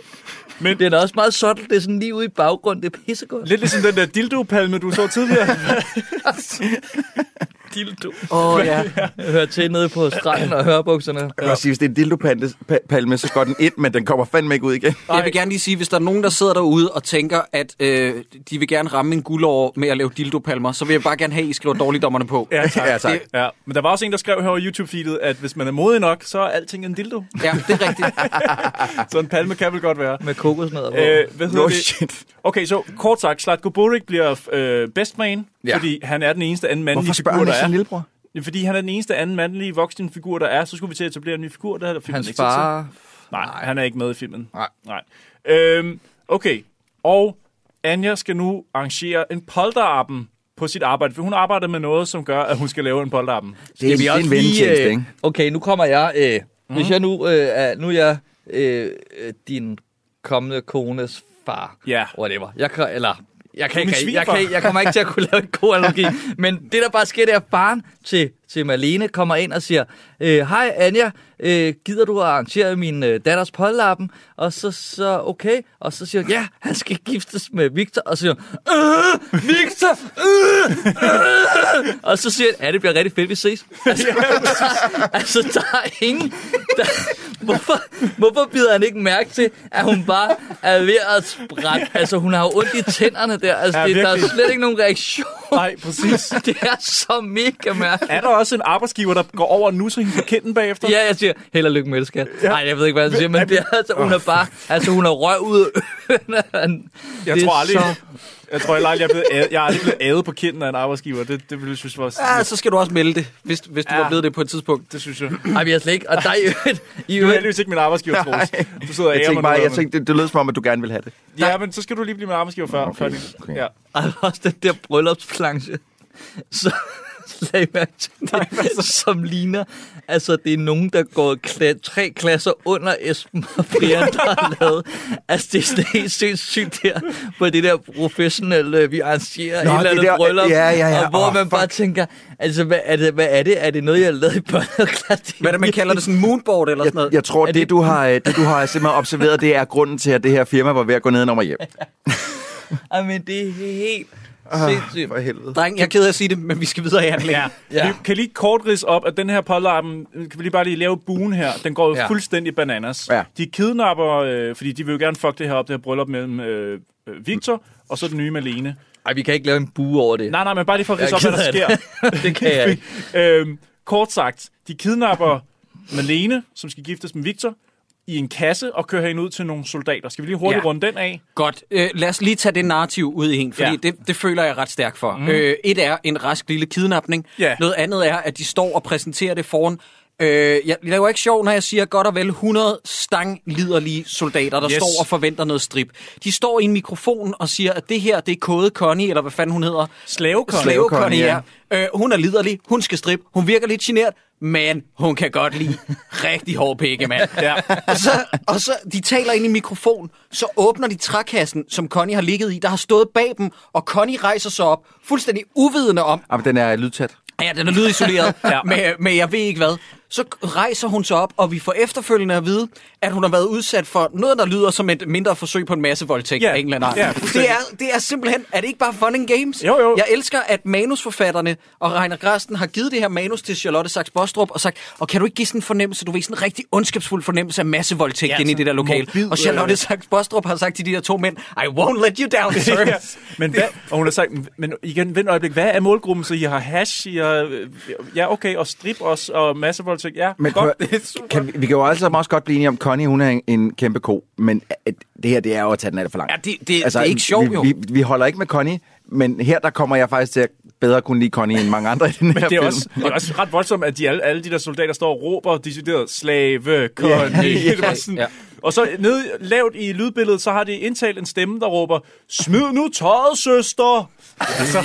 Speaker 8: Men
Speaker 7: det er da også meget subtle. Det er sådan lige ude i baggrunden. Det er pissegodt.
Speaker 8: Lidt ligesom den der dildo-palme, du så tidligere. dildo.
Speaker 7: Åh, oh, ja. Jeg hører til nede på stranden og hørebukserne.
Speaker 12: Jeg vil sige, hvis det er en dildo-palme, så går den ind, men den kommer fandme ikke ud igen.
Speaker 6: Jeg vil gerne lige sige, hvis der er nogen, der sidder derude og tænker, at øh, de vil gerne ramme en guldår med at lave dildopalmer, så vil jeg bare gerne have, at I skriver dårligdommerne på.
Speaker 8: Ja, tak.
Speaker 6: Ja, tak.
Speaker 8: Det, ja. Men der var også en, der skrev her over YouTube-feedet, at hvis man er modig nok, så er alting en dildo.
Speaker 6: Ja, det er rigtigt.
Speaker 8: så en palme kan vel godt være.
Speaker 7: Med kokosnødder på.
Speaker 8: Øh, hvad hedder
Speaker 7: Nå,
Speaker 8: det? Okay, så kort sagt, Slatko Boric bliver øh, best man, ja.
Speaker 12: Ja.
Speaker 8: fordi han er den eneste anden mandlige
Speaker 12: Hvorfor
Speaker 8: figur,
Speaker 12: spørger han
Speaker 8: der
Speaker 12: ikke
Speaker 8: er.
Speaker 12: sin lillebror?
Speaker 8: Ja, Fordi han er den eneste anden mandlige voksne figur, der er. Så skulle vi til at etablere en ny figur. Der havde filmen
Speaker 7: Hans
Speaker 8: ikke tid til.
Speaker 7: far-
Speaker 8: Nej, Nej, han er ikke med i filmen. Nej. Nej. Øhm, okay, og Anja skal nu arrangere en polterappen på sit arbejde, for hun arbejder med noget, som gør, at hun skal lave en polterappen.
Speaker 7: Skal vi også lige, øh, Okay, nu kommer jeg. Øh, mm.
Speaker 8: Mhm.
Speaker 7: Hvis jeg nu, øh, er, nu er jeg øh, øh, din kommende kones far.
Speaker 8: Ja.
Speaker 7: Whatever. Jeg kan, eller, jeg,
Speaker 8: Du er
Speaker 7: kan
Speaker 8: min
Speaker 7: ikke, jeg,
Speaker 8: svigerfar.
Speaker 7: kan, jeg kommer ikke til at kunne lave en god analogi. Men det, der bare sker, det er, at faren til til Malene, kommer ind og siger, øh, hej Anja, øh, gider du at arrangere min øh, datters polterappen? Og så, så okay, og så siger hun, ja, han skal giftes med Victor, og så siger hun, øh, Victor, øh, øh. og så siger han, ja, det bliver rigtig fedt, vi ses. Altså, altså der er ingen, der, hvorfor, hvorfor bider han ikke mærke til, at hun bare er ved at sprætte, altså hun har jo ondt i tænderne der, altså
Speaker 8: Ja,
Speaker 7: ja, det, der er
Speaker 8: virkelig.
Speaker 7: slet ikke nogen reaktion.
Speaker 8: Nej, præcis.
Speaker 7: det er så mega mærkeligt.
Speaker 8: Er der også en arbejdsgiver, der går over og nusser hende på kinden bagefter?
Speaker 7: Ja, jeg siger, held og lykke med det, skat. Nej, jeg ved ikke, hvad han siger, men det er, altså, hun er bare, altså hun er røv ud.
Speaker 8: Jeg
Speaker 7: Det er
Speaker 8: tror aldrig,
Speaker 7: så-
Speaker 8: jeg tror heller aldrig, jeg er blevet ædet, jeg er aldrig blevet ædet på kinden af en arbejdsgiver. Det, det ville jeg synes var...
Speaker 7: Ah.
Speaker 6: Ja, så skal du også melde det, hvis, hvis du
Speaker 8: Ja.
Speaker 6: var blevet det på et tidspunkt.
Speaker 8: Det synes jeg.
Speaker 7: Nej, vi har slet ikke. Og dig i øvrigt. I
Speaker 8: Du er heldigvis ikke min arbejdsgiver, Troels. Du sidder og
Speaker 12: jeg
Speaker 8: ærer
Speaker 12: tænkte
Speaker 8: mig nu,
Speaker 12: bare, jeg
Speaker 8: men-
Speaker 12: tænkte, det, det lød som om, at du gerne vil have det.
Speaker 8: Ja, men så skal du lige blive min arbejdsgiver før. Okay. før din, okay. ja.
Speaker 7: Og også den der bryllupsplanche, så lag mærke til det, som ligner, altså det er nogen, der går kla- tre klasser under Esben og Brian, der har lavet. Altså det er sådan helt sindssygt der, på det der professionelle, øh, vi arrangerer
Speaker 12: Nå,
Speaker 7: Nå, et
Speaker 12: det
Speaker 7: eller andet
Speaker 12: der-
Speaker 7: bryllup,
Speaker 12: ja, ja, ja.
Speaker 7: og hvor
Speaker 12: Åh,
Speaker 7: oh, man bare tænker, altså hvad er det, hvad er det? Er det noget, jeg har lavet i børneklasse? Hvad er det,
Speaker 6: man kalder det, sådan moonboard eller sådan noget?
Speaker 12: Jeg tror, det, du har, øh, det, du har simpelthen observeret, det er grunden til, at det her firma var ved at gå ned og hjem.
Speaker 7: Ej, men det er helt
Speaker 12: Ah,
Speaker 7: sindssygt.
Speaker 12: for helvede.
Speaker 6: Dreng, jeg er ked af at sige det, men vi skal videre i handlingen.
Speaker 8: Ja. ja. Vi kan lige kort rids op, at den her polterappen, kan vi lige bare lige lave buen her, den går jo
Speaker 6: Ja.
Speaker 8: ja. fuldstændig bananas.
Speaker 12: Ja.
Speaker 8: De kidnapper, øh, fordi de vil jo gerne fuck det her op, det her bryllup mellem øh, øh, Victor og så den nye Malene.
Speaker 7: Ej, vi kan ikke lave en bue over det.
Speaker 8: Nej, nej, men bare lige for at
Speaker 7: Jeg
Speaker 8: ridse op,
Speaker 7: er ked af
Speaker 8: hvad der sker.
Speaker 7: det. Det kan jeg ikke.
Speaker 8: øhm, kort sagt, de kidnapper Malene, som skal giftes med Victor, i en kasse og kører hende ud til nogle soldater. Skal vi lige hurtigt
Speaker 6: Ja.
Speaker 8: ja. runde den af?
Speaker 6: Godt. Øh, lad os lige tage det narrativ ud i en, fordi
Speaker 8: Ja.
Speaker 6: ja. det, det føler jeg ret stærkt for.
Speaker 8: Mm.
Speaker 6: Mm. Øh, et er en rask lille kidnapning.
Speaker 8: Ja.
Speaker 6: Noget andet er, at de står og præsenterer det foran... Øh, jeg laver ikke sjov, når jeg siger godt og vel 100 stangliderlige soldater, der
Speaker 8: Yes.
Speaker 6: yes. står og forventer noget strip. De står i en mikrofon og siger, at det her, det er kode Connie, eller hvad fanden hun hedder.
Speaker 8: Slavekonnie.
Speaker 6: Slave Connie,
Speaker 8: Slavekonnie,
Speaker 6: ja. Øh, hun er liderlig, hun skal strip, hun virker lidt genert, men hun kan godt lide rigtig hård pikke, mand.
Speaker 8: Ja.
Speaker 6: Og, så, og så, de taler ind i mikrofon, så åbner de trækassen, som Connie har ligget i, der har stået bag dem, og Connie rejser sig op, fuldstændig uvidende om,
Speaker 12: Jamen, den er lydtæt.
Speaker 6: Ja, den er lydisoleret,
Speaker 12: Ja.
Speaker 6: ja. med, med jeg ved ikke hvad. Så rejser hun sig op, og vi får efterfølgende at vide, at hun har været udsat for noget, der lyder som et mindre forsøg på en masse voldtægt
Speaker 8: Ja.
Speaker 6: af en eller anden
Speaker 8: Ja,
Speaker 6: art. det,
Speaker 8: fuldstændig.
Speaker 6: er, det er simpelthen, er det ikke bare fun and games?
Speaker 8: Jo, jo.
Speaker 6: Jeg elsker, at manusforfatterne og Reiner Grasten har givet det her manus til Charlotte Sachs Bostrup og sagt, og kan du ikke give sådan en fornemmelse, du ved, sådan en rigtig ondskabsfuld fornemmelse af massevoldtægt
Speaker 8: Ja,
Speaker 6: ja, inde i
Speaker 8: sådan
Speaker 6: det der lokale.
Speaker 8: morbid,
Speaker 6: og Charlotte
Speaker 8: øh.
Speaker 6: Sachs Bostrup har sagt til de der to mænd, I won't let you down, sir.
Speaker 8: Ja. Men hvad, og hun har sagt, men igen, vent et øjeblik, hvad er målgruppen? Så I har hash, I har, øh, ja okay, og strip os, og masse voldtægt. Ja,
Speaker 12: Men
Speaker 8: men godt,
Speaker 12: prøv-
Speaker 8: det er super.
Speaker 12: Kan, vi, vi kan jo alle sammen også godt blive enige om, Connie, hun er en, en kæmpe ko, men at det her, det er jo at tage den alt for langt. Altså,
Speaker 6: Ja, det- det- det er ikke sjovt,
Speaker 12: vi,
Speaker 6: jo.
Speaker 12: Vi, vi holder ikke med Connie, men her, der kommer jeg faktisk til at bedre kunne lide Connie end mange andre i den her
Speaker 8: Men det er,
Speaker 12: film.
Speaker 8: også, det er også ret voldsomt, at de alle, alle de der soldater står og råber decideret slave, konge.
Speaker 12: Ja, ja,
Speaker 8: det var sådan.
Speaker 12: ja.
Speaker 8: Og så nede lavt i lydbilledet, så har de indtalt en stemme, der råber, smid nu tøjet, søster! Altså,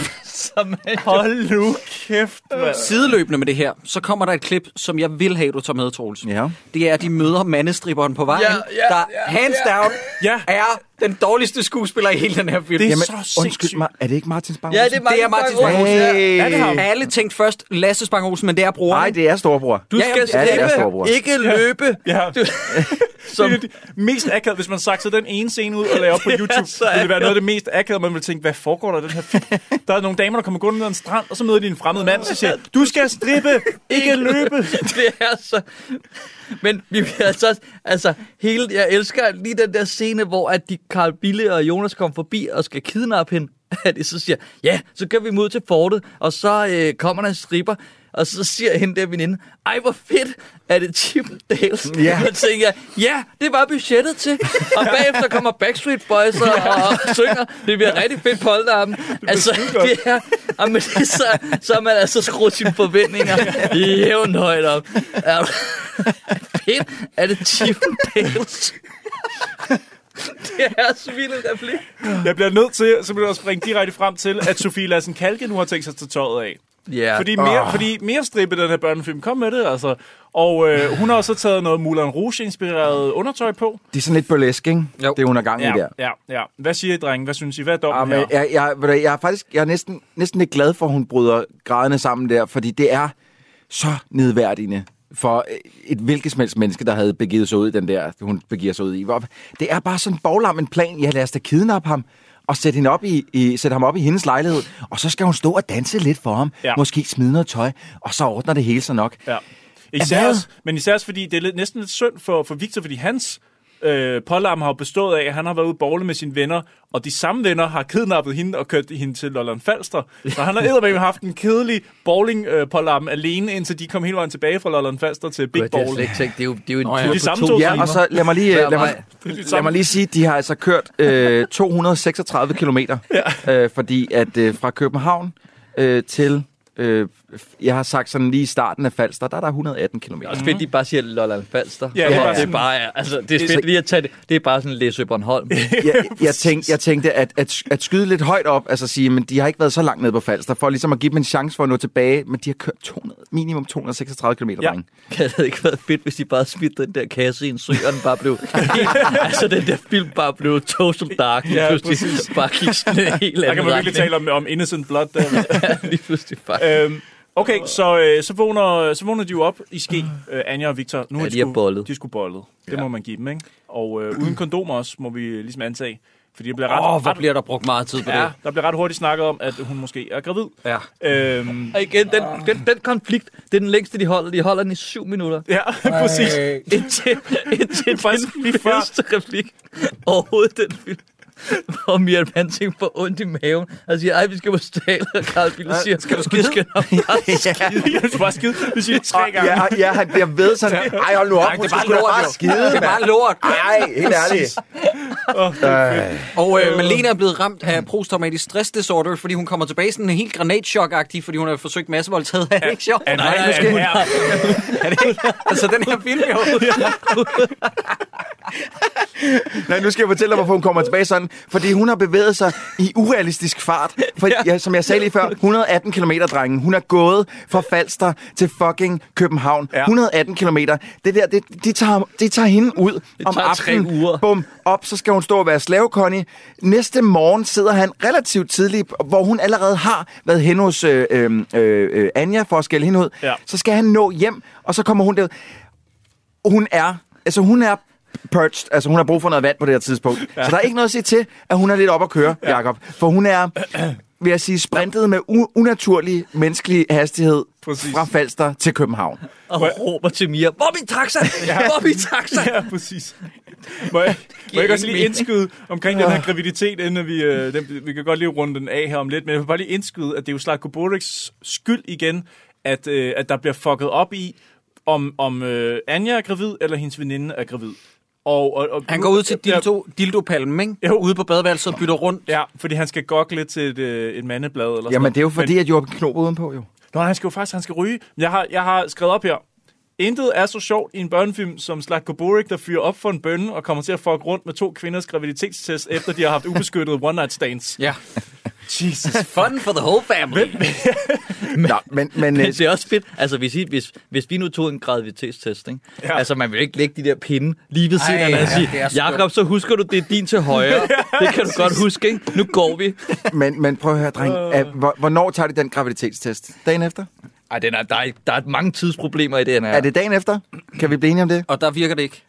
Speaker 8: hold nu kæft, mand.
Speaker 6: Sideløbende med det her, så kommer der et klip, som jeg vil have, du tager med, Troels.
Speaker 12: Ja.
Speaker 6: Det er, at de møder mandestripperen på vejen,
Speaker 8: Ja, ja,
Speaker 6: der
Speaker 8: ja,
Speaker 6: hands
Speaker 8: ja.
Speaker 6: down
Speaker 8: ja.
Speaker 6: er den dårligste skuespiller i hele den her film.
Speaker 12: Undskyld mig, er det ikke Martin Spang?
Speaker 6: Ja, det er Martin, det er Martin Spang Olsen.
Speaker 12: Hey.
Speaker 6: Ja, det har vi. Alle tænkte først Lasse Spang Olsen, men det er broren.
Speaker 12: Nej, det er storebror.
Speaker 6: Du skal
Speaker 12: ja, det er
Speaker 6: slippe,
Speaker 12: storebror.
Speaker 7: Ikke løbe.
Speaker 8: Ja. Som... Det er det mest akavet, hvis man saksede den ene scene ud og lavede op på YouTube,
Speaker 7: så
Speaker 8: så ville det være
Speaker 7: akavet.
Speaker 8: noget af det mest akavet, man ville tænke, hvad foregår der i den her film? Der er nogle damer, der kommer gående ned ad en strand, og så møder de en fremmed mand, så siger, du skal strippe, ikke løbe.
Speaker 7: det er så... Men vi bliver altså, også- altså hele, jeg elsker lige den der scene, hvor at de, Carl Bille og Jonas kommer forbi og skal kidnappe hende. At de så siger, ja, så kører vi mod til fortet, og så øh, kommer der en stripper, og så siger hende der veninde, ej hvor fedt, er det Chippendales?
Speaker 12: Ja.
Speaker 7: Og så tænker jeg, ja, det var budgettet til. Og bagefter kommer Backstreet Boys og, og synger, det bliver rigtig fedt polterappen. Altså, det er, jamen, det er så, så har man altså skruet sine forventninger i hævn højt op. Er du- fedt? Er det Chippendales? Det er så vild en replik.
Speaker 8: Jeg bliver nødt til simpelthen at springe direkte frem til, at Sofie Lassen Kalke nu har tænkt sig at tage tøjet af.
Speaker 7: Ja.
Speaker 8: Fordi mere,
Speaker 7: Åh.
Speaker 8: fordi mere strippe den her børnefilm. Kom med det, altså. Og øh, hun har også taget noget Moulin Rouge-inspireret undertøj på.
Speaker 12: Det er sådan lidt burlesk, ikke? Jo. Det hun er gang i
Speaker 8: Ja,
Speaker 12: der.
Speaker 8: ja, ja. Hvad siger I, drenge? Hvad synes I? Hvad er
Speaker 12: Ja,
Speaker 8: dommen
Speaker 12: men
Speaker 8: her?
Speaker 12: jeg, jeg, ved du, jeg er faktisk jeg er næsten, næsten lidt glad for, at hun bryder graderne sammen der, fordi det er... så nedværdigende for øh, et hvilket som helst menneske, der havde begivet sig ud i den der, hun begiver sig ud i. Hvor- Det er bare sådan boglam en plan. Ja, lad os da kidnappe ham og sætte, hende op i, i, sætte ham op i hendes lejlighed. Og så skal hun stå og danse lidt for ham.
Speaker 8: Ja.
Speaker 12: Ja. Måske smide noget tøj, og så ordner det hele sig nok.
Speaker 8: Ja. Især
Speaker 12: Hvad?
Speaker 8: også, men især også, fordi det er lidt, næsten lidt synd for, for Victor, fordi hans øh, pålarm har jo bestået af, at han har været ude bowle med sine venner, og de samme venner har kidnappet hende og kørt hende til Lolland Falster. Så han har eddermame haft en kedelig bowling øh, pålarm alene, indtil de kom hele vejen tilbage fra Lolland Falster til Big
Speaker 7: Gud, det har jeg
Speaker 8: Bowl.
Speaker 7: slet ikke tænkt. Det er jo- det er jo en
Speaker 8: Nå ja.
Speaker 7: tur
Speaker 8: De
Speaker 7: på
Speaker 8: samme
Speaker 7: to
Speaker 8: to
Speaker 12: Ja,
Speaker 8: timer.
Speaker 12: og så lad mig lige, øh,
Speaker 8: Hver
Speaker 12: lad mig,
Speaker 8: vej. Det er det
Speaker 12: lad
Speaker 8: samme.
Speaker 12: mig lige sige, de har altså kørt øh, 236 kilometer, ja. øh, fordi at øh, fra København øh, til, øh, jeg har sagt sådan lige i starten af Falster, der er der 118 kilometer.
Speaker 7: også fedt, de bare siger Lolland Falster.
Speaker 12: Ja, det er bare
Speaker 7: det er
Speaker 12: sådan-
Speaker 7: bare, ja, altså, det er
Speaker 12: Så-
Speaker 7: fedt lige at tage det. Det er bare sådan Læsø Bornholm.
Speaker 12: jeg, jeg, tænkte, jeg tænkte at, at, at skyde lidt højt op, altså sige, men de har ikke været så langt ned på Falster, for ligesom at give dem en chance for at nå tilbage, men de har kørt 200, minimum 236 km. Ja.
Speaker 7: Det havde ikke været fedt, hvis de bare smidte den der kasse i en sø, og den bare blev... altså, den der film bare blev total dark. lige
Speaker 8: Ja,
Speaker 7: pludselig
Speaker 8: præcis.
Speaker 7: bare gik sådan en helt anden
Speaker 8: Der kan man virkelig
Speaker 7: retning.
Speaker 8: tale om, om innocent blood. Der. ja,
Speaker 7: lige pludselig
Speaker 8: bare. Øhm, okay, så, øh, så, vågner, så vågner de jo op i ske, øh, Anja og Victor. Nu
Speaker 7: Ja,
Speaker 8: de,
Speaker 7: de er
Speaker 8: sgu-
Speaker 7: bollet.
Speaker 8: De skulle bollet. Det må man give dem, ikke? Og øh, uden kondomer også, må vi ligesom antage. Fordi det bliver ret...
Speaker 6: Åh, hvor
Speaker 8: ret-
Speaker 6: bliver der brugt meget tid på
Speaker 8: ja,
Speaker 6: det.
Speaker 8: der bliver ret hurtigt snakket om, at hun måske er gravid.
Speaker 6: Ja.
Speaker 8: Øhm,
Speaker 7: Og igen, den, den, den konflikt, det er den længste, de holder. De holder den i syv minutter.
Speaker 8: Ja, præcis.
Speaker 7: Indtil, indtil
Speaker 8: faktisk
Speaker 7: den første replik overhovedet den film. Hvor Mia Pansing får ondt i maven og siger, ej, vi skal på stale, og Carl Bille siger, skal du skide? Skal nok bare skide.
Speaker 8: Jeg skal bare skide. Vi siger det tre gange.
Speaker 12: Ja, ja, han bliver ved sådan, ej, hold nu op,
Speaker 8: Nej,
Speaker 12: hun skulle da bare skide, mand. Ej, helt ærligt.
Speaker 8: Oh,
Speaker 6: og øh, Malene er blevet ramt af posttraumatisk stress disorder, fordi hun kommer tilbage sådan helt granatschok-agtig, fordi hun har forsøgt massevoldtaget. Er det ikke sjovt?
Speaker 8: Ja, nej,
Speaker 6: nu skal-
Speaker 8: ja, ja.
Speaker 6: Er det ikke? Altså, den her film jo.
Speaker 12: Nej, nu skal jeg fortælle dig, hvorfor hun kommer tilbage sådan. Fordi hun har bevæget sig i urealistisk fart. For, ja. Ja, som jeg sagde lige før, 118 km, drengen. Hun er gået fra Falster til fucking København. Ja. 118 km. Det der, det, de, tager, de tager hende ud det om
Speaker 7: tager tre
Speaker 12: aftenen. Bum, op, så skal hun stå og være slavekonge. Næste morgen sidder han relativt tidligt, hvor hun allerede har været hen hos øh, øh, øh, Anja for at skælde hende ud.
Speaker 8: Ja.
Speaker 12: Så skal han nå hjem, og så kommer hun derud hun er, altså hun er purged, altså hun har brug for noget vand på det her tidspunkt. Ja. Så der er ikke noget at sige til, at hun er lidt op at køre, ja. Jakob. For hun er, vil jeg sige, sprintet med u- unaturlig menneskelig hastighed Præcis. fra Falster til København.
Speaker 7: Og råber til Mia, hvor er min taxa? Hvor er min taxa?
Speaker 8: Ja, præcis. Må jeg, må jeg ikke også lige
Speaker 7: mening.
Speaker 8: indskyde omkring den her graviditet, inden vi, øh, den, vi kan godt lige runde den af her om lidt, men jeg vil bare lige indskyde, at det er jo Slatko Boriks skyld igen, at, øh, at der bliver fucket op i, om, om øh, Anja er gravid, eller hendes veninde er gravid. Og, og, og
Speaker 6: Han går ud til dildo, dildopalmen, ikke?
Speaker 8: Jo.
Speaker 6: Ude på badeværelset og bytter rundt.
Speaker 8: Ja, fordi han skal gokke lidt til et, øh, et mandeblad. Eller sådan
Speaker 12: Jamen,
Speaker 8: noget.
Speaker 12: det er jo fordi,
Speaker 8: Men-
Speaker 12: at Jorgen Knob er udenpå, jo.
Speaker 8: Nå, han skal jo faktisk han skal ryge. Men Jeg har, jeg har skrevet op her. Intet er så sjovt i en børnefilm som Slatko Boric, der fyrer op for en bønne og kommer til at fuck rundt med to kvinders graviditetstest, efter de har haft ubeskyttet one-night stands.
Speaker 6: Ja.
Speaker 8: Jesus.
Speaker 6: Fun for the whole family.
Speaker 12: Nå, men, men,
Speaker 7: Men
Speaker 12: øh,
Speaker 7: det er også fedt. Altså, hvis, I, hvis, hvis vi nu tog en graviditetstest, ikke?
Speaker 8: Ja.
Speaker 7: Ja. altså man vil jo ikke lægge de der pinde lige ved siden af
Speaker 6: Ej,
Speaker 7: hinanden og
Speaker 6: ja, det er
Speaker 7: sige,
Speaker 6: skørt.
Speaker 7: Jakob, så husker du, det er din til højre. det kan du godt huske, ikke? Nu går vi.
Speaker 12: men, men prøv at høre, dreng. Øh, hvor- hvornår tager de den graviditetstest? Dagen efter?
Speaker 7: Ej, den er, der, er, der er mange tidsproblemer i den her.
Speaker 12: Ja. Er det dagen efter? Kan vi blive enige om det?
Speaker 6: Og der virker det ikke.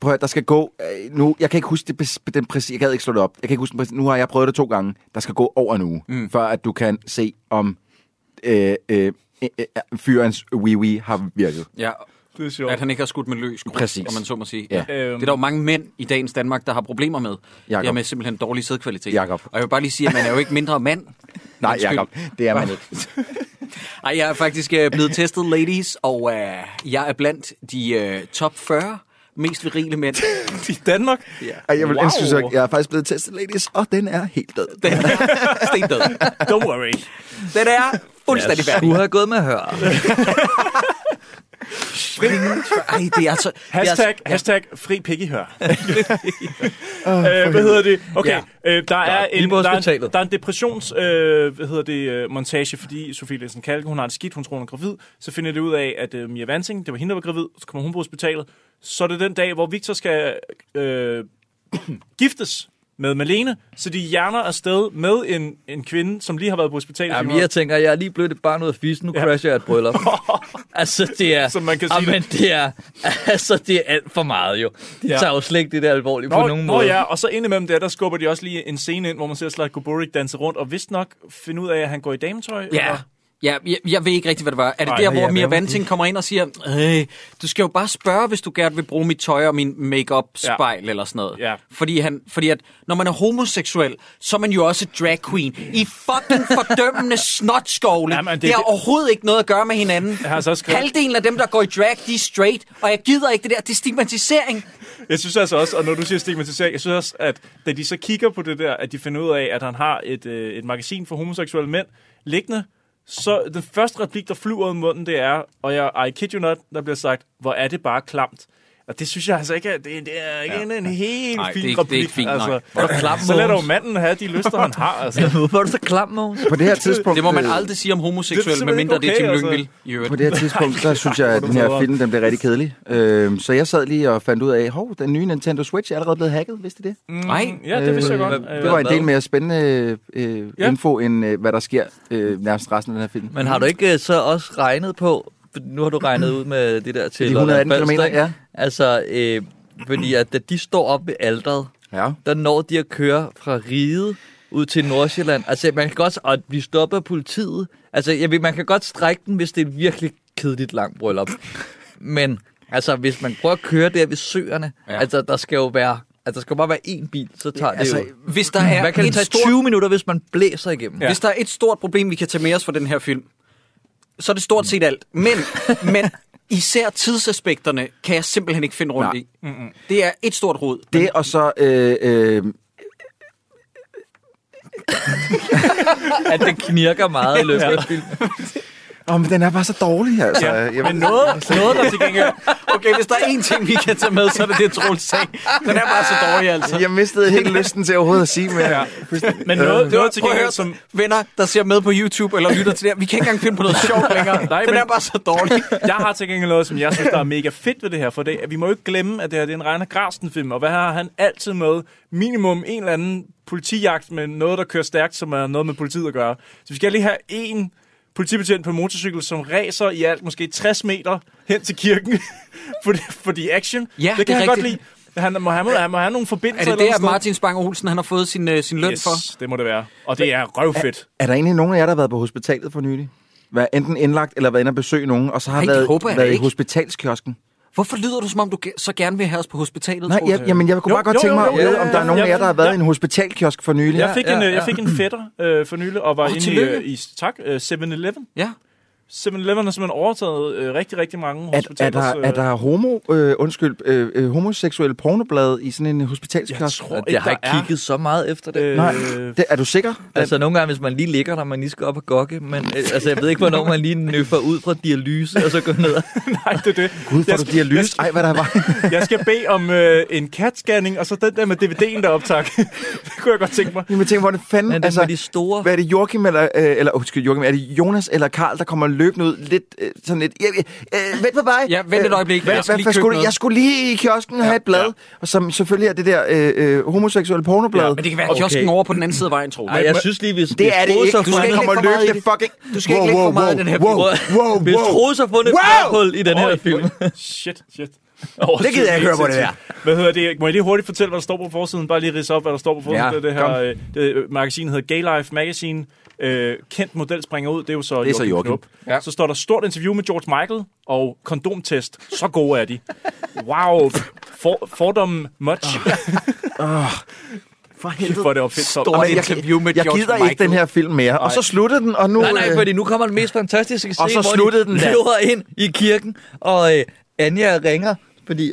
Speaker 12: Prøv at høre, der skal gå... Øh, nu, jeg kan ikke huske det, bes- den præcis... Jeg gad ikke slå det op. Jeg kan ikke huske den præcis, Nu har jeg prøvet det to gange. Der skal gå over en uge, mm. før at du kan se, om øh, øh, øh, øh, fyrens wee-wee har virket.
Speaker 6: Ja.
Speaker 8: Det er sjovt.
Speaker 6: At han ikke har skudt med løs krog,
Speaker 12: Præcis.
Speaker 6: om man så må sige.
Speaker 12: Ja.
Speaker 6: Ja. Det er der jo mange mænd i dagens Danmark, der har problemer med. Jacob. Det er
Speaker 12: Jakob.
Speaker 6: med simpelthen dårlig sædkvalitet.
Speaker 12: Jakob.
Speaker 6: Og jeg vil bare lige sige, at man er jo ikke mindre mand.
Speaker 12: Nej,
Speaker 6: Undskyld.
Speaker 12: Jacob, det er man ikke.
Speaker 6: Ej, jeg er faktisk øh, blevet testet, ladies, og øh, jeg er blandt de øh, top 40 mest virile mænd.
Speaker 8: I Danmark?
Speaker 6: Ja.
Speaker 12: Ej, jeg vil wow. ønske, at jeg er faktisk blevet testet, ladies, og den er helt død.
Speaker 6: Den er stendød.
Speaker 8: Don't worry.
Speaker 6: Den er fuldstændig
Speaker 7: Jeg
Speaker 6: færdig.
Speaker 7: skulle have gået med høre.
Speaker 6: Ej, det er så...
Speaker 8: Hashtag,
Speaker 6: det er,
Speaker 8: hashtag fri piggy hør. øh, hvad hedder det? Okay, ja. øh, der, er en,
Speaker 7: på
Speaker 8: der, er en,
Speaker 7: hospitalet.
Speaker 8: der er en depressions øh, hvad hedder det, øh, montage, fordi Sofie Lensen Kalke, hun har det skidt, hun tror, hun er gravid. Så finder det ud af, at øh, Mia Vansing, det var hende, der var gravid, så kommer hun på hospitalet. Så er det den dag, hvor Victor skal øh, giftes med Malene, så de hjerner afsted med en, en kvinde, som lige har været på hospitalet. i
Speaker 7: Jamen,
Speaker 8: fem år.
Speaker 7: jeg tænker, jeg er lige blevet et barn ud af fisen, nu ja. crasher jeg et bryllup. altså, det er...
Speaker 8: Som man kan sige
Speaker 7: Jamen,
Speaker 8: det.
Speaker 7: det. er... Altså, det er alt for meget, jo. De
Speaker 8: Ja.
Speaker 7: ja. tager jo slet ikke det der alvorligt
Speaker 8: Nå,
Speaker 7: på nogen
Speaker 8: nå
Speaker 7: måde.
Speaker 8: ja, og så indimellem der, der skubber de også lige en scene ind, hvor man ser Slatko Boric danse rundt, og vist nok finde ud af, at han går i dametøj.
Speaker 6: Ja.
Speaker 8: eller-
Speaker 6: Ja, jeg, jeg ved ikke rigtig, hvad det var. Er det
Speaker 8: Nej,
Speaker 6: der,
Speaker 8: hvad
Speaker 6: hvor
Speaker 8: er
Speaker 6: Mia
Speaker 8: det?
Speaker 6: Vanting kommer ind og siger, "Øh, du skal jo bare spørge, hvis du gerne vil bruge mit tøj og min makeup spejl ja. eller sådan noget. Ja. Fordi, han, fordi at, når man er homoseksuel, så er man jo også drag queen. I fucking fordømmende snotskovle.
Speaker 8: Jamen,
Speaker 6: Jamen,
Speaker 8: det-
Speaker 6: det, det har overhovedet ikke noget at gøre med hinanden.
Speaker 8: Jeg har så skrevet-
Speaker 6: Halvdelen af dem, der går i drag, de er straight, og jeg gider ikke det der. Det er stigmatisering.
Speaker 8: Jeg synes altså også, og når du siger stigmatisering, jeg synes også, at da de så kigger på det der, at de finder ud af, at han har et, øh, et magasin for homoseksuelle mænd liggende, så den første replik, der flyver ud af munden, det er, og jeg, I kid you not, der bliver sagt, hvor er det bare klamt. Og det synes jeg altså ikke, er, det, det er ikke ja. en helt
Speaker 6: Nej, det er
Speaker 8: fin
Speaker 6: ikke- det er
Speaker 8: replik.
Speaker 6: ikke fint nok.
Speaker 8: altså,
Speaker 6: Hvor er du klam,
Speaker 8: så lad
Speaker 6: Mogens?
Speaker 8: dog manden have de lyster, han har. Altså.
Speaker 7: Hvorfor er du så klam, Mogens?
Speaker 12: På det her tidspunkt...
Speaker 6: Det må man
Speaker 12: øh,
Speaker 6: aldrig sige om
Speaker 8: Det er
Speaker 6: homoseksuelle,
Speaker 8: simpelthen
Speaker 6: medmindre det er
Speaker 8: ikke
Speaker 6: Tim
Speaker 8: okay, altså.
Speaker 6: Lyngvild. i øvrigt.
Speaker 12: På det her tidspunkt, der synes jeg, at den her film den blev rigtig kedelig. Øhm, så jeg sad lige og fandt ud af, hov, den nye Nintendo Switch er allerede blevet hacket, vidste I det?
Speaker 6: Nej.
Speaker 8: Mm, Ja, det vidste jeg godt.
Speaker 12: Øh, det var en del mere spændende øh,
Speaker 8: Ja.
Speaker 12: ja. info, end øh, hvad der sker øh, nærmest resten af den her film.
Speaker 7: Men har du ikke øh, så også regnet på, for nu har du regnet ud med det der til
Speaker 12: De 118
Speaker 7: Lolland Falster,
Speaker 12: kilometer,
Speaker 7: ikke?
Speaker 12: ja.
Speaker 7: Altså, øh, fordi at da de står op ved alderet,
Speaker 12: ja.
Speaker 7: der når de at køre fra Ride ud til Nordsjælland. Altså, man kan godt og blive stoppet af politiet. Altså, jeg ved, man kan godt strække den, hvis det er et virkelig kedeligt langt bryllup. Men altså, hvis man prøver at køre der ved søerne, ja. altså, der skal jo være... Altså, der skal jo bare være én bil, så tager ja,
Speaker 6: altså,
Speaker 7: det jo...
Speaker 6: hvis der er
Speaker 7: Hvad kan det
Speaker 6: et
Speaker 7: tage
Speaker 6: stort-
Speaker 7: 20 minutter, hvis man blæser igennem?
Speaker 6: Ja. Hvis der er et stort problem, vi kan tage med os fra den her film, så er det stort set alt. Men, men især tidsaspekterne kan jeg simpelthen ikke finde rundt
Speaker 12: Nej.
Speaker 6: i. Det er et stort rod.
Speaker 12: Det og så... Øh, øh,
Speaker 7: at den knirker meget i løbet
Speaker 12: Ja.
Speaker 7: af filmen.
Speaker 12: åh, men den er bare så dårlig, altså.
Speaker 6: Ja,
Speaker 12: Jeg-
Speaker 6: men noget, noget der til gengæld... Okay, hvis der er én ting, vi kan tage med, så er det det, Troels sagde. Den er bare så dårlig, altså.
Speaker 12: Jeg mistede helt lysten til overhovedet at sige mere.
Speaker 8: Men noget,
Speaker 6: Det var
Speaker 8: noget til
Speaker 6: til at
Speaker 8: gengæld,
Speaker 6: høre,
Speaker 8: som,
Speaker 6: som venner, der ser med på YouTube eller lytter til det her, vi kan ikke engang finde på noget sjovt længere.
Speaker 8: Nej,
Speaker 6: Nej, den
Speaker 8: men-
Speaker 6: er bare så dårlig.
Speaker 8: jeg har til gengæld noget, som jeg synes, der er mega fedt ved det her, for det, er, at vi må jo ikke glemme, at det her det er en Reiner Grasten-film, og hvad har han altid med? Minimum en eller anden politijagt med noget, der kører stærkt, som er noget med politiet at gøre. Så vi skal lige have en politibetjent på en motorcykel, som racer i alt måske 60 meter hen til kirken, fordi, fordi action.
Speaker 6: Ja,
Speaker 8: det kan
Speaker 6: det er
Speaker 8: han godt lide.
Speaker 6: rigtigt.
Speaker 8: Han må, have, han må have nogle
Speaker 6: Er
Speaker 8: forbindelser.
Speaker 6: det
Speaker 8: eller
Speaker 6: det, at
Speaker 8: sådan noget.
Speaker 6: Martin Spang Olsen han har fået sin, øh, sin løn
Speaker 8: yes,
Speaker 6: for?
Speaker 8: det må det være. Og det er røvfedt.
Speaker 12: Er der egentlig nogen af jer, der har været på hospitalet for nylig? Været enten indlagt eller været inde og besøge nogen, og så har
Speaker 6: Ej, det
Speaker 12: været,
Speaker 6: håber jeg da
Speaker 12: været i
Speaker 6: ikke.
Speaker 12: hospitalskiosken?
Speaker 6: Hvorfor lyder du, som om du ge- så gerne vil have os på hospitalet,
Speaker 12: Nej,
Speaker 6: Troels?
Speaker 12: jeg, jamen, jeg kunne
Speaker 6: Jo,
Speaker 12: bare godt
Speaker 6: jo,
Speaker 12: tænke mig at
Speaker 6: jo, jo,
Speaker 12: vide,
Speaker 6: jo,
Speaker 12: om
Speaker 6: jo,
Speaker 12: der er nogen af
Speaker 6: jo,
Speaker 12: jer, der har været i en hospitalkiosk for nylig.
Speaker 8: Jeg fik, en, øh, jeg fik en fætter øh, for nylig, og var
Speaker 6: Åh,
Speaker 8: inde i,
Speaker 6: tillykke.
Speaker 8: øh, i tak, øh, 7-Eleven.
Speaker 6: Ja.
Speaker 8: 7-Eleven har simpelthen overtaget øh, rigtig, rigtig
Speaker 12: At,
Speaker 8: mange
Speaker 12: er,
Speaker 8: hospitaler.
Speaker 12: der, er der homo, øh, undskyld, øh, øh, homoseksuelle pornoblad i sådan en hospitalskiosk?
Speaker 7: Jeg tror ikke, Jeg har der ikke er. kigget så meget efter det.
Speaker 12: Øh, Nej. Det, er du sikker?
Speaker 7: Altså nogle gange, hvis man lige ligger der, man lige skal op og gokke, men øh, altså, jeg ved ikke, hvornår man lige nøffer ud fra dialyse, og så går ned.
Speaker 8: Nej, det er det.
Speaker 12: Gud, får du dialyse? Ej, hvad der var.
Speaker 8: jeg skal bede om øh, en CAT-scanning, og så den der med DVD'en, der er optag. det kunne jeg godt tænke mig.
Speaker 12: Jamen, tænk, hvor det fanden... altså-
Speaker 8: Men det er med de
Speaker 7: store...
Speaker 12: Hvad er det Joachim eller... Øh, eller undskyld, Joachim, er det Jonas eller Karl der kommer løbende ud lidt øh, sådan lidt... Øh, øh, vent på mig.
Speaker 6: Ja, vent et øjeblik.
Speaker 12: Hvad,
Speaker 6: Jeg
Speaker 12: jeg,
Speaker 6: skal
Speaker 12: skal
Speaker 6: lige
Speaker 12: hvad,
Speaker 6: købe
Speaker 12: skulle,
Speaker 6: noget.
Speaker 12: jeg skulle lige i kiosken ja, have et blad, ja. og som selvfølgelig er det der øh, øh, homoseksuelle pornoblad. Ja,
Speaker 6: Men det kan være okay. kiosken over på den anden side af vejen, Troels.
Speaker 7: Ej, jeg synes lige, hvis
Speaker 12: Det er det ikke. Du skal ikke
Speaker 7: kommer
Speaker 12: lægge for meget i det.
Speaker 6: Du skal ikke lægge for meget i den her film.
Speaker 12: Wow, wow,
Speaker 7: Hvis
Speaker 12: wow.
Speaker 7: Troels har fundet
Speaker 12: Wow!
Speaker 7: et wow! i den her film.
Speaker 8: Shit, shit.
Speaker 7: Det gider jeg ikke høre på, det der.
Speaker 8: Hvad hedder det? Må jeg lige hurtigt fortælle, hvad der står på forsiden? Bare lige ridse op, hvad der står på forsiden.
Speaker 12: Ja,
Speaker 8: det, er det
Speaker 12: kom.
Speaker 8: her øh, det, øh, magasin hedder Gay Life Magazine. Øh, kendt model springer ud, det er jo så
Speaker 12: Det er så
Speaker 8: Joachim
Speaker 12: Joachim.
Speaker 8: Knop. Ja. Så står der stort interview med George Michael og kondomtest. Så gode er de. Wow, for, fordom much.
Speaker 12: Oh,
Speaker 8: for helvede. For det var fedt. Stort
Speaker 12: jeg, jeg, jeg gider ikke den her film mere. Og så slutter den, og nu...
Speaker 7: Nej, nej,
Speaker 12: øh,
Speaker 7: fordi nu kommer den mest fantastiske scene,
Speaker 12: Og så
Speaker 7: hvor
Speaker 12: sluttede
Speaker 7: de
Speaker 12: den da.
Speaker 7: løber ind i kirken, og øh, Anja ringer fordi,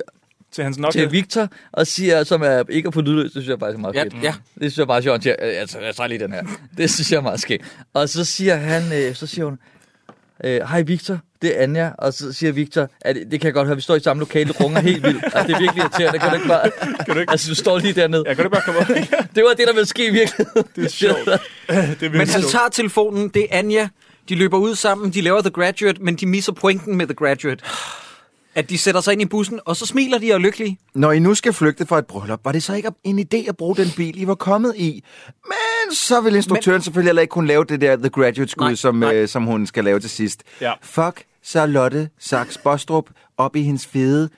Speaker 8: til, hans Nokia.
Speaker 7: til Victor og siger, som er, ikke er på lydløs, det synes jeg faktisk er meget
Speaker 6: Ja,
Speaker 7: fedt.
Speaker 6: ja.
Speaker 7: Det synes jeg bare er sjovt. Jeg, jeg, tager- jeg tager lige den her. Det synes jeg er meget skægt. Og så siger han, øh, så siger hun, øh, hej Victor, det er Anja. Og så siger Victor, at det, det kan jeg godt høre, vi står i samme lokale, det runger helt vildt. Altså, det er virkelig irriterende, kan du ikke bare... Kan
Speaker 8: du ikke?
Speaker 7: Altså, du står lige dernede.
Speaker 8: Ja, kan du ikke bare komme op?
Speaker 7: det var det, der ville ske i virkeligheden.
Speaker 8: Det er sjovt. det er
Speaker 6: Men han tager telefonen, det er Anja. De løber ud sammen, de laver The Graduate, men de misser pointen med The Graduate. At de sætter sig ind i bussen, og så smiler de og er lykkelige.
Speaker 12: Når I nu skal flygte fra et bryllup, var det så ikke en idé at bruge den bil, I var kommet i? Men så vil instruktøren Men... selvfølgelig heller ikke kunne lave det der The Graduate School, nej, som, nej. Øh, som hun skal lave til sidst.
Speaker 8: Ja.
Speaker 12: Fuck så Lotte Saks Bostrup op i hendes fede,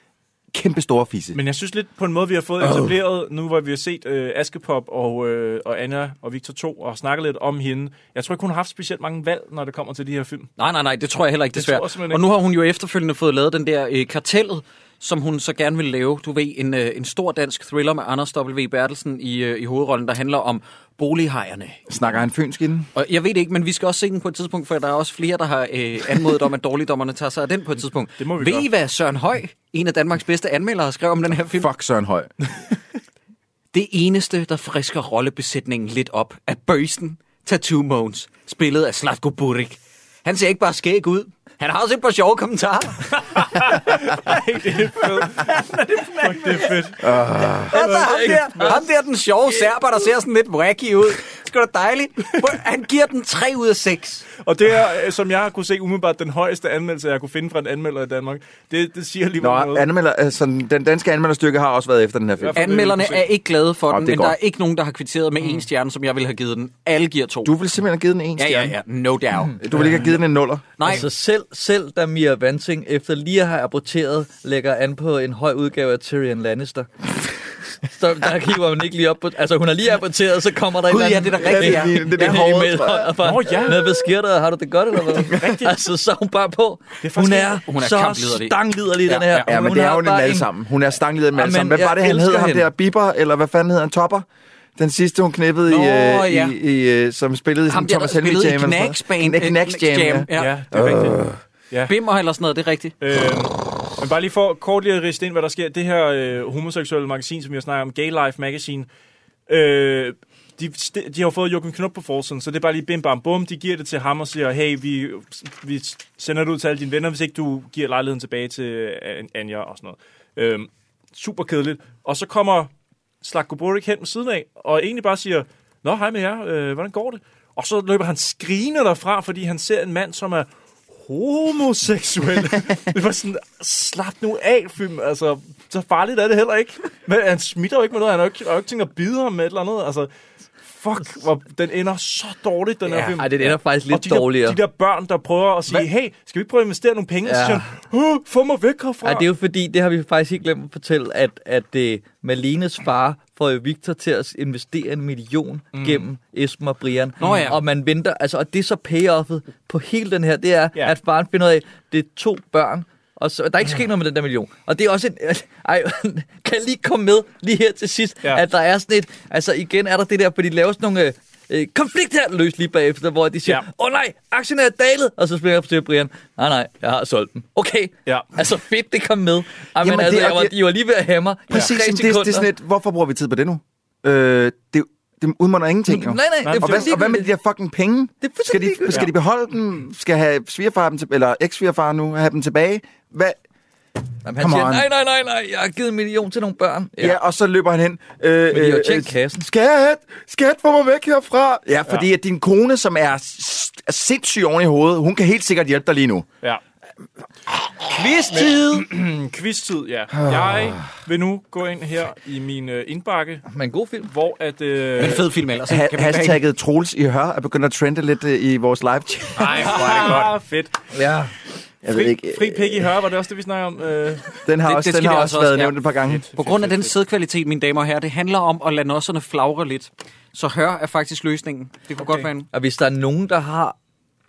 Speaker 12: kæmpe store fisse.
Speaker 8: Men jeg synes lidt på en måde, vi har fået etableret, nu hvor vi har set øh, Askepop og, øh, og Anja og Victor 2 og snakket lidt om hende. Jeg tror ikke, hun har haft specielt mange valg, når det kommer til de her film.
Speaker 6: Nej, nej, nej, det tror jeg heller ikke,
Speaker 8: Det
Speaker 6: desværre.
Speaker 8: tror jeg simpelthen
Speaker 6: og
Speaker 8: ikke.
Speaker 6: nu har hun jo efterfølgende fået lavet den der øh, kartellet, som hun så gerne vil lave. Du ved, en, øh, en stor dansk thriller med Anders W. Bertelsen i, øh, i hovedrollen, der handler om bolighejerne.
Speaker 12: Snakker han fynsk i den?
Speaker 6: Og jeg ved det ikke, men vi skal også se den på et tidspunkt, for der er også flere, der har øh, anmodet om, at dårligdommerne tager sig af den på et tidspunkt. Det må vi ved I, hvad Søren Høj, en af Danmarks bedste anmeldere, skrev om den her film?
Speaker 12: Fuck Søren Høj.
Speaker 6: Det eneste, der frisker rollebesætningen lidt op, er Bøjsen Tattoo Mones, spillet af Slatko Burik. Han ser ikke bare skæg ud, han har også et par sjove kommentarer.
Speaker 8: Fuck, det er fedt.
Speaker 12: Uh,
Speaker 6: Altså, ham der, ham der den sjove serber, der ser sådan lidt wacky ud. Skal da dejligt. Prøv, Han giver den 3 ud af 6.
Speaker 8: Og det er, øh, som jeg kunne se umiddelbart, den højeste anmeldelse, jeg kunne finde fra en anmelder i Danmark. Det, det siger lige
Speaker 12: Nå, anmelder, altså, den danske anmelderstyrke har også været efter den her film.
Speaker 6: Anmelderne er ikke glade for
Speaker 12: Nå,
Speaker 6: den,
Speaker 12: det er
Speaker 6: men der er
Speaker 12: godt.
Speaker 6: ikke nogen, der har kvitteret med en stjerne, som jeg ville have givet den. Alle giver to.
Speaker 12: Du vil simpelthen have givet den en
Speaker 6: Ja, ja,
Speaker 12: stjerne?
Speaker 6: ja. No doubt.
Speaker 12: Du vil ikke have givet den en nuller?
Speaker 6: Nej.
Speaker 7: Altså selv, selv da Mia Vansing efter lige at have aborteret, lægger an på en høj udgave af Tyrion Lannister. Så der hiver hun ikke lige op på... Altså, hun har lige aborteret, så kommer der
Speaker 6: Gud,
Speaker 7: en
Speaker 6: ja,
Speaker 7: anden-
Speaker 6: det er da rigtigt, ja.
Speaker 7: en-
Speaker 6: Det der
Speaker 7: en
Speaker 6: hårde,
Speaker 7: e-mail
Speaker 6: tror jeg.
Speaker 7: og bare,
Speaker 6: Nå, ja.
Speaker 7: "Nå, Hvad sker der? Har du det godt, eller hvad? altså, så er hun bare på.
Speaker 6: Det
Speaker 12: er
Speaker 7: hun
Speaker 12: faktisk-
Speaker 7: er,
Speaker 12: hun er
Speaker 7: så
Speaker 12: kampliderlig.
Speaker 7: stangliderlig, den her.
Speaker 12: Ja, men
Speaker 7: Hun
Speaker 12: det er jo en
Speaker 7: bare
Speaker 12: alle sammen. Hun er stanglider med
Speaker 7: Jamen,
Speaker 12: alle sammen. Hvad
Speaker 7: jeg
Speaker 12: var det, han
Speaker 7: elsker
Speaker 12: hed ham
Speaker 7: hende.
Speaker 12: der? Bieber? Eller hvad fanden hed han? Topper? Den sidste, hun knippede
Speaker 6: Nå,
Speaker 12: i, øh,
Speaker 6: ja.
Speaker 12: i, i, øh, som spillede i
Speaker 6: Ham
Speaker 12: sådan
Speaker 6: der,
Speaker 12: Thomas
Speaker 6: der
Speaker 12: Helmi
Speaker 6: spillede i
Speaker 12: Jam. eller
Speaker 6: Knacks
Speaker 12: sådan noget.
Speaker 6: Band.
Speaker 7: øh,
Speaker 12: Kn- Knacks Jam, ja.
Speaker 6: Ja,
Speaker 8: ja det er rigtigt. Ja.
Speaker 6: Bimmer eller sådan noget, det er rigtigt.
Speaker 8: Øhm, men bare lige for kort lige at riste ind, hvad der sker. Det her øh, homoseksuelle magasin, som jeg snakker om, Gay Life Magazine, øh, de, de har jo fået Joachim Knop på forsiden, så det er bare lige bim bam bum. De giver det til ham og siger, hey, vi, vi sender det ud til alle dine venner, hvis ikke du giver lejligheden tilbage til øh, Anja og sådan noget. Øhm, super kedeligt. Og så kommer Slatko Boric hen ved siden af, og egentlig bare siger, Nå, hej med jer, øh, hvordan går det? Og så løber han skrigende derfra, fordi han ser en mand, som er homoseksuel. det var sådan, slap nu af, film. Altså, så farligt er det heller ikke. Men han smitter jo ikke med noget. Han har jo ikke, har jo ikke tænkt at bide ham med et eller andet. Altså, fuck, hvor, den ender så dårligt, den her
Speaker 7: Ja,
Speaker 8: film.
Speaker 7: ej, den ender faktisk lidt
Speaker 8: og de der,
Speaker 7: dårligere.
Speaker 8: de der børn, der prøver at sige,
Speaker 7: Hvad?
Speaker 8: hey, skal vi ikke prøve at investere nogle penge? Ja. Så
Speaker 7: Ja.
Speaker 8: siger han, "Åh, få mig væk herfra.
Speaker 7: Ja, det er jo fordi, det har vi faktisk ikke glemt at fortælle, at, at uh, Malenes far får jo Victor til at investere en million
Speaker 6: Mm.
Speaker 7: mm. gennem Esben og Brian.
Speaker 6: Nå ja.
Speaker 7: Og man venter, altså, og det er så payoffet på hele den her, det er,
Speaker 6: Ja.
Speaker 7: ja. at faren finder ud af, det er to børn, og så, der er ikke sket noget med den der million. Og det er også en... øh, Ej, kan jeg lige komme med lige her til sidst,
Speaker 6: Ja.
Speaker 7: ja. at der er sådan et... Altså igen er der det der, fordi de laver sådan nogle... øh, Øh, konflikt her løs lige bagefter, hvor de siger, åh
Speaker 6: Ja.
Speaker 7: ja. oh, nej, aktien er dalet, og så springer jeg op til Brian, nej nej, jeg har solgt den. Okay,
Speaker 8: ja.
Speaker 7: altså fedt, det kom med. Ej, men
Speaker 12: Jamen,
Speaker 7: altså,
Speaker 12: det er-
Speaker 7: jeg var,
Speaker 12: det-
Speaker 7: de var lige ved at hamre. i
Speaker 12: Præcis,
Speaker 7: tre
Speaker 12: men det, det er
Speaker 7: sekunder.
Speaker 12: sådan et, hvorfor bruger vi tid på det nu? Øh, det, det udmunder ingenting, jo.
Speaker 7: Nej, nej, det er
Speaker 12: og, hvad,
Speaker 7: fuldstændig
Speaker 12: og hvad med de der fucking penge?
Speaker 7: Det er
Speaker 12: skal,
Speaker 7: fuldstændig
Speaker 12: de,
Speaker 7: ligegyldigt.
Speaker 12: skal de beholde dem? Skal have svigerfar dem til, eller eks-svigerfar nu, have dem tilbage? Hvad?
Speaker 7: Jamen, han
Speaker 12: Come
Speaker 7: siger,
Speaker 12: on.
Speaker 7: nej, nej, nej, nej, jeg har givet en million til nogle børn.
Speaker 12: Ja. ja, og så løber han hen. Øh,
Speaker 7: Men de har jo tjent kassen.
Speaker 12: Skat, skat, få mig væk herfra. Ja, fordi ja. at din kone, som er, s- er sindssyg oven i hovedet, hun kan helt sikkert hjælpe dig lige nu.
Speaker 8: Ja. Quiz-tid! Quiz-tid, ja. Jeg vil nu gå ind her i min øh, indbakke.
Speaker 7: Men god film.
Speaker 8: Hvor at... Øh,
Speaker 6: Men fed film ellers.
Speaker 12: Ha- hashtagget Troels i hør er begyndt at trende lidt øh, i vores live chat.
Speaker 8: Nej, hvor er det godt. fedt.
Speaker 7: Ja.
Speaker 12: Jeg ved
Speaker 8: Fri,
Speaker 12: ikke.
Speaker 8: fri
Speaker 7: øh-
Speaker 8: pik i høre, var det også det, vi snakker om? Øh,
Speaker 12: Den har
Speaker 6: Det-
Speaker 12: også,
Speaker 6: det
Speaker 12: den
Speaker 6: skal
Speaker 12: har
Speaker 6: vi
Speaker 12: også
Speaker 6: altså
Speaker 12: været
Speaker 6: også, ja.
Speaker 12: nævnt et par gange.
Speaker 6: På grund af den sædkvalitet, mine damer og herrer, det handler om at lade nosserne flagre lidt. Så hør er faktisk løsningen. Det kunne okay. godt være en...
Speaker 7: Og hvis der er nogen, der har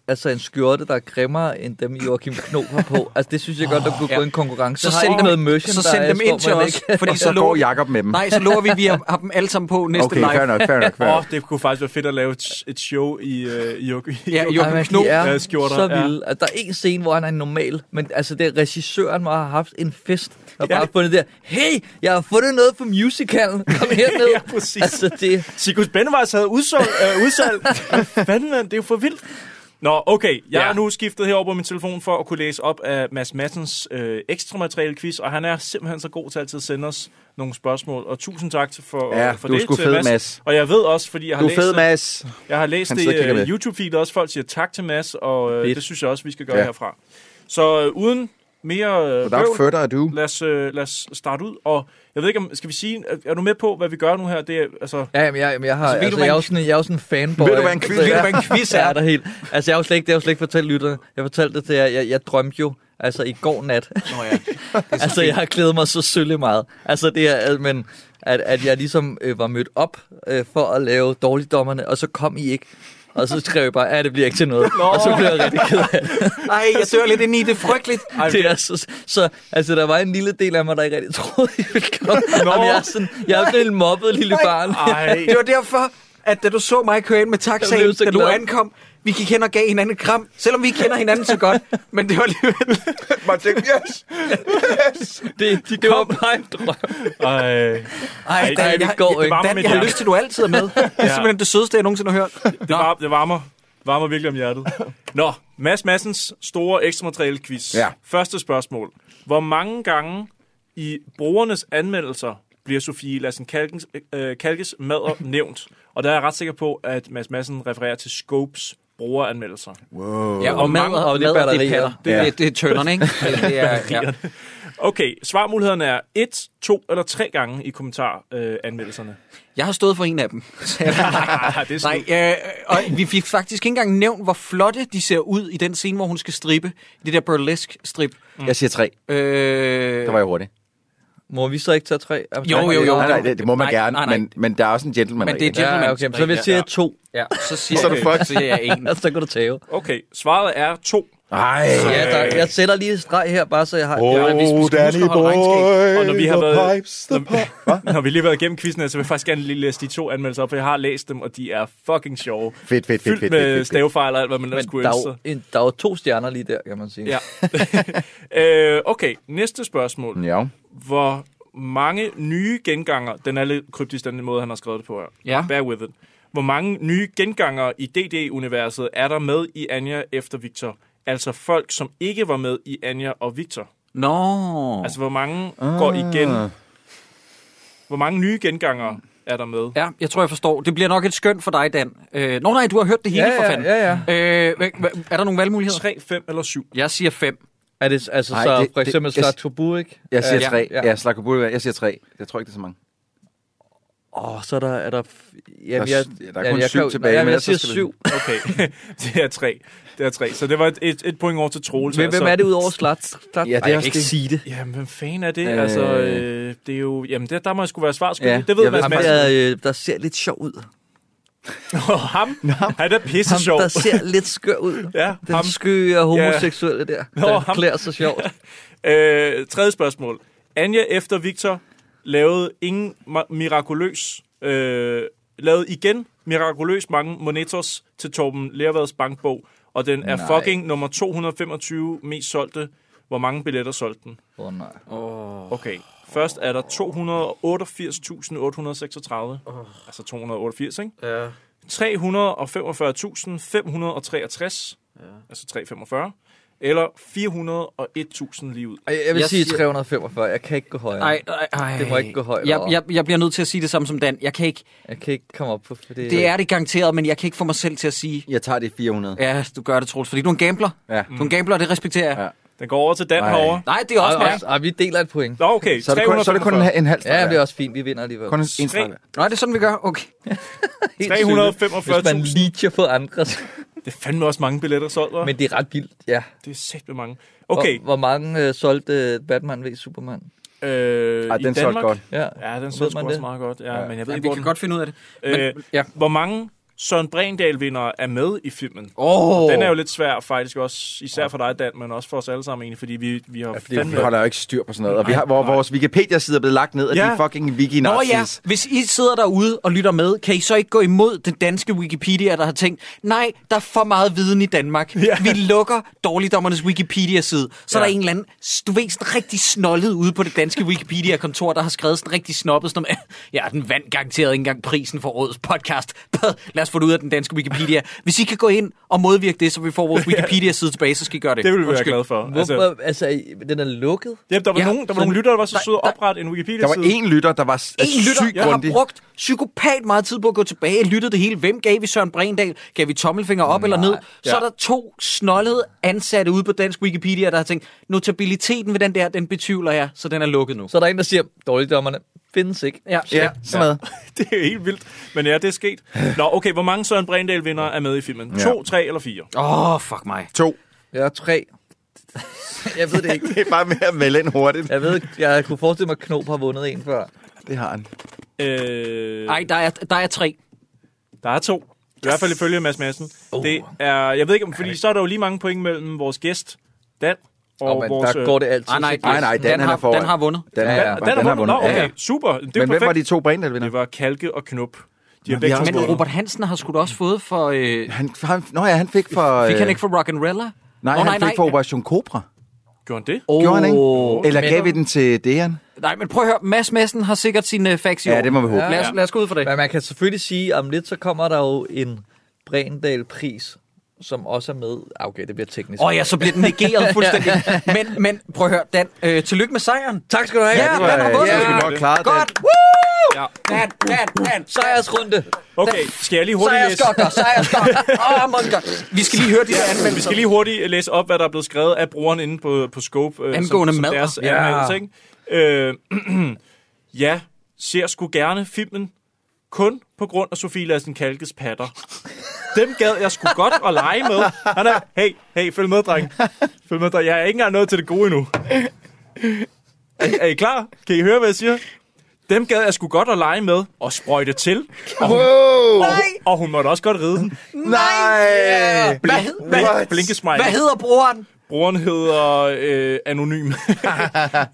Speaker 7: altså en skjorte, der er grimmere end dem, Joachim Knob har på, altså det synes jeg godt, der kunne
Speaker 6: Ja.
Speaker 7: gå en konkurrence.
Speaker 6: Så
Speaker 7: Der er
Speaker 6: send
Speaker 7: ikke
Speaker 6: dem-
Speaker 7: noget merchandise,
Speaker 6: så send dem ind
Speaker 7: hvor
Speaker 6: til
Speaker 7: man
Speaker 6: os,
Speaker 7: ikke-
Speaker 6: fordi
Speaker 12: Og så
Speaker 6: lov-
Speaker 12: går Jakob med dem.
Speaker 6: Nej, så lover vi, at vi har har dem alle sammen på næste
Speaker 12: Okay,
Speaker 6: live.
Speaker 12: fair nok, fair nok, fair
Speaker 8: Åh,
Speaker 12: nok.
Speaker 8: oh, det kunne faktisk være fedt at lave et, et show i, øh, i Joachim
Speaker 6: Ja,
Speaker 7: Ej, men de er
Speaker 8: skjorter.
Speaker 7: så vilde. Ja. Der er en scene, hvor han er normal, men altså det er regissøren, hvor har haft en fest, og
Speaker 8: Ja.
Speaker 7: bare fundet der, hey, jeg har fundet noget for musicalen, kom herned.
Speaker 8: Ja, præcis.
Speaker 7: Altså det,
Speaker 8: Sigus Bennevejs havde udsolgt, øh, udsalg. Hvad fanden, mand? Det er jo for vildt. Nå, okay. Jeg ja. er nu skiftet herover på min telefon for at kunne læse op af Mads Madsens øh, ekstra materiale quiz, og han er simpelthen så god til altid at sende os nogle spørgsmål. Og tusind tak til- for, øh,
Speaker 12: Ja,
Speaker 8: for
Speaker 12: du er
Speaker 8: det
Speaker 12: sgu
Speaker 8: til
Speaker 12: fed,
Speaker 8: Mads.
Speaker 12: Mads.
Speaker 8: Og jeg ved også, fordi jeg har
Speaker 12: Du er
Speaker 8: læst,
Speaker 12: fed,
Speaker 8: det-
Speaker 12: Mads.
Speaker 8: Jeg har læst
Speaker 12: Han
Speaker 8: det
Speaker 12: sidder og
Speaker 8: i
Speaker 12: kigger
Speaker 8: øh,
Speaker 12: med.
Speaker 8: YouTube-feedet også. Folk siger tak til Mads, og øh,
Speaker 12: Fedt.
Speaker 8: det synes jeg også, vi skal gøre ja.
Speaker 12: Ja.
Speaker 8: herfra. Så øh, uden mere øh,
Speaker 12: Without
Speaker 8: bøvl.
Speaker 12: further ado.
Speaker 8: Lad os, øh, lad os starte ud. Og jeg ved ikke, om, skal vi sige, er, er du med på, hvad vi gør nu her? Det er, altså,
Speaker 7: Ja, jamen, jeg, jamen, jeg, har, altså,
Speaker 8: ved
Speaker 7: altså, jeg, er
Speaker 8: du, hvad
Speaker 7: jo
Speaker 8: en-
Speaker 7: sådan, jeg er jo sådan en fanboy.
Speaker 8: Ved du, hvad en quiz-
Speaker 7: Så
Speaker 8: ved du,
Speaker 7: jeg-
Speaker 8: hvad en quiz er?
Speaker 7: Jeg er der helt. Altså, jeg har jo slet ikke, det har jeg jo slet ikke fortalt lytterne. Jeg fortalte det til jer. Jeg, jeg drømte jo, altså i går nat. Nå ja. altså, jeg har klædet mig så sølle meget. Altså, det er, altså, men at, at jeg ligesom øh, var mødt op øh, for at lave dårligdommerne, og så kom I ikke. Og så skrev jeg bare, at det bliver ikke til noget.
Speaker 6: Nå.
Speaker 7: Og så blev jeg rigtig ked af det.
Speaker 6: Nej, jeg dør lidt ind i det. er Frygteligt.
Speaker 7: Ej, det er så, så, altså, der var en lille del af mig, der ikke rigtig troede, I ville komme. Jamen, jeg er sådan, jeg er blevet en mobbet lille barn.
Speaker 8: Ah,
Speaker 6: Ej. Det var derfor, at da du så mig køre ind med
Speaker 7: Jeg
Speaker 6: taxaen,
Speaker 7: blev så
Speaker 6: da du
Speaker 7: glad.
Speaker 6: ankom, vi gik hen og gav hinanden et kram, selvom vi ikke kender hinanden så godt. Men det var alligevel...
Speaker 12: Man tænkte, yes!
Speaker 7: Det, de det var bare en drøm.
Speaker 8: Ej,
Speaker 6: Ej,
Speaker 8: det-
Speaker 6: Dan, jeg,
Speaker 8: det varmer
Speaker 6: jeg, Dan,
Speaker 8: mit
Speaker 6: jeg har
Speaker 8: hjerte.
Speaker 6: lyst til, at du altid er med. Det er
Speaker 8: Ja.
Speaker 6: simpelthen det sødeste, jeg nogensinde har hørt.
Speaker 8: det, var, det varmer. Varmer virkelig om hjertet. Nå, Mads Massens store ekstra materiale quiz.
Speaker 12: Ja.
Speaker 8: Første spørgsmål. Hvor mange gange i brugernes anmeldelser bliver Sofie Lassen Kalkens, øh, Kalkes mader nævnt? Og der er jeg ret sikker på, at Mads Madsen refererer til Scopes brugeranmeldelser.
Speaker 12: Wow.
Speaker 6: Ja, og mader, og det er patter. Det,
Speaker 8: Ja.
Speaker 6: ja. det, det er tønderne, ikke? Det, det er, ja.
Speaker 8: Okay, svarmulighederne er 1, 2 eller 3 gange i øh, kommentaranmeldelserne.
Speaker 6: Jeg har stået for en af dem. Så jeg-
Speaker 8: Ah, Det er
Speaker 6: Nej,
Speaker 8: slut.
Speaker 6: øh, og vi fik faktisk ikke engang nævnt, hvor flotte de ser ud i den scene, hvor hun skal strippe. Det der burlesque-strip.
Speaker 12: Jeg siger tre.
Speaker 6: Øh,
Speaker 12: Det var jeg hurtig.
Speaker 7: Må vi så ikke tage tre? Jo,
Speaker 6: Jo, jo, jo.
Speaker 12: Nej, nej, det, det må man
Speaker 6: Nej,
Speaker 12: gerne,
Speaker 6: nej, nej.
Speaker 12: Men, men der er også en gentleman
Speaker 6: Men det er
Speaker 12: regel.
Speaker 6: gentleman.
Speaker 7: Ja, okay, så vil jeg sige to.
Speaker 6: Ja, så siger,
Speaker 12: Så er
Speaker 6: jeg-
Speaker 12: du fucked.
Speaker 6: så siger jeg en.
Speaker 7: Altså, så kan du tage.
Speaker 8: Okay, svaret er 2.
Speaker 12: Ej.
Speaker 7: Ja, der, jeg sætter lige en streg her, bare så jeg har...
Speaker 12: Åh,
Speaker 7: ja,
Speaker 12: Danny boy,
Speaker 8: Og når vi har
Speaker 12: the
Speaker 8: været,
Speaker 12: pipes, the
Speaker 8: når, når vi lige har været igennem quizzen, her, så vil jeg faktisk gerne lige læse de to anmeldelser op, for jeg har læst dem, og de er fucking sjove.
Speaker 12: Fedt, fedt, fedt,
Speaker 8: Fyldt
Speaker 12: fedt,
Speaker 8: med
Speaker 12: fedt, fedt.
Speaker 8: stavefejl og alt, hvad man ellers
Speaker 7: Men
Speaker 8: kunne
Speaker 7: der er,
Speaker 8: ønske sig.
Speaker 7: jo en, der er jo to stjerner lige der, kan man sige.
Speaker 8: Ja. øh, okay, næste spørgsmål.
Speaker 12: Ja.
Speaker 8: Hvor mange nye genganger, den er lidt kryptisk den måde, han har skrevet det på her.
Speaker 6: Ja.
Speaker 8: Bear with it. Hvor mange nye genganger i DD-universet er der med i Anja efter Victor? Altså folk, som ikke var med i Anja og Victor.
Speaker 6: Nå.
Speaker 8: Altså, hvor mange går igen? Hvor mange nye genganger er der med?
Speaker 6: Ja, jeg tror, jeg forstår. Det bliver nok et skøn for dig, Dan. Øh, nå nej, du har hørt det hele,
Speaker 7: Ja,
Speaker 6: for
Speaker 7: ja,
Speaker 6: fanden.
Speaker 7: ja,
Speaker 6: ja. Øh, hva- hva- er der nogle valgmuligheder?
Speaker 8: 3, 5 eller 7?
Speaker 6: Jeg siger 5.
Speaker 7: Er det altså
Speaker 12: Ej,
Speaker 7: så
Speaker 12: det-
Speaker 7: for
Speaker 12: det-
Speaker 7: eksempel
Speaker 12: jeg-
Speaker 7: Slagtobu, ikke?
Speaker 12: Jeg
Speaker 7: Ja.
Speaker 12: siger tre.
Speaker 7: Ja.
Speaker 12: Ja, ja Slagobur, jeg siger tre. Jeg tror ikke, det er så mange.
Speaker 7: Åh, så er der... Er der f- jamen,
Speaker 12: Der er
Speaker 7: jeg,
Speaker 12: s- ja, der er
Speaker 7: jamen,
Speaker 12: kun
Speaker 7: jeg
Speaker 12: syv
Speaker 7: kan jo-
Speaker 12: tilbage, men
Speaker 7: Jamen, jeg
Speaker 12: ellers så
Speaker 7: siger
Speaker 12: skal
Speaker 7: syv.
Speaker 12: vi-
Speaker 8: Okay, det er tre. Det er tre. Så det var et, et, et point over til Troels.
Speaker 7: Men hvem er det udover Slat? Slat?
Speaker 12: Ja, det er
Speaker 7: Ej, jeg
Speaker 12: også
Speaker 7: kan ikke
Speaker 12: det.
Speaker 7: sige det.
Speaker 8: Jamen, hvem fanden er det?
Speaker 12: Øh.
Speaker 8: Altså, øh, det er jo... Jamen, der, der må jeg sgu være svar skyldig. Ja, det ved
Speaker 7: jeg
Speaker 8: Mads
Speaker 7: Ham
Speaker 8: Madsen.
Speaker 7: der, øh, der ser lidt sjov ud.
Speaker 8: Og ham, han er pisse
Speaker 7: Ham,
Speaker 8: sjov.
Speaker 7: der ser lidt skør ud.
Speaker 8: Ja,
Speaker 7: Den
Speaker 8: ham.
Speaker 7: skøre homoseksuelle der.
Speaker 8: Nå,
Speaker 7: der
Speaker 8: ham.
Speaker 7: klæder sig sjovt.
Speaker 8: Øh, tredje spørgsmål. Anja efter Victor lavede ingen ma- mirakuløs... Øh, lavede igen mirakuløs mange monetos til Torben Lervads bankbog, og den er
Speaker 7: Nej.
Speaker 8: fucking nummer 225 mest solgte. Hvor mange billetter solgte den?
Speaker 7: Åh oh, nej.
Speaker 8: Okay. Først er der 288.836. Altså 288, ikke?
Speaker 15: Ja.
Speaker 8: 345.563. Altså 345. Eller 401.000 lige ud.
Speaker 7: Ej, Jeg vil
Speaker 6: Jeg
Speaker 7: jeg sige
Speaker 6: siger-
Speaker 7: 345. Jeg kan ikke gå højere.
Speaker 6: Ej, ej, ej.
Speaker 7: Det må ikke gå højere.
Speaker 6: Jeg, jeg, jeg bliver nødt til at sige det samme som Dan. Jeg kan ikke...
Speaker 7: jeg kan ikke komme op på, for det,
Speaker 6: Det er det garanteret, men jeg kan ikke få mig selv til at sige...
Speaker 12: Jeg tager det 400.
Speaker 6: Ja, du gør det, Troels, fordi du er en gambler.
Speaker 12: Ja.
Speaker 6: Du er en gambler, og det respekterer jeg. Ja.
Speaker 8: Den går over til Dan
Speaker 12: Ej.
Speaker 8: herovre.
Speaker 6: Nej, det er også mig.
Speaker 7: Ej, vi deler et point.
Speaker 8: Nå, okay.
Speaker 12: Så er det kun, så er det kun en, ha- en halv streg.
Speaker 7: Ja, men det
Speaker 12: hver.
Speaker 7: er også fint. Vi vinder alligevel.
Speaker 12: Kun en, en
Speaker 8: Tre-
Speaker 12: streg. hver.
Speaker 6: Nå, er det sådan, vi gør? Okay.
Speaker 7: Helt Hvis man
Speaker 8: 345.000.
Speaker 7: leacher på andre. så-
Speaker 8: Det er fandme også mange billetter solgt, hva'?
Speaker 7: Men det er ret vildt, ja.
Speaker 8: Det er sæt med mange. Okay.
Speaker 7: Hvor, hvor mange øh, solgte Batman v Superman?
Speaker 8: Øh,
Speaker 12: Ej, den
Speaker 8: i
Speaker 12: solgte
Speaker 8: Danmark?
Speaker 12: godt.
Speaker 7: Ja.
Speaker 8: Ja, den
Speaker 7: Ved
Speaker 8: solgte sgu
Speaker 7: man
Speaker 8: også
Speaker 7: det?
Speaker 8: meget godt. Ja,
Speaker 7: Ja.
Speaker 8: Men jeg ved
Speaker 6: Ja,
Speaker 8: ikke,
Speaker 6: vi
Speaker 8: hvor
Speaker 6: kan
Speaker 8: den-
Speaker 6: godt finde ud af det. Men,
Speaker 8: Øh,
Speaker 6: ja.
Speaker 8: Hvor mange Søren Brændal-vinder er med i filmen?
Speaker 6: Åh.
Speaker 8: Og Den er jo lidt svær faktisk også, især for dig, Dan, men også for os alle sammen egentlig, fordi vi, vi har ja,
Speaker 12: Fordi vi holder jo ikke styr på sådan noget. Og vi har, hvor vores Wikipedia-side er blevet lagt ned af
Speaker 8: Ja.
Speaker 12: de fucking wiki
Speaker 6: Nå ja, hvis I sidder derude og lytter med, kan I så ikke gå imod den danske Wikipedia, der har tænkt, nej, der er for meget viden i Danmark. Ja. Vi lukker dårligdommernes Wikipedia-side. Så ja.
Speaker 8: Ja.
Speaker 6: er der en eller anden, du ved, sådan rigtig snollet ude på det danske Wikipedia-kontor, der har skrevet sådan rigtig snobbet, sådan, noget med, ja, den vandt garanteret ikke engang prisen for årets podcast. Pah, Lad os få det ud af den danske Wikipedia. Hvis I kan gå ind og modvirke det, så vi får vores Wikipedia-side tilbage, så skal I gøre det.
Speaker 8: Det vil vi være
Speaker 6: Undskyld.
Speaker 8: glade for.
Speaker 7: Hvorfor? Altså, i- den er lukket?
Speaker 8: Ja, der var, ja, nogen, der var nogle lyttere, der var så søde at oprette en
Speaker 12: Der
Speaker 8: Wikipedia-side.
Speaker 12: var en lytter, der var s-
Speaker 6: En lytter,
Speaker 12: sygt
Speaker 6: jeg har
Speaker 12: grundig.
Speaker 6: brugt psykopat meget tid på at gå tilbage og lytte det hele. Hvem gav vi Søren Brendal? Gav vi tommelfinger op Nej. eller ned? Så
Speaker 12: Ja.
Speaker 6: er der to snollede ansatte ude på dansk Wikipedia, der har tænkt, notabiliteten ved den der, den betvivler jeg, så den er lukket nu.
Speaker 7: Så er der en, der siger, dårligdommerne findes ikke.
Speaker 6: Ja,
Speaker 7: ja sådan noget.
Speaker 8: det er helt vildt. Men ja, det er sket. Nå, okay, hvor mange Søren Brindal vinder er med i filmen?
Speaker 7: Ja.
Speaker 8: To, tre eller fire?
Speaker 6: Åh, oh, fuck mig.
Speaker 12: To.
Speaker 7: Jeg er tre. Jeg ved det ikke.
Speaker 12: det er bare med at melde ind hurtigt.
Speaker 7: Jeg ved, jeg kunne forestille mig, at Knob har vundet en før.
Speaker 12: Det har han.
Speaker 8: Øh...
Speaker 6: Nej, der er, der er tre.
Speaker 12: Ah,
Speaker 8: Der er to. I hvert fald ifølge Mads Madsen. Oh. Det er, jeg ved ikke, om, fordi så er der jo lige mange point mellem vores gæst, Dan, og
Speaker 7: Åh, men
Speaker 8: vores...
Speaker 7: der
Speaker 8: øh,
Speaker 7: går det altid.
Speaker 8: Nej, nej,
Speaker 12: Nej, nej, Dan, han er foran. Dan,
Speaker 8: Dan,
Speaker 12: ja, ja.
Speaker 8: Dan, Dan har vundet. Nå,
Speaker 12: Ja,
Speaker 8: okay,
Speaker 12: ja.
Speaker 8: super. Det er
Speaker 12: Men hvem
Speaker 8: perfekt.
Speaker 12: var de to Brindal-vinder?
Speaker 8: Det var Kalke og Knup. De har
Speaker 12: vi
Speaker 8: begge
Speaker 12: har
Speaker 8: to
Speaker 12: også
Speaker 6: Men
Speaker 8: vundet.
Speaker 6: Robert Hansen har sgu da også fået for... Øh,
Speaker 12: han, han, nå ja, han fik for...
Speaker 6: fik
Speaker 12: øh,
Speaker 6: han ikke for Rock'n'Rella?
Speaker 12: Nej,
Speaker 6: Nå,
Speaker 12: han fik for Operation Cobra.
Speaker 8: Gjorde han det?
Speaker 6: Oh.
Speaker 12: Gjorde han ikke? Eller
Speaker 6: Men-
Speaker 12: gav vi den til Dejan?
Speaker 6: Nej, men prøv at høre, Mads Madsen har sikkert sin øh, fax i
Speaker 12: Ja,
Speaker 6: år.
Speaker 12: det må vi håbe.
Speaker 6: Lad os, lad os gå ud for det.
Speaker 7: Men man kan selvfølgelig sige, om lidt så kommer der jo en Brendal-pris, som også er med. Ah, Okay, det bliver teknisk.
Speaker 6: Åh oh, ja, så bliver den negeret fuldstændig. men, men prøv at høre, Dan, øh, tillykke med sejren. Tak skal du have. Ja,
Speaker 7: Ja,
Speaker 6: Dan
Speaker 7: det var-
Speaker 6: har vundet.
Speaker 7: ja, det var nok klaret, Dan.
Speaker 6: Godt. Woo!
Speaker 8: Ja.
Speaker 6: Dan, Dan, Dan.
Speaker 7: Sejrsrunde.
Speaker 8: Okay, skal jeg lige hurtigt læse?
Speaker 6: Sejrskokker, sejrskokker. Åh, monster. Vi skal lige høre de der anmeldelser.
Speaker 8: Vi skal lige hurtigt læse op, hvad der er blevet skrevet af brugeren inde på, på Scope. øh,
Speaker 6: Angående
Speaker 8: som, som
Speaker 6: mad.
Speaker 8: Deres
Speaker 6: Ja.
Speaker 8: anmeldelse, ikke? Øh, ja, ser sgu gerne filmen kun på grund af Sofie Lassen Kalkes patter. Dem gad jeg sgu godt at lege med. Han er, hey, hey, følg med, dreng. Følg med, dreng. Jeg er ikke engang nået til det gode endnu. Er, er I klar? Kan I høre, hvad jeg siger? Dem gad jeg sgu godt at lege med og sprøjte til. Og hun, og, hun- og hun måtte også godt ride den.
Speaker 12: Nej!
Speaker 6: Hvad, hed,
Speaker 8: Blink, blinkesmiley.
Speaker 6: hvad hedder brugeren?
Speaker 8: Brugeren hedder øh, Anonym.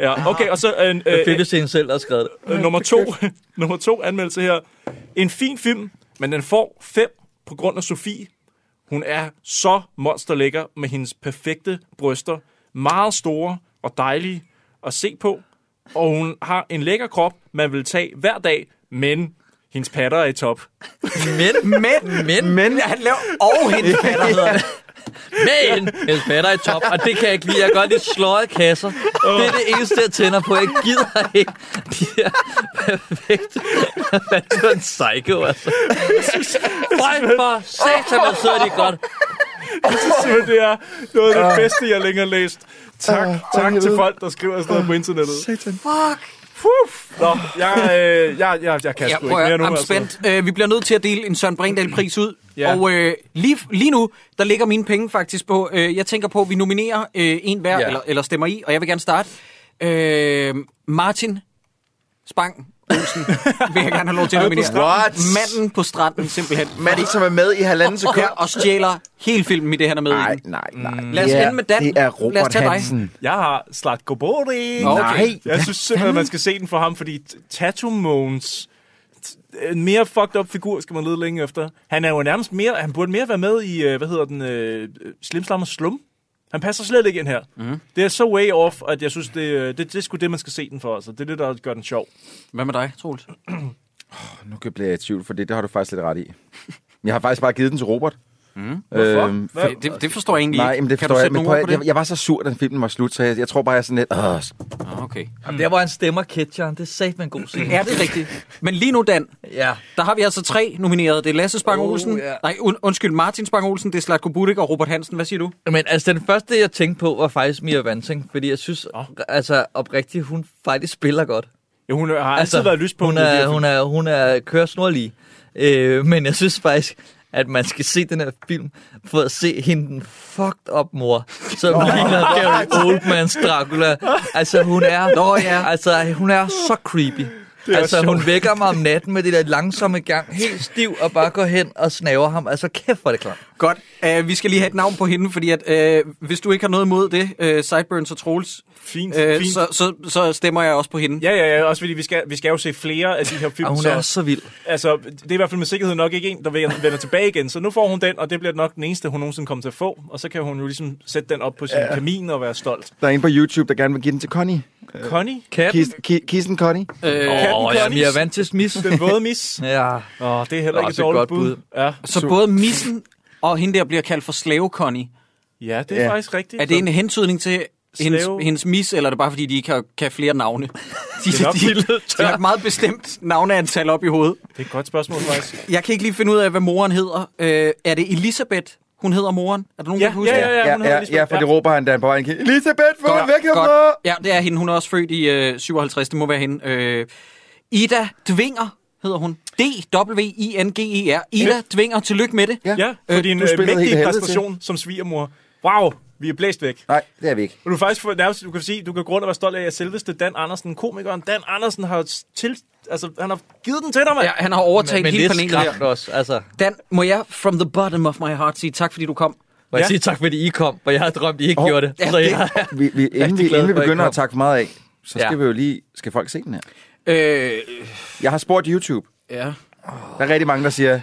Speaker 8: ja, okay, og så øh,
Speaker 7: Det er fedt,
Speaker 8: øh,
Speaker 7: hvis en selv der har skrevet det.
Speaker 8: øh, nummer, to, nummer to anmeldelse her. En fin film, men den får fem på grund af Sofie. Hun er så monsterlækker med hendes perfekte bryster. Meget store og dejlige at se på. Og hun har en lækker krop, man vil tage hver dag, men hendes patter er i top.
Speaker 7: Men,
Speaker 6: men,
Speaker 7: men,
Speaker 12: men.
Speaker 6: Han laver og hendes patter, hedder det.
Speaker 7: men, hendes patter er i top, og det kan jeg ikke lide. Jeg kan godt lide sløje kasser. Det er det eneste, jeg tænder på. Jeg gider ikke de her perfekte. Hvad er det en psycho, altså? Folk for satan, hvor sidder de godt.
Speaker 8: Så det er noget af det bedste, jeg længere har læst. Tak, tak til folk, der skriver sådan noget på internettet.
Speaker 6: Fuck.
Speaker 8: Nå, jeg, øh, jeg, jeg, jeg kan
Speaker 6: Ja,
Speaker 8: sgu
Speaker 6: prøv
Speaker 8: ikke
Speaker 6: at høre,
Speaker 8: mere nu. altså.
Speaker 6: I'm
Speaker 12: altså.
Speaker 6: spændt. Øh, vi bliver nødt til at dele en Søren Brindahl-pris ud.
Speaker 8: Ja.
Speaker 6: Og øh, lige, lige nu, der ligger mine penge faktisk på, øh, jeg tænker på, at vi nominerer øh, en hver,
Speaker 7: Ja.
Speaker 6: ja. eller, eller stemmer i, og jeg vil gerne starte. Øh, Martin Spang Olsen vil jeg gerne have lov til at
Speaker 12: Manden på
Speaker 6: nominere.
Speaker 12: stranden. What?
Speaker 6: Manden på stranden, simpelthen.
Speaker 12: Manden, som er med i halvanden sekund.
Speaker 6: Og stjæler hele filmen i det, han er med
Speaker 12: Nej,
Speaker 6: i. den.
Speaker 12: nej, nej.
Speaker 6: Lad os
Speaker 12: Det er-
Speaker 6: ende med Dan.
Speaker 12: Det er
Speaker 6: Lad os
Speaker 12: Robert
Speaker 6: tage dig.
Speaker 12: Hansen.
Speaker 8: Jeg har Slatko Boring.
Speaker 12: Nå, okay. Nej,
Speaker 8: Jeg synes simpelthen, at man skal se den for ham, fordi t- Tattoo Moons, t- en mere fucked up figur, skal man lede længe efter. Han er jo nærmest mere, han burde mere være med i, øh, hvad hedder den, øh, Slim Slam og Slum. Han passer slet ikke ind her.
Speaker 6: Mhm.
Speaker 8: Mm. Det er så way off, at jeg synes, det, øh, det, det er sgu det, man skal se den for. Altså. Det er det, der gør den sjov.
Speaker 6: Hvad med dig, Troels?
Speaker 12: Nu kan jeg blive i tvivl, for det, det har du faktisk lidt ret i. Jeg har faktisk bare givet den til Robert. Mm.
Speaker 6: Hvorfor? Hvad? Det- det forstår jeg egentlig
Speaker 12: nej,
Speaker 6: ikke.
Speaker 12: Men det
Speaker 6: Kan
Speaker 12: forstår
Speaker 6: du
Speaker 12: jeg,
Speaker 6: sætte
Speaker 12: men
Speaker 6: nogle
Speaker 12: prøv,
Speaker 6: ord på
Speaker 12: jeg,
Speaker 6: det?
Speaker 12: jeg var så sur, da filmen var slut, så jeg, jeg tror bare, jeg er sådan lidt... Åh,
Speaker 6: Ah, Okay.
Speaker 7: Jamen, der, hvor han stemmer ketcheren, det er satme en god scene.
Speaker 6: Ja, det er rigtigt. Men lige nu, Dan,
Speaker 7: Ja.
Speaker 6: Der har vi altså tre nominerede. Det er Lasse Spang Olsen.
Speaker 7: Oh,
Speaker 6: Oh,
Speaker 7: ja.
Speaker 6: yeah. Nej, un- undskyld, Martin Spang Olsen. Det er Slatko Budik og Robert Hansen. Hvad siger du?
Speaker 7: Men altså, den første, jeg tænkte på, var faktisk Mia Vanting, fordi jeg synes, oh. altså oprigtigt, hun faktisk spiller godt.
Speaker 8: Ja, hun har altid
Speaker 7: altså,
Speaker 8: været lyspunktet.
Speaker 7: Hun
Speaker 8: i de her
Speaker 7: er,
Speaker 8: film.
Speaker 7: hun er, hun er køresnorlig. Øh, men jeg synes faktisk, at man skal se den her film, for at se hende den fucked up mor, som oh, ligner Gary Oldmans Dracula. Altså, hun er,
Speaker 6: Nå, ja.
Speaker 7: altså, hun er så creepy.
Speaker 6: er
Speaker 7: Altså,
Speaker 6: sjovt.
Speaker 7: hun vækker mig om natten med det der langsomme gang, helt stiv, og bare går hen og snaver ham. Altså, kæft, hvor er det klart.
Speaker 6: Godt. Uh, vi skal lige have et navn på hende, fordi at, uh, hvis du ikke har noget imod det, uh, Sideburns og Troels,
Speaker 8: fint,
Speaker 6: uh,
Speaker 8: fint.
Speaker 6: Så, så, så stemmer jeg også på hende.
Speaker 8: Ja, ja, ja. Også fordi vi skal, vi skal jo se flere af de her film.
Speaker 6: Og hun
Speaker 8: så,
Speaker 6: er så vild.
Speaker 8: Altså, det er i hvert fald med sikkerhed nok ikke en, der vender vender tilbage igen. Så nu får hun den, og det bliver nok den eneste, hun nogensinde kommer til at få. Og så kan hun jo ligesom sætte den op på sin
Speaker 12: Ja.
Speaker 8: ja. kamin og være stolt.
Speaker 12: Der er en på YouTube, der gerne vil give den til Connie.
Speaker 8: Connie?
Speaker 12: Kis, ki, kissen Connie.
Speaker 6: Øh,
Speaker 8: Katten
Speaker 7: ja,
Speaker 8: Connies.
Speaker 7: vi er vant til smis.
Speaker 8: Den våde mis.
Speaker 7: ja.
Speaker 8: Åh, det er heller ikke et dårligt bud. Ja.
Speaker 6: Så både missen og hende der bliver kaldt for slave Connie.
Speaker 8: Ja, det er Ja. faktisk rigtigt.
Speaker 6: Er det en hentydning til hendes,
Speaker 8: Slave-
Speaker 6: hendes mis, eller er det bare fordi, de ikke har, kan flere navne? De,
Speaker 8: Det er nok
Speaker 6: de,
Speaker 8: lige lidt
Speaker 6: de har et meget bestemt navneantal op i hovedet.
Speaker 8: Det er et godt spørgsmål, faktisk.
Speaker 6: Jeg kan ikke lige finde ud af, hvad moren hedder. Øh, er det Elisabeth, hun hedder moren? Er der nogen,
Speaker 8: Ja,
Speaker 6: der kan huske
Speaker 8: ja, ja, ja, hun hedder
Speaker 12: ja,
Speaker 8: Lisbeth.
Speaker 12: ja, for det
Speaker 8: Ja.
Speaker 12: råber han, da han på vejen. Elisabeth, få mig væk herfra!
Speaker 6: Godt. Ja, det er hende. Hun er også født i øh, 57. Det må være hende. Øh, Ida Dvinger hedder hun. D-W-I-N-G-E-R. E Ida
Speaker 8: Ja.
Speaker 6: Dvinger. Tillykke med det.
Speaker 8: Ja, for din
Speaker 6: du
Speaker 8: øh,
Speaker 6: spillede helt
Speaker 8: mægtige
Speaker 6: helvede
Speaker 8: præstation som svigermor. Wow, vi er blæst væk.
Speaker 12: Nej, det er vi ikke.
Speaker 8: Og du er faktisk for, nærmest, du kan sige, du kan gå rundt og være stolt af, at selveste Dan Andersen, komikeren Dan Andersen, har til, altså, han har givet den til dig, mand.
Speaker 6: Ja, han har overtaget
Speaker 8: Men- men
Speaker 6: hele
Speaker 8: det er
Speaker 6: panelet
Speaker 8: skræmt
Speaker 6: her. Også, altså. Dan, må jeg from the bottom of my heart sige tak, fordi du kom?
Speaker 7: Må jeg sige tak, fordi I kom, for jeg havde drømt, I ikke
Speaker 6: Åh,
Speaker 7: oh, gjorde det.
Speaker 6: ja,
Speaker 7: Så
Speaker 6: det-
Speaker 7: jeg er
Speaker 12: Vi, vi, inden, vi,
Speaker 7: rigtig glad
Speaker 12: inden vi
Speaker 7: for, I
Speaker 12: begynder
Speaker 7: kom.
Speaker 12: at takke for meget af, så skal
Speaker 7: Ja.
Speaker 12: ja. vi jo lige... Skal folk se den her?
Speaker 6: Øh,
Speaker 12: Jeg har spurgt YouTube.
Speaker 6: Ja.
Speaker 12: Der er rigtig mange, der siger,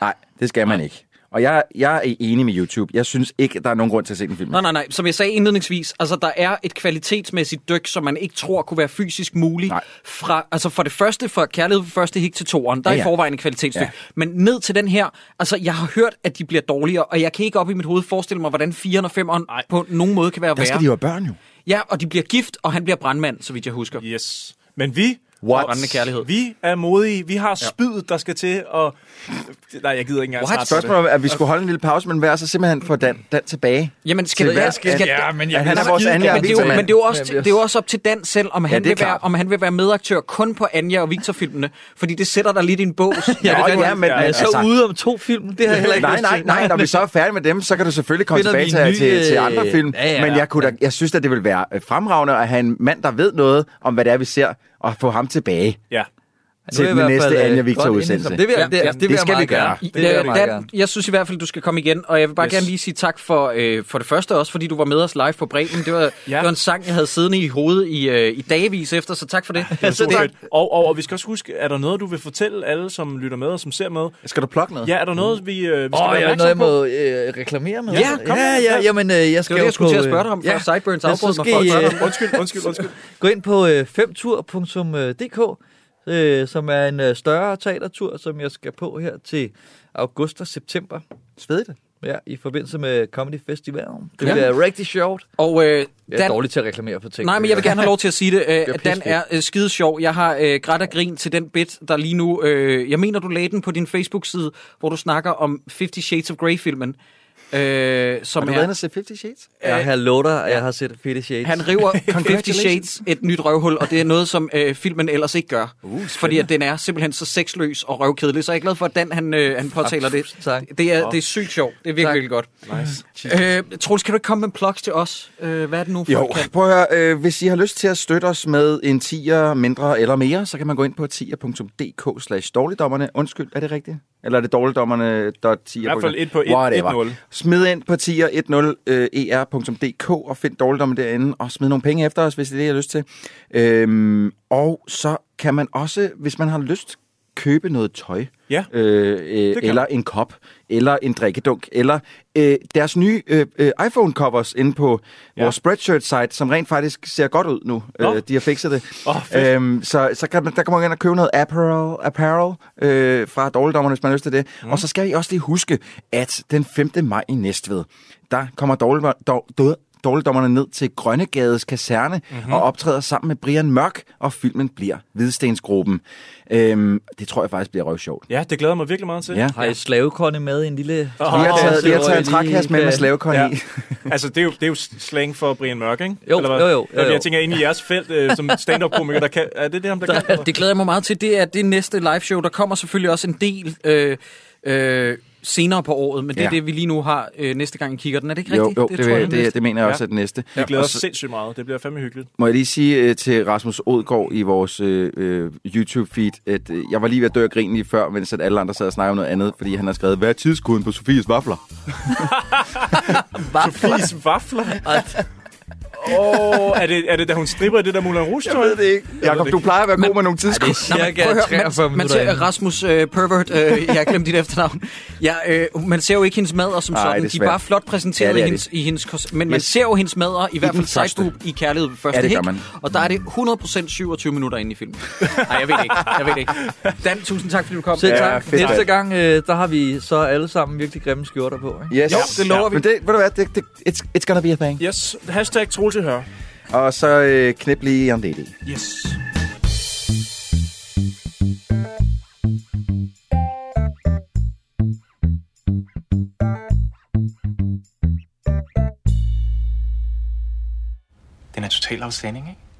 Speaker 12: nej, det skal man ikke. Og jeg, jeg er enig med YouTube. Jeg synes ikke, der er nogen grund til at se den film.
Speaker 6: Nej, nej, nej. Som jeg sagde indledningsvis, altså der er et kvalitetsmæssigt dyk, som man ikke tror kunne være fysisk muligt. Fra, altså for det første, fra kærlighed for første hik til toeren, der er
Speaker 7: Ja,
Speaker 6: i
Speaker 7: ja.
Speaker 6: forvejen et kvalitetsdyk.
Speaker 7: Ja.
Speaker 6: Men ned til den her, altså jeg har hørt, at de bliver dårligere, og jeg kan ikke op i mit hoved forestille mig, hvordan 4'eren og 5'eren på nogen måde kan være
Speaker 12: Der
Speaker 6: værre.
Speaker 12: skal de jo have børn, jo.
Speaker 6: Ja, og de bliver gift, og han bliver brandmand, så vidt jeg husker.
Speaker 8: Yes. Men vi...
Speaker 6: What? Brændende kærlighed.
Speaker 8: Vi er modige. Vi har spydet, der skal til, og... Nej, jeg gider ikke engang
Speaker 12: What?
Speaker 8: starte på det.
Speaker 12: Spørgsmålet er, at vi skulle holde en lille pause, men vær så simpelthen få Dan, Dan tilbage.
Speaker 6: Jamen, skal
Speaker 12: Til
Speaker 6: det,
Speaker 12: hver-
Speaker 6: skal, skal,
Speaker 12: at-
Speaker 6: ja,
Speaker 12: at han er vores Anja og
Speaker 6: men, det er jo,
Speaker 12: Victor,
Speaker 6: men
Speaker 12: mand.
Speaker 6: det er jo også, det er jo også op til Dan selv, om,
Speaker 12: Ja,
Speaker 6: han
Speaker 12: det er
Speaker 6: vil være,
Speaker 12: klart.
Speaker 6: om han vil være medaktør kun på Anja og Victor-filmene, fordi det sætter dig lidt i en bås.
Speaker 12: Ja, det er, men,
Speaker 7: jeg så altså. ude om to film. Det har jeg heller ikke
Speaker 12: nej,
Speaker 7: lyst til.
Speaker 12: nej, nej, når vi så er færdige med dem, så kan du selvfølgelig komme
Speaker 7: Finder vi
Speaker 12: tilbage til,
Speaker 7: en ny,
Speaker 12: til, til
Speaker 7: øh,
Speaker 12: andre film.
Speaker 7: ja, ja,
Speaker 12: men
Speaker 7: ja.
Speaker 12: jeg, kunne da, jeg synes, at det ville være øh, fremragende at have en mand, der ved noget om, hvad det er, vi ser, og få ham tilbage.
Speaker 8: Ja.
Speaker 12: Til den næste Anja Victor udsendelse. det skal vi gøre.
Speaker 6: jeg, jeg, jeg synes i hvert fald, du skal komme igen, og jeg vil bare
Speaker 12: Yes.
Speaker 6: yes. gerne lige sige tak for, øh, for det første også, fordi du var med os live på Bremen. Det var, ja. det var en sang, jeg havde siddende i hovedet i, øh, i dagevis efter, så tak for det.
Speaker 8: Det er super fedt. Og, og, og vi skal også huske, er der noget, du vil fortælle alle, som lytter med og som ser med?
Speaker 12: Skal du plukke noget?
Speaker 8: Ja, er der noget, vi, øh, vi skal
Speaker 7: Åh,
Speaker 8: være
Speaker 7: jeg har noget, jeg
Speaker 8: opmærksom
Speaker 7: må øh, reklamere med.
Speaker 8: Ja, kom.
Speaker 7: ja, ja, jamen, øh, jeg skal
Speaker 6: Det var det,
Speaker 7: jo
Speaker 6: jeg skulle
Speaker 7: på,
Speaker 6: til at spørge
Speaker 7: øh,
Speaker 6: dig om, før Sideburns
Speaker 7: men
Speaker 6: afbrød
Speaker 7: så
Speaker 6: mig
Speaker 7: skal
Speaker 6: for at
Speaker 7: I,
Speaker 6: spørge
Speaker 7: øh,
Speaker 6: dig om- Undskyld,
Speaker 8: undskyld, undskyld.
Speaker 7: Gå ind på øh, femtur.dk, øh, som er en øh, større teatertur, som jeg skal på her til august og september.
Speaker 12: Svedigt.
Speaker 7: Ja, i forbindelse med Comedy Festivalen. Det
Speaker 6: Ja.
Speaker 7: bliver rigtig sjovt.
Speaker 6: Og, øh,
Speaker 7: jeg er
Speaker 6: Dan-
Speaker 7: dårlig til at reklamere for ting.
Speaker 6: Nej, men jeg vil gerne have lov til at sige det. Øh,
Speaker 7: bliver
Speaker 6: at Dan
Speaker 7: pissefedt.
Speaker 6: er øh, skide sjov. Jeg har øh, grædt og grin til den bit, der lige nu... Øh, jeg mener, du lagde den på din Facebook-side, hvor du snakker om 50 Shades of Grey-filmen. Øh, som
Speaker 12: Har du
Speaker 6: er,
Speaker 12: været inde og se Fifty Shades?
Speaker 7: Jeg har lovet dig, at jeg har set Fifty Shades.
Speaker 6: Han river 50
Speaker 7: Congratulations.
Speaker 6: Shades et nyt røvhul, og det er noget, som øh, filmen ellers ikke gør. Uh, fordi at den er simpelthen så sexløs og røvkedelig, så jeg er glad for, at Dan han, øh, han påtaler det.
Speaker 7: Tak.
Speaker 6: Det er, det er sygt sjovt. Det er virkelig, virkelig godt. Nice. Øh, Troels, kan du ikke komme med plugs til os? Øh, hvad er det nu, folk
Speaker 12: Jo,
Speaker 6: kan?
Speaker 12: prøv at høre, øh, hvis I har lyst til at støtte os med en tier, mindre eller mere, så kan man gå ind på tier.dk slash dårligdommerne. Undskyld, er det rigtigt? Eller er det dårligdommerne.tier?
Speaker 8: I hvert fald et på et-
Speaker 12: Whatever.
Speaker 8: 1-0.
Speaker 12: Smid ind på øh, tier10er.dk og find dårligdommerne derinde, og smid nogle penge efter os, hvis det er det, I har lyst til. Øhm, og så kan man også, hvis man har lyst, købe noget tøj.
Speaker 8: Ja.
Speaker 12: Øh, øh,
Speaker 8: kan
Speaker 12: eller en kop, eller en drikkedunk, eller øh, deres nye øh, øh, iPhone-covers inde på ja. vores Spreadshirt-site, som rent faktisk ser godt ud nu.
Speaker 8: Nå.
Speaker 12: Øh, de har fikset det.
Speaker 8: Åh, fedt.
Speaker 12: øhm, så så kan man, der kan man gå ind og købe noget apparel, apparel øh, fra dårligdommerne, hvis man har lyst til det. Mm. Og så skal I også lige huske, at den 5. maj i Næstved, der kommer dårlig, dår, dår, dårligdommerne ned til Grønnegades kaserne
Speaker 8: Mhm.
Speaker 12: mm-hmm. og optræder sammen med Brian Mørk, og filmen bliver Hvidstensgruppen. Øhm, det tror jeg faktisk bliver røvsjovt.
Speaker 8: Ja, det glæder jeg mig virkelig meget til.
Speaker 12: Ja.
Speaker 7: Har I slavekonde med i en lille...
Speaker 8: Åh, Vi har
Speaker 12: taget- vi har taget en
Speaker 7: Lige
Speaker 12: trækasse med
Speaker 7: kan-
Speaker 12: med slavekonde i.
Speaker 8: altså, det er, jo, det er jo slang for Brian Mørk, ikke?
Speaker 7: Jo,
Speaker 8: hvad?
Speaker 7: jo, jo, jo,
Speaker 8: Fordi
Speaker 7: jo.
Speaker 8: Jeg tænker, inde i jeres felt øh, som stand-up-komiker, der kan... Er det det, ham, der kan?
Speaker 6: Det glæder jeg mig meget til. Det er det næste live show. Der kommer selvfølgelig også en del øh, øh, senere på året, men det er
Speaker 12: Ja.
Speaker 6: det, vi lige nu har øh, næste gang, I kigger den. Er det ikke
Speaker 12: Jo,
Speaker 6: rigtigt?
Speaker 12: jo, det
Speaker 6: tror
Speaker 12: vil-
Speaker 6: jeg,
Speaker 12: det-
Speaker 6: næste.
Speaker 12: det mener jeg også er det næste.
Speaker 8: Vi
Speaker 12: Ja.
Speaker 8: glæder
Speaker 12: Og
Speaker 8: os
Speaker 12: så-
Speaker 8: sindssygt meget. Det bliver fandme hyggeligt.
Speaker 12: Må jeg lige sige øh, til Rasmus Odgaard i vores øh, øh, YouTube-feed, at øh, jeg var lige ved at dø af grin lige før, mens at alle andre sad og snakkede om noget andet, fordi han har skrevet, hvad er tidskoden på Sofies vafler?
Speaker 8: Sofies vafler. Åh, oh, er, det, er det da hun stripper i det der Moulin Rouge? Jeg ved det ikke.
Speaker 12: Jakob, du plejer at være god med nogle tidskoder.
Speaker 6: man, man ser Rasmus øh, Pervert, øh, jeg glemte dit efternavn. Ja, øh, man ser jo ikke hendes madder som
Speaker 12: Nej,
Speaker 6: sådan,
Speaker 12: det er
Speaker 6: de er
Speaker 12: svært.
Speaker 6: bare flot præsenteret
Speaker 12: Ja,
Speaker 6: ja,
Speaker 12: det
Speaker 6: i
Speaker 12: er
Speaker 6: hendes,
Speaker 12: det.
Speaker 6: i hendes kost, men man
Speaker 12: Yes.
Speaker 6: ser jo hendes madder, i hvert
Speaker 12: den
Speaker 6: fald
Speaker 12: første.
Speaker 6: sideboob i Kærlighed ved første
Speaker 12: Ja, det gør
Speaker 6: hik,
Speaker 12: man.
Speaker 6: og der er det 100% 27 minutter inde i filmen. Nej, jeg ved det ikke, jeg ved det ikke. Dan, tusind tak, fordi du kom.
Speaker 7: Selv tak. Næste gang, øh, der har vi så alle sammen virkelig grimme skjorter på. Ikke?
Speaker 12: Yes. Men det, ved du hvad, det, det, it's, it's gonna be a thing.
Speaker 8: Yes, hashtag Troels i Hør.
Speaker 12: Og så øh, knip lige om det.
Speaker 8: Yes.
Speaker 21: Den er totalt afstanding, ikke?